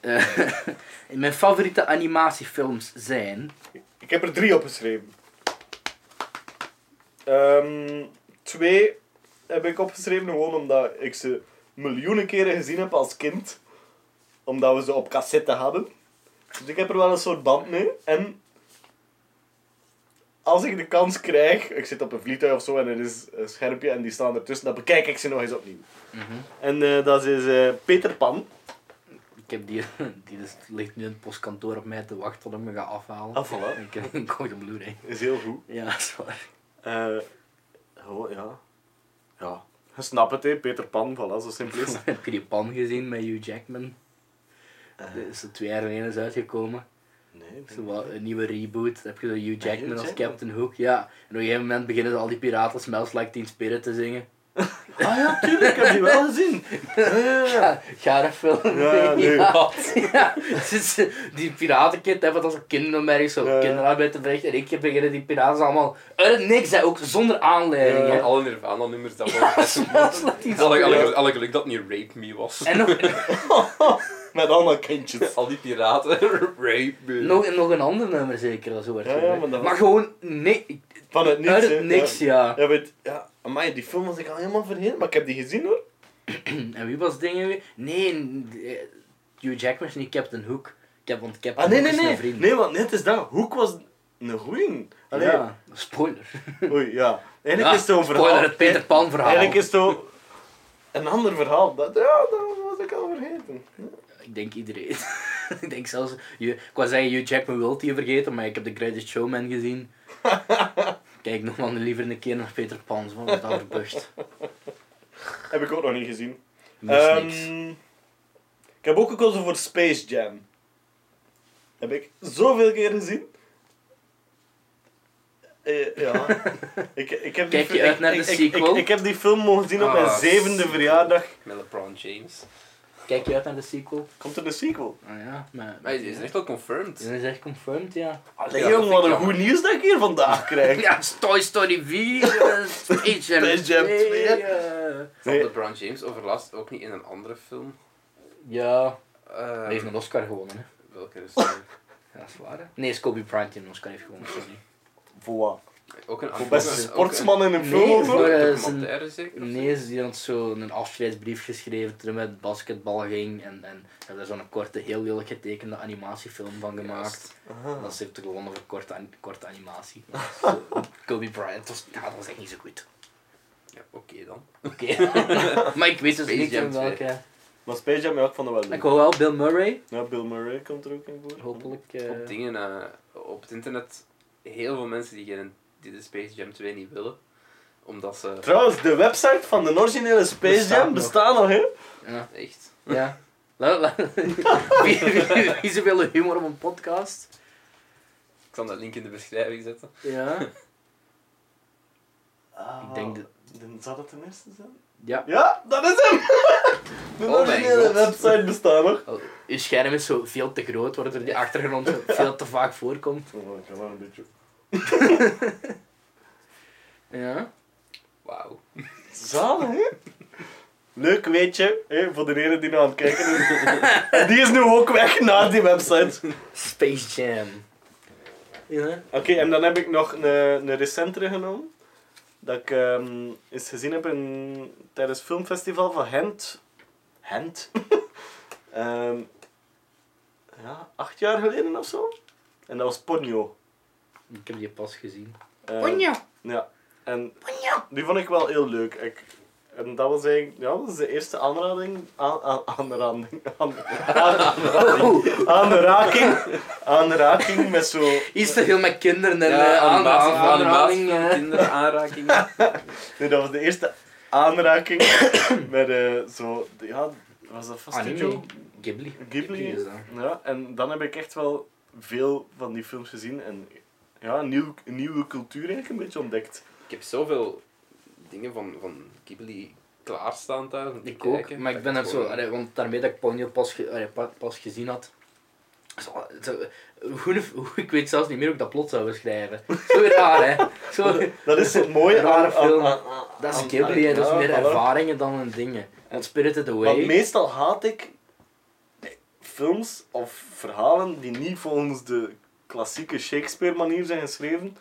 Eh, [LAUGHS] mijn favoriete animatiefilms zijn.
Ik heb er drie opgeschreven. Ehm, twee heb ik opgeschreven gewoon omdat ik ze miljoenen keren gezien heb als kind. Omdat we ze op cassette hadden. Dus ik heb er wel een soort band mee. En als ik de kans krijg, ik zit op een vliegtuig of zo en er is een schermpje en die staan ertussen, dan bekijk ik ze nog eens opnieuw. En eh, dat is eh, Peter Pan.
Ik heb die, die is, ligt nu in het postkantoor op mij te wachten tot ik me ga afhalen.
Ah, voilà.
Ik heb een goede Blu-ray.
Is heel goed.
Ja, dat is waar.
Eh, oh, ja. Ja. Je snapt het, hè. Peter Pan, voilà, zo simpel
[LAUGHS]
is het.
Heb je die pan gezien met Hugh Jackman?
Eh.
Dat is er twee jaar geleden is uitgekomen.
[LAUGHS] Nee,
Zo wat een nieuwe reboot. Dan heb je zo Hugh Jackman
Ah, Hugh
als
Jackman.
Captain Hook. Ja. En op een gegeven moment beginnen ze al die piraten Smells Like Teen Spirit te zingen.
Ah ja, tuurlijk, ik heb die wel gezien. Ja, ja, ja.
Ja, gare film.
Ja, nee.
ja. Ja. [LAUGHS] Dus, eh, die piratenkind hebben als een kind om ergens zo
Ja, ja.
kinderarbeid te verrichten. En ik heb beginnen die piraten allemaal uit niks, hè, ook zonder aanleiding.
Ja.
hè.
En alle Nirvana-nummers dat
[LAUGHS]
wel.
Smells Like Teen
Alle,
Spirit.
alle, alle geluk dat het niet Rape Me was.
En nog,
Met allemaal kindjes.
Al die piraten, [LAUGHS] Rape Me.
nog, nog een ander nummer zeker, dat zo werd
Ja, ja,
gebruikt.
maar dat was-
gewoon, nee,
Van het niks,
uit
hè.
het niks, ja.
Ja, weet, ja. Amai, die film was ik al helemaal vergeten, maar ik heb die gezien, hoor.
En wie was dingen weer? Nee, n- eh, Hugh Jackman is niet Captain Hook. Ik heb want Captain
Ah, nee,
Hook
nee,
is een
nee.
vriend.
Nee, want net is dat. Hoek was een goeie. Allee.
Ja, spoiler.
Oei, ja. Eigenlijk
Ja,
is het zo'n verhaal.
Spoiler, het Peter Pan verhaal.
Eigenlijk is het zo een ander verhaal. Dat, ja, dat was ik al vergeten.
Ik denk iedereen. [LAUGHS] ik denk zelfs... Je, ik wou zeggen, Hugh Jackman wilt je vergeten, maar ik heb The Greatest Showman
[LAUGHS]
gezien. Kijk nog maar liever een keer naar Peter Pan, want dat verbucht.
Heb ik ook nog niet gezien.
Mis
Ehm,
niks.
Ik heb ook gekozen voor Space Jam. Heb ik zoveel keer gezien.
[LAUGHS]
Eh, ja. ik, ik heb die
Kijk je
fi-
uit
ik-
naar de
ik, ik-
sequel?
Ik, ik heb die film mogen zien op mijn
Ah,
zevende
sequel.
verjaardag.
Met LeBron James.
Kijk je uit naar de sequel?
Komt er een sequel?
Ah ja, maar...
Maar die is echt wel confirmed.
Die is echt confirmed, ja.
Allee,
Ja, dat vind
jong,
ik
wat een
jammer.
goed nieuws dat ik hier
[LAUGHS]
vandaag krijg.
Ja, Toy Story 4, eh, Space
[LAUGHS]
Jam
Space Jam 2,
eh.
Van
Nee.
LeBron James overlast ook niet in een andere film.
Ja,
Eh,
Hij heeft een Oscar gewonnen, hè?
Welke is dat?
Ja, dat is waar. Nee, Scobie Bryant die een Oscar heeft gewonnen, sorry.
Voor wat?
Ook een
Voor
andere
beste sportsman in een film
Ah, Nee,
of zo?
voor- eh,
documentaire zeker? of
Nee, ze die had zo een afscheidsbrief geschreven toen hij met basketbal ging. En, en ze hebben daar zo'n korte, heel lelijk getekende animatiefilm van gemaakt.
Aha.
Dat ze heeft gewonnen voor korte, an- korte animatie. Maar zo, [LAUGHS] Kobe Bryant was, ja, dat was echt niet zo goed.
Ja, Oké dan.
Oké. [LAUGHS] maar ik weet dus
Space
niet
Jam
in welke...
Maar Space Jam, ja, ik vond het wel
Ik
leuk.
hoor wel Bill Murray.
Ja, Bill Murray komt er ook in voor.
Hopelijk. eh,
Op dingen, eh, op het internet, heel veel mensen die, geen, die de Space Jam 2 niet willen. Omdat ze...
Trouwens, de website van de originele Space
Bestaat
Jam
nog.
bestaat nog, hè?
ja.
Echt.
[LAUGHS] ja. La- la- wie, wie, wie ze willen humor op een podcast.
Ik zal dat link in de beschrijving zetten.
Ja.
Ah,
Ik denk dat-
dan Zou dat de eerste zijn?
Ja.
Ja, dat is hem! [LAUGHS] De
Oh mijn
originele
God.
website bestaat nog.
Oh, Uw scherm is zo veel te groot, waardoor die achtergrond zo veel te vaak voorkomt.
Oh, ik ga wel een beetje...
Ja.
Wauw.
Zalig, hè? Leuk weetje, hè, voor de ene die nou aan het kijken is. En die is [LAUGHS] nu ook weg naar die website. Oké,
Space Jam. Ja.
en dan heb ik nog een, een recentere genomen. Dat ik ehm, eens gezien heb in, tijdens het filmfestival van Gent. Gent? [LAUGHS] Ehm, ja, acht jaar geleden of zo. En dat was Ponyo.
Ik heb die pas gezien.
Ehm, Ja. En die vond ik wel heel leuk. Ik, en dat was eigenlijk ja, dat was de eerste aanrading. Aan, aan, aanrading. Aan, aan- aanraking. Aanraking met zo.
[LAUGHS] Iets te veel met kinderen en eh, aan-
animatie-
aan- aanhaling,
animatie van
eh.
kinderen, aanrakingen.
Nee, dat was de eerste aanraking met eh, zo. Ja, was dat vast
Anime.
Studio
Ghibli.
Ghibli?
is dat.
Ja, en dan heb ik echt wel veel van die films gezien en ja, een nieuw, een nieuwe cultuur eigenlijk een beetje ontdekt.
[LAUGHS] Ik heb zoveel dingen van, van Ghibli klaarstaan thuis. om te
Ik
kijken.
ook, maar ik ben
Dat
er zo,
gewoon-
allee, want daarmee dat ik Ponyo pas, ge- allee, pa- pas gezien had. Zo, zo- hoe, hoe- ik weet zelfs niet meer hoe ik dat plot zou beschrijven. Zo [LAUGHS] raar, hè? Zo,
Dat is het mooie
Rare
aan- aan-
film.
aan- aan-
dat is
aan-
Ghibli, hè, dat is
ja,
meer
voilà.
ervaringen dan een dingen. Want Spirited
Want
Away,
meestal haat ik films of verhalen die niet volgens de klassieke Shakespeare-manier zijn geschreven.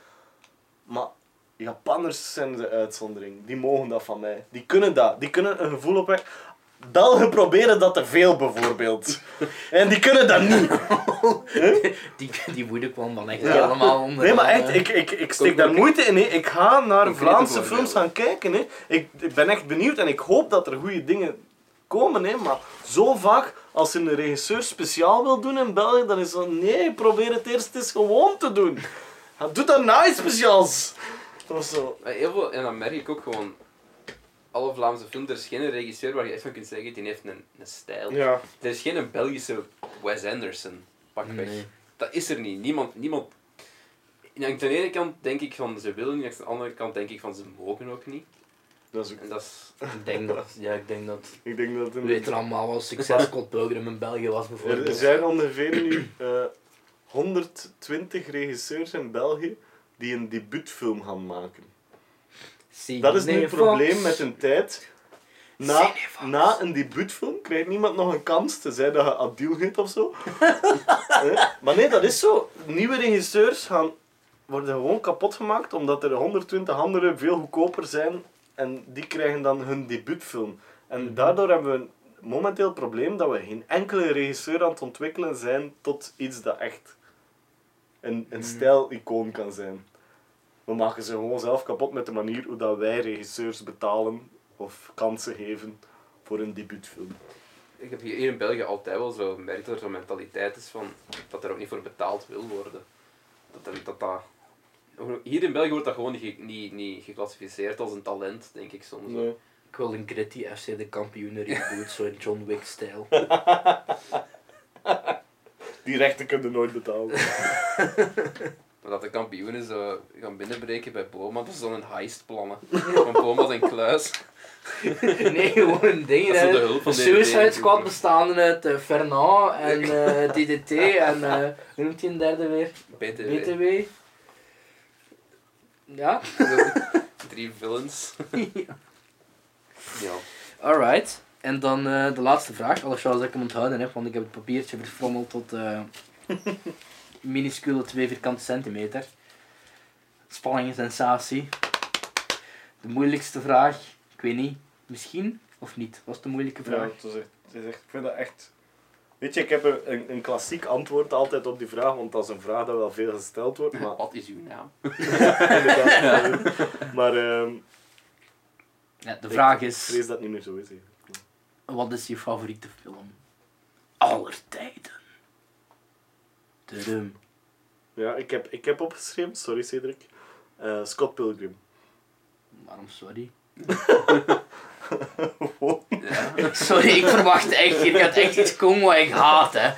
Maar Japanners zijn de uitzondering. Die mogen dat van mij. Die kunnen dat. Die kunnen een gevoel opwekken. Belgen proberen dat te veel, bijvoorbeeld. En die kunnen dat niet.
[LAUGHS] die, die woede kwam dan echt
Ja.
helemaal onder.
Nee, maar
eh,
echt, ik, ik, ik steek daar moeite in. hè. Ik ga naar
Concrete
Vlaamse
voorbeelden.
films gaan kijken. hè. Ik, ik ben echt benieuwd en ik hoop dat er goede dingen komen. hè. Maar zo vaak, als een regisseur speciaal wil doen in België, dan is dat nee, probeer het eerst eens gewoon te doen. Ja, Doe daarna iets speciaals. Of zo.
Maar heel veel, en dan merk ik ook gewoon... Alle Vlaamse films, er is geen regisseur waar je echt van kunt zeggen, die heeft een, een stijl.
Ja.
Er is geen Belgische Wes Anderson, pakweg.
Nee.
Dat is er niet. Niemand, niemand... Ja, Aan de ene kant denk ik van ze willen niet, aan de andere kant denk ik van ze mogen ook niet.
Dat is ook-
En dat is...
ik denk dat, ja, ik denk dat.
[LAUGHS] ik denk dat...
We weten allemaal wat succes Scott Pilgrim in België was,
Er
bijvoorbeeld.
zijn ongeveer nu eh, 120 regisseurs in België die een debuutfilm gaan maken.
Zie
Dat is nu het
Cinefox.
probleem met een tijd. Na,
Cinefox.
na een debuutfilm krijgt niemand nog een kans, tenzij dat je Adil heet of
[LAUGHS]
zo. Eh, maar nee, dat is zo. Nieuwe regisseurs gaan, worden gewoon kapot gemaakt omdat er 120 anderen veel goedkoper zijn en die krijgen dan hun debuutfilm. En daardoor hebben we een momenteel het probleem dat we geen enkele regisseur aan het ontwikkelen zijn tot iets dat echt een, een stijlicoon kan zijn. We maken ze gewoon zelf kapot met de manier hoe dat wij regisseurs betalen of kansen geven voor een debuutfilm.
Ik heb hier hier in België altijd wel zo gemerkt dat er zo'n mentaliteit is van dat er ook niet voor betaald wil worden. Dat er- dat, dat, hier in België wordt dat gewoon niet, ge- niet, niet geclassificeerd als een talent, denk ik soms.
Nee.
Ik wil een gritty FC de kampioenen reboot, zo in John Wick-stijl.
Die rechten kunnen nooit [LAUGHS] betalen.
Maar dat de kampioenen zo eh, gaan binnenbreken bij Boma, dat is dan een heist plannen. Van Boma zijn [LAUGHS] kluis.
[LAUGHS] Nee, gewoon een ding.
Dat is
hè.
de hulp van DDT
Suicide Squad
natuurlijk.
bestaande uit eh, Fernand en eh, DDT en eh, hoe noemt hij een derde weer?
BTW.
BTW. Ja,
Drie [LAUGHS] villains. Ja.
alright. En dan eh, de laatste vraag, althans dat ik hem onthouden heb, want ik heb het papiertje verfrommeld tot eh [LAUGHS] minuscule 2 vierkante centimeter. Spanning en sensatie. De moeilijkste vraag, ik weet niet, misschien of niet, was de moeilijke
Ja,
vraag.
het is echt, het is echt, ik vind dat echt... Weet je, ik heb een, een, een klassiek antwoord altijd op die vraag, want dat is een vraag dat wel veel gesteld wordt, maar... [LAUGHS]
Wat is uw naam?
inderdaad, Maar ehm,
Ja, de
ik
vraag is...
vrees dat het niet meer zo is. hè.
Wat is je favoriete film? Aller tijden. Tudum.
Ja, ik heb, ik heb opgeschreven, sorry Cedric. Eh, Scott Pilgrim.
Waarom
[LAUGHS]
sorry?
Wow.
Sorry, ik verwacht echt, hier gaat echt iets komen wat ik haat, hè.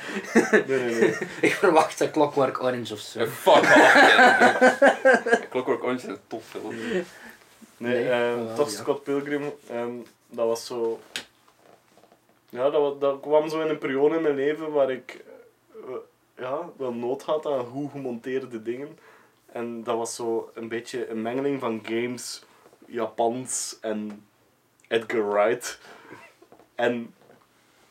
nee, nee, nee.
Ik verwacht een Clockwork Orange of zo.
Fuck off. [LAUGHS] Clockwork Orange is een topfilm.
Nee,
Nee,
ehm,
wel,
toch
ja.
Scott Pilgrim, ehm, dat was zo... Ja, dat, wa- dat kwam zo in een periode in mijn leven waar ik eh, ja, wel nood had aan goed gemonteerde dingen. En dat was zo een beetje een mengeling van games, Japans en Edgar Wright. En...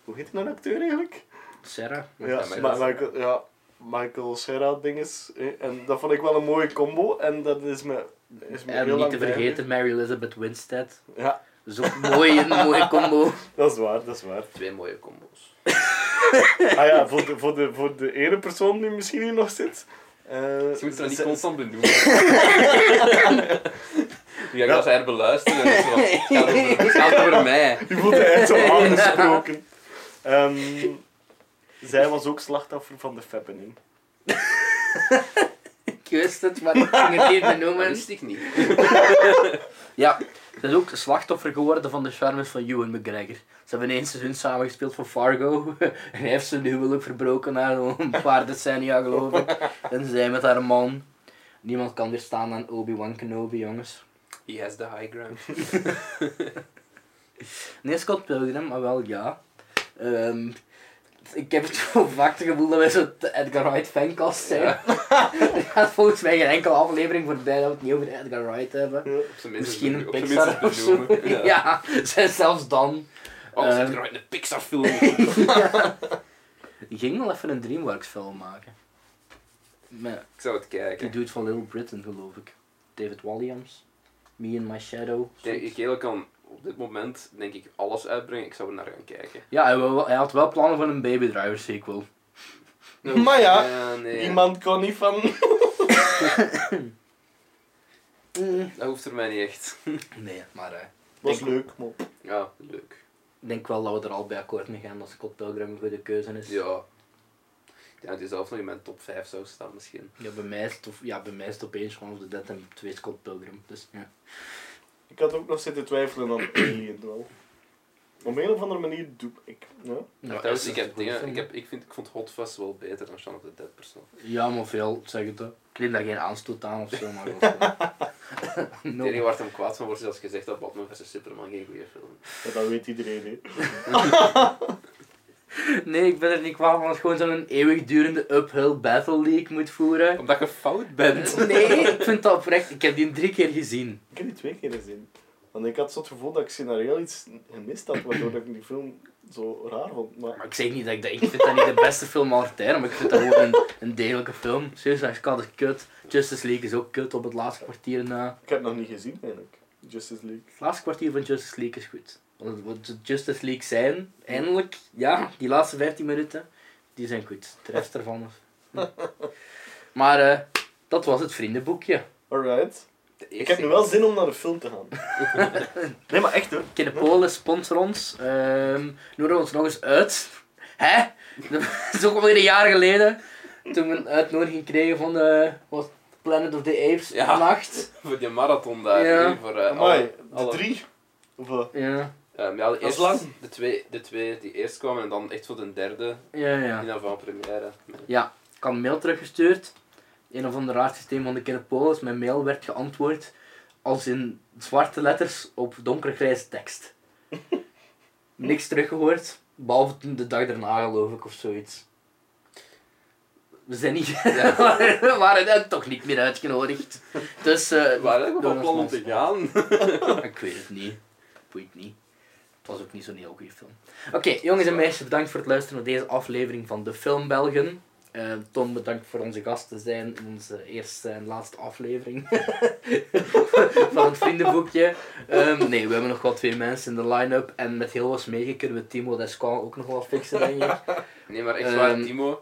Hoe heet die nou acteur eigenlijk?
Sarah?
Ja,
Ja,
Ma-
Michael Cera.
Michael, ja, Michael Cera dinges. eh, En dat vond ik wel een mooie combo. En dat is me, is me heel
En niet
lang
te
bijgebleven.
vergeten Mary Elizabeth Winstead.
Ja,
Zo'n mooie, een mooie combo.
dat is waar, dat is waar.
Twee mooie combo's.
Ah ja, voor de, voor de, voor de ene persoon die misschien hier nog zit. eh,
Dus je moet er
ze-
niet
ze-
constant bij doen. [LAUGHS] Die gaan zij er beluisteren. en zo. [LAUGHS] Het dus gaat over- Het gaat over mij.
Je voelt je echt zo aangesproken. Ehm, zij was ook slachtoffer van de fappening.
Ik wist het, maar ik ging het niet
Dat
benoemen.
wist ik niet.
Ja, ze is ook slachtoffer geworden van de charmes van Ewan McGregor. Ze hebben ineens seizoen samengespeeld voor Fargo. [LAUGHS] En hij heeft zijn huwelijk verbroken na een paar decennia, geloof ik. En zij met haar man. Niemand kan weerstaan aan Obi-Wan Kenobi, jongens.
He has the high ground.
Nee, Scott Pilgrim, maar wel ja. Ehm, ik heb het [LAUGHS] wel vaak het gevoel dat wij zo'n Edgar Wright fancast zijn. [LAUGHS] er gaat volgens mij geen enkele aflevering voorbij dat we het niet over Edgar Wright hebben.
Op zijn minst
Misschien een
op zijn minst
Pixar of zo.
benoemen.
[LAUGHS] Ja, zelfs- zelfs dan.
Oh, ze
Ehm.
zit er in een Pixar film. [LAUGHS]
Die ging wel even een DreamWorks film maken. Met
Ik zou het
die
kijken.
dude van Little Britain, geloof ik. David Walliams. Me and My Shadow.
Ik- Ik heel kan op dit moment denk ik alles uitbrengen. Ik zou er naar gaan [LAUGHS] kijken.
Ja, hij, wou- hij had wel plannen voor een Baby Driver sequel.
Maar ja,
nee.
Iemand kon niet van...
Dat hoeft voor mij niet echt. [LAUGHS]
Nee, maar... eh,
was
Ik-
leuk, mop.
Ja, leuk.
Ik denk wel dat we er al bij akkoord mee gaan dat Scott Pilgrim een goede keuze is.
Ja. Ik denk dat hij zelf nog in mijn top 5 zou staan misschien.
Ja, bij mij is het, of, ja, bij mij is het opeens One of the Dead en twee Scott Pilgrim. Dus, ja.
Ik had ook nog zitten twijfelen aan Alien wel. Op een of andere manier doe ik... Ja.
Ja,
Trouwens,
is
ik, heb
dat een goede
dingen,
film,
ik, heb, ik, vind, ik vond Hot Fuzz wel beter dan Shaun of the Dead persoon.
hè? Ja, maar veel, zeg het hè. Ik neem daar geen aanstoot aan of zo,
[LAUGHS]
maar wel zo.
Het
[LAUGHS] No.
enige waar het hem kwaad van wordt is als je zegt dat Batman vs Superman geen goede film is.
Ja, dat weet iedereen, hè.
Nee, ik ben er niet kwaad van dat gewoon zo'n eeuwigdurende uphill battle die ik moet voeren.
Omdat je fout bent.
Nee, ik vind dat oprecht. Ik heb die drie keer gezien.
Ik heb die twee keer gezien. Want ik had zo het gevoel dat ik scenario iets gemist had, waardoor ik die film zo raar vond. Maar
Maar ik zeg niet dat ik dat... Ik vind dat niet de beste film aller tijden, maar ik vind dat gewoon een, een degelijke film. Suicide Squad is kut. Justice League is ook kut op het laatste kwartier na.
ik heb het nog niet gezien, eigenlijk. Justice League.
Het laatste kwartier van Justice League is goed. Want wat de Justice League zijn, eindelijk, ja, die laatste 15 minuten, die zijn goed. De rest ervan is. Hm. Maar eh, dat was het vriendenboekje.
Alright.
De
Ik
eerste
heb nu wel zin om naar de film te gaan.
Eh,
nee, maar echt hoor.
Kinepolis sponsor ons. Ehm nodig ons nog eens uit. Hè? Dat is ook alweer een jaar geleden. Toen we een uitnodiging kregen van de wat, Planet of the Apes
Ja.
nacht.
Voor die marathon daar.
Ja.
hè, Voor, eh,
Amai,
alle-
de
alle-
drie. Of eh, wat?
Ja,
Ehm, ja, de,
Dat is
eerste,
lang.
De, twee, de twee die eerst kwamen en dan echt voor de derde
ja, ja.
in van première.
Ik had een mail teruggestuurd. Een of ander raar systeem van de Kinepolis. Mijn mail werd geantwoord als in zwarte letters op donkergrijze tekst. Niks teruggehoord, behalve toen de dag daarna geloof ik of zoiets. We zijn niet... [LAUGHS] we waren dan toch niet meer uitgenodigd. Dus... eh,
Waar heb ik
door
van
ons
plan om te
mensen.
gaan?
Ik weet het niet. Boeit niet. Het was ook niet zo'n heel goede film. Oké, jongens en meisjes, bedankt voor het luisteren naar deze aflevering van De Film Belgen. Eh, Tom, bedankt voor onze gast te zijn in onze eerste en laatste aflevering [LAUGHS] van het vriendenboekje. Ehm, nee, we hebben nog wel twee mensen in de line-up en met heel wat meegen kunnen we Timo Desquan ook nog wel fixen, denk ik.
Nee, maar echt waar,
Ehm,
Timo.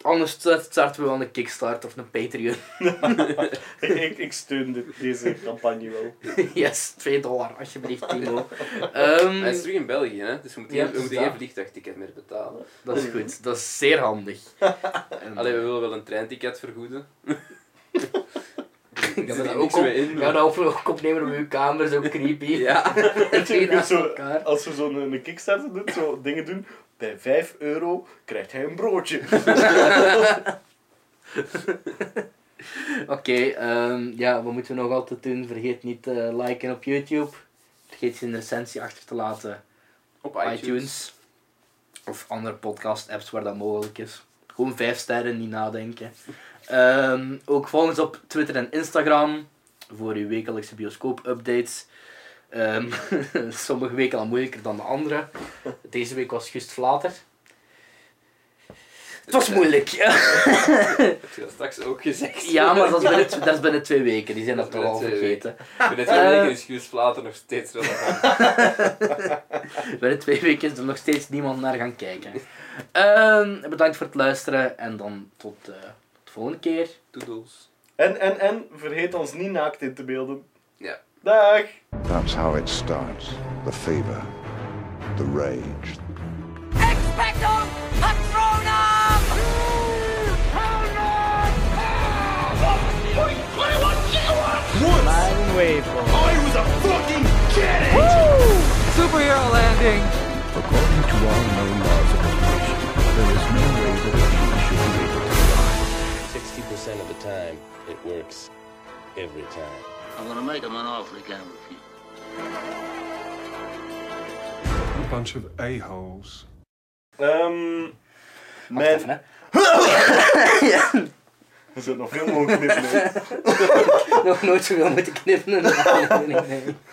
Anders start- starten we wel een Kickstarter of een Patreon.
[LAUGHS]
[LAUGHS]
Ik, ik, ik steun dit- deze campagne wel.
yes, 2 dollar, alsjeblieft, Timo.
Hij is
Ehm
terug in België, hè? dus we moeten
Ja,
geen, we
het is
moeten geen
daar.
vliegtuigticket meer betalen.
dat is goed, dat is zeer
[LAUGHS]
handig. En-
Alleen we willen wel een treinticket
[LAUGHS]
vergoeden.
Ik
Daar
ga
zit
dat
niks
ook op,
meer in.
ja, dat op, ook opnemen op uw kamer, zo creepy.
[LAUGHS]
Ja.
En
Weet
[LAUGHS]
je,
twee naast
zo-
elkaar.
Als we zo'n een kickstarter doen, zo dingen doen, bij 5 euro krijgt hij een broodje. [LAUGHS]
Oké, ehm, ja, wat moeten we nog altijd doen? Vergeet niet te liken op YouTube. Vergeet geen recensie achter te laten
Op
[LAUGHS] op
iTunes.
iTunes. Of andere podcast apps waar dat mogelijk is. Gewoon vijf sterren, niet nadenken. Ehm, ook volg ons op Twitter en Instagram voor uw wekelijkse bioscoop-updates. Ehm, [LAUGHS] sommige weken al moeilijker dan de andere. Deze week was Gust Vlater. Het was moeilijk.
Dat heb je dat straks ook gezegd.
Ja, maar dat is binnen, tw- dat is binnen twee weken. Die zijn dat
Dat is
toch al
binnen twee
vergeten.
Ik ben net
Eh.
gaan denken, is Guus Vlater nog steeds relevant.
Binnen twee weken is er nog steeds niemand naar gaan kijken. Ehm, bedankt voor het luisteren en dan tot eh, de volgende keer.
Toedels.
En, en, en, vergeet ons niet naakt in te beelden.
Ja.
Dag!
That's how it starts. The fever, the rage,
Expecto Patronum! What do you want? You want?
According to all known laws of evolution, there is no way that a human should be able to fly.
60% of the time, it works every time.
I'm gonna make him an offer he can't refuse.
A bunch of a-holes.
Ehm
Wacht
mijn...
even, hè. [LAUGHS]
Er zit nog veel mogelijk knippen in.
Nog nooit zoveel moeten knippen. Nee, nee, nee, nee.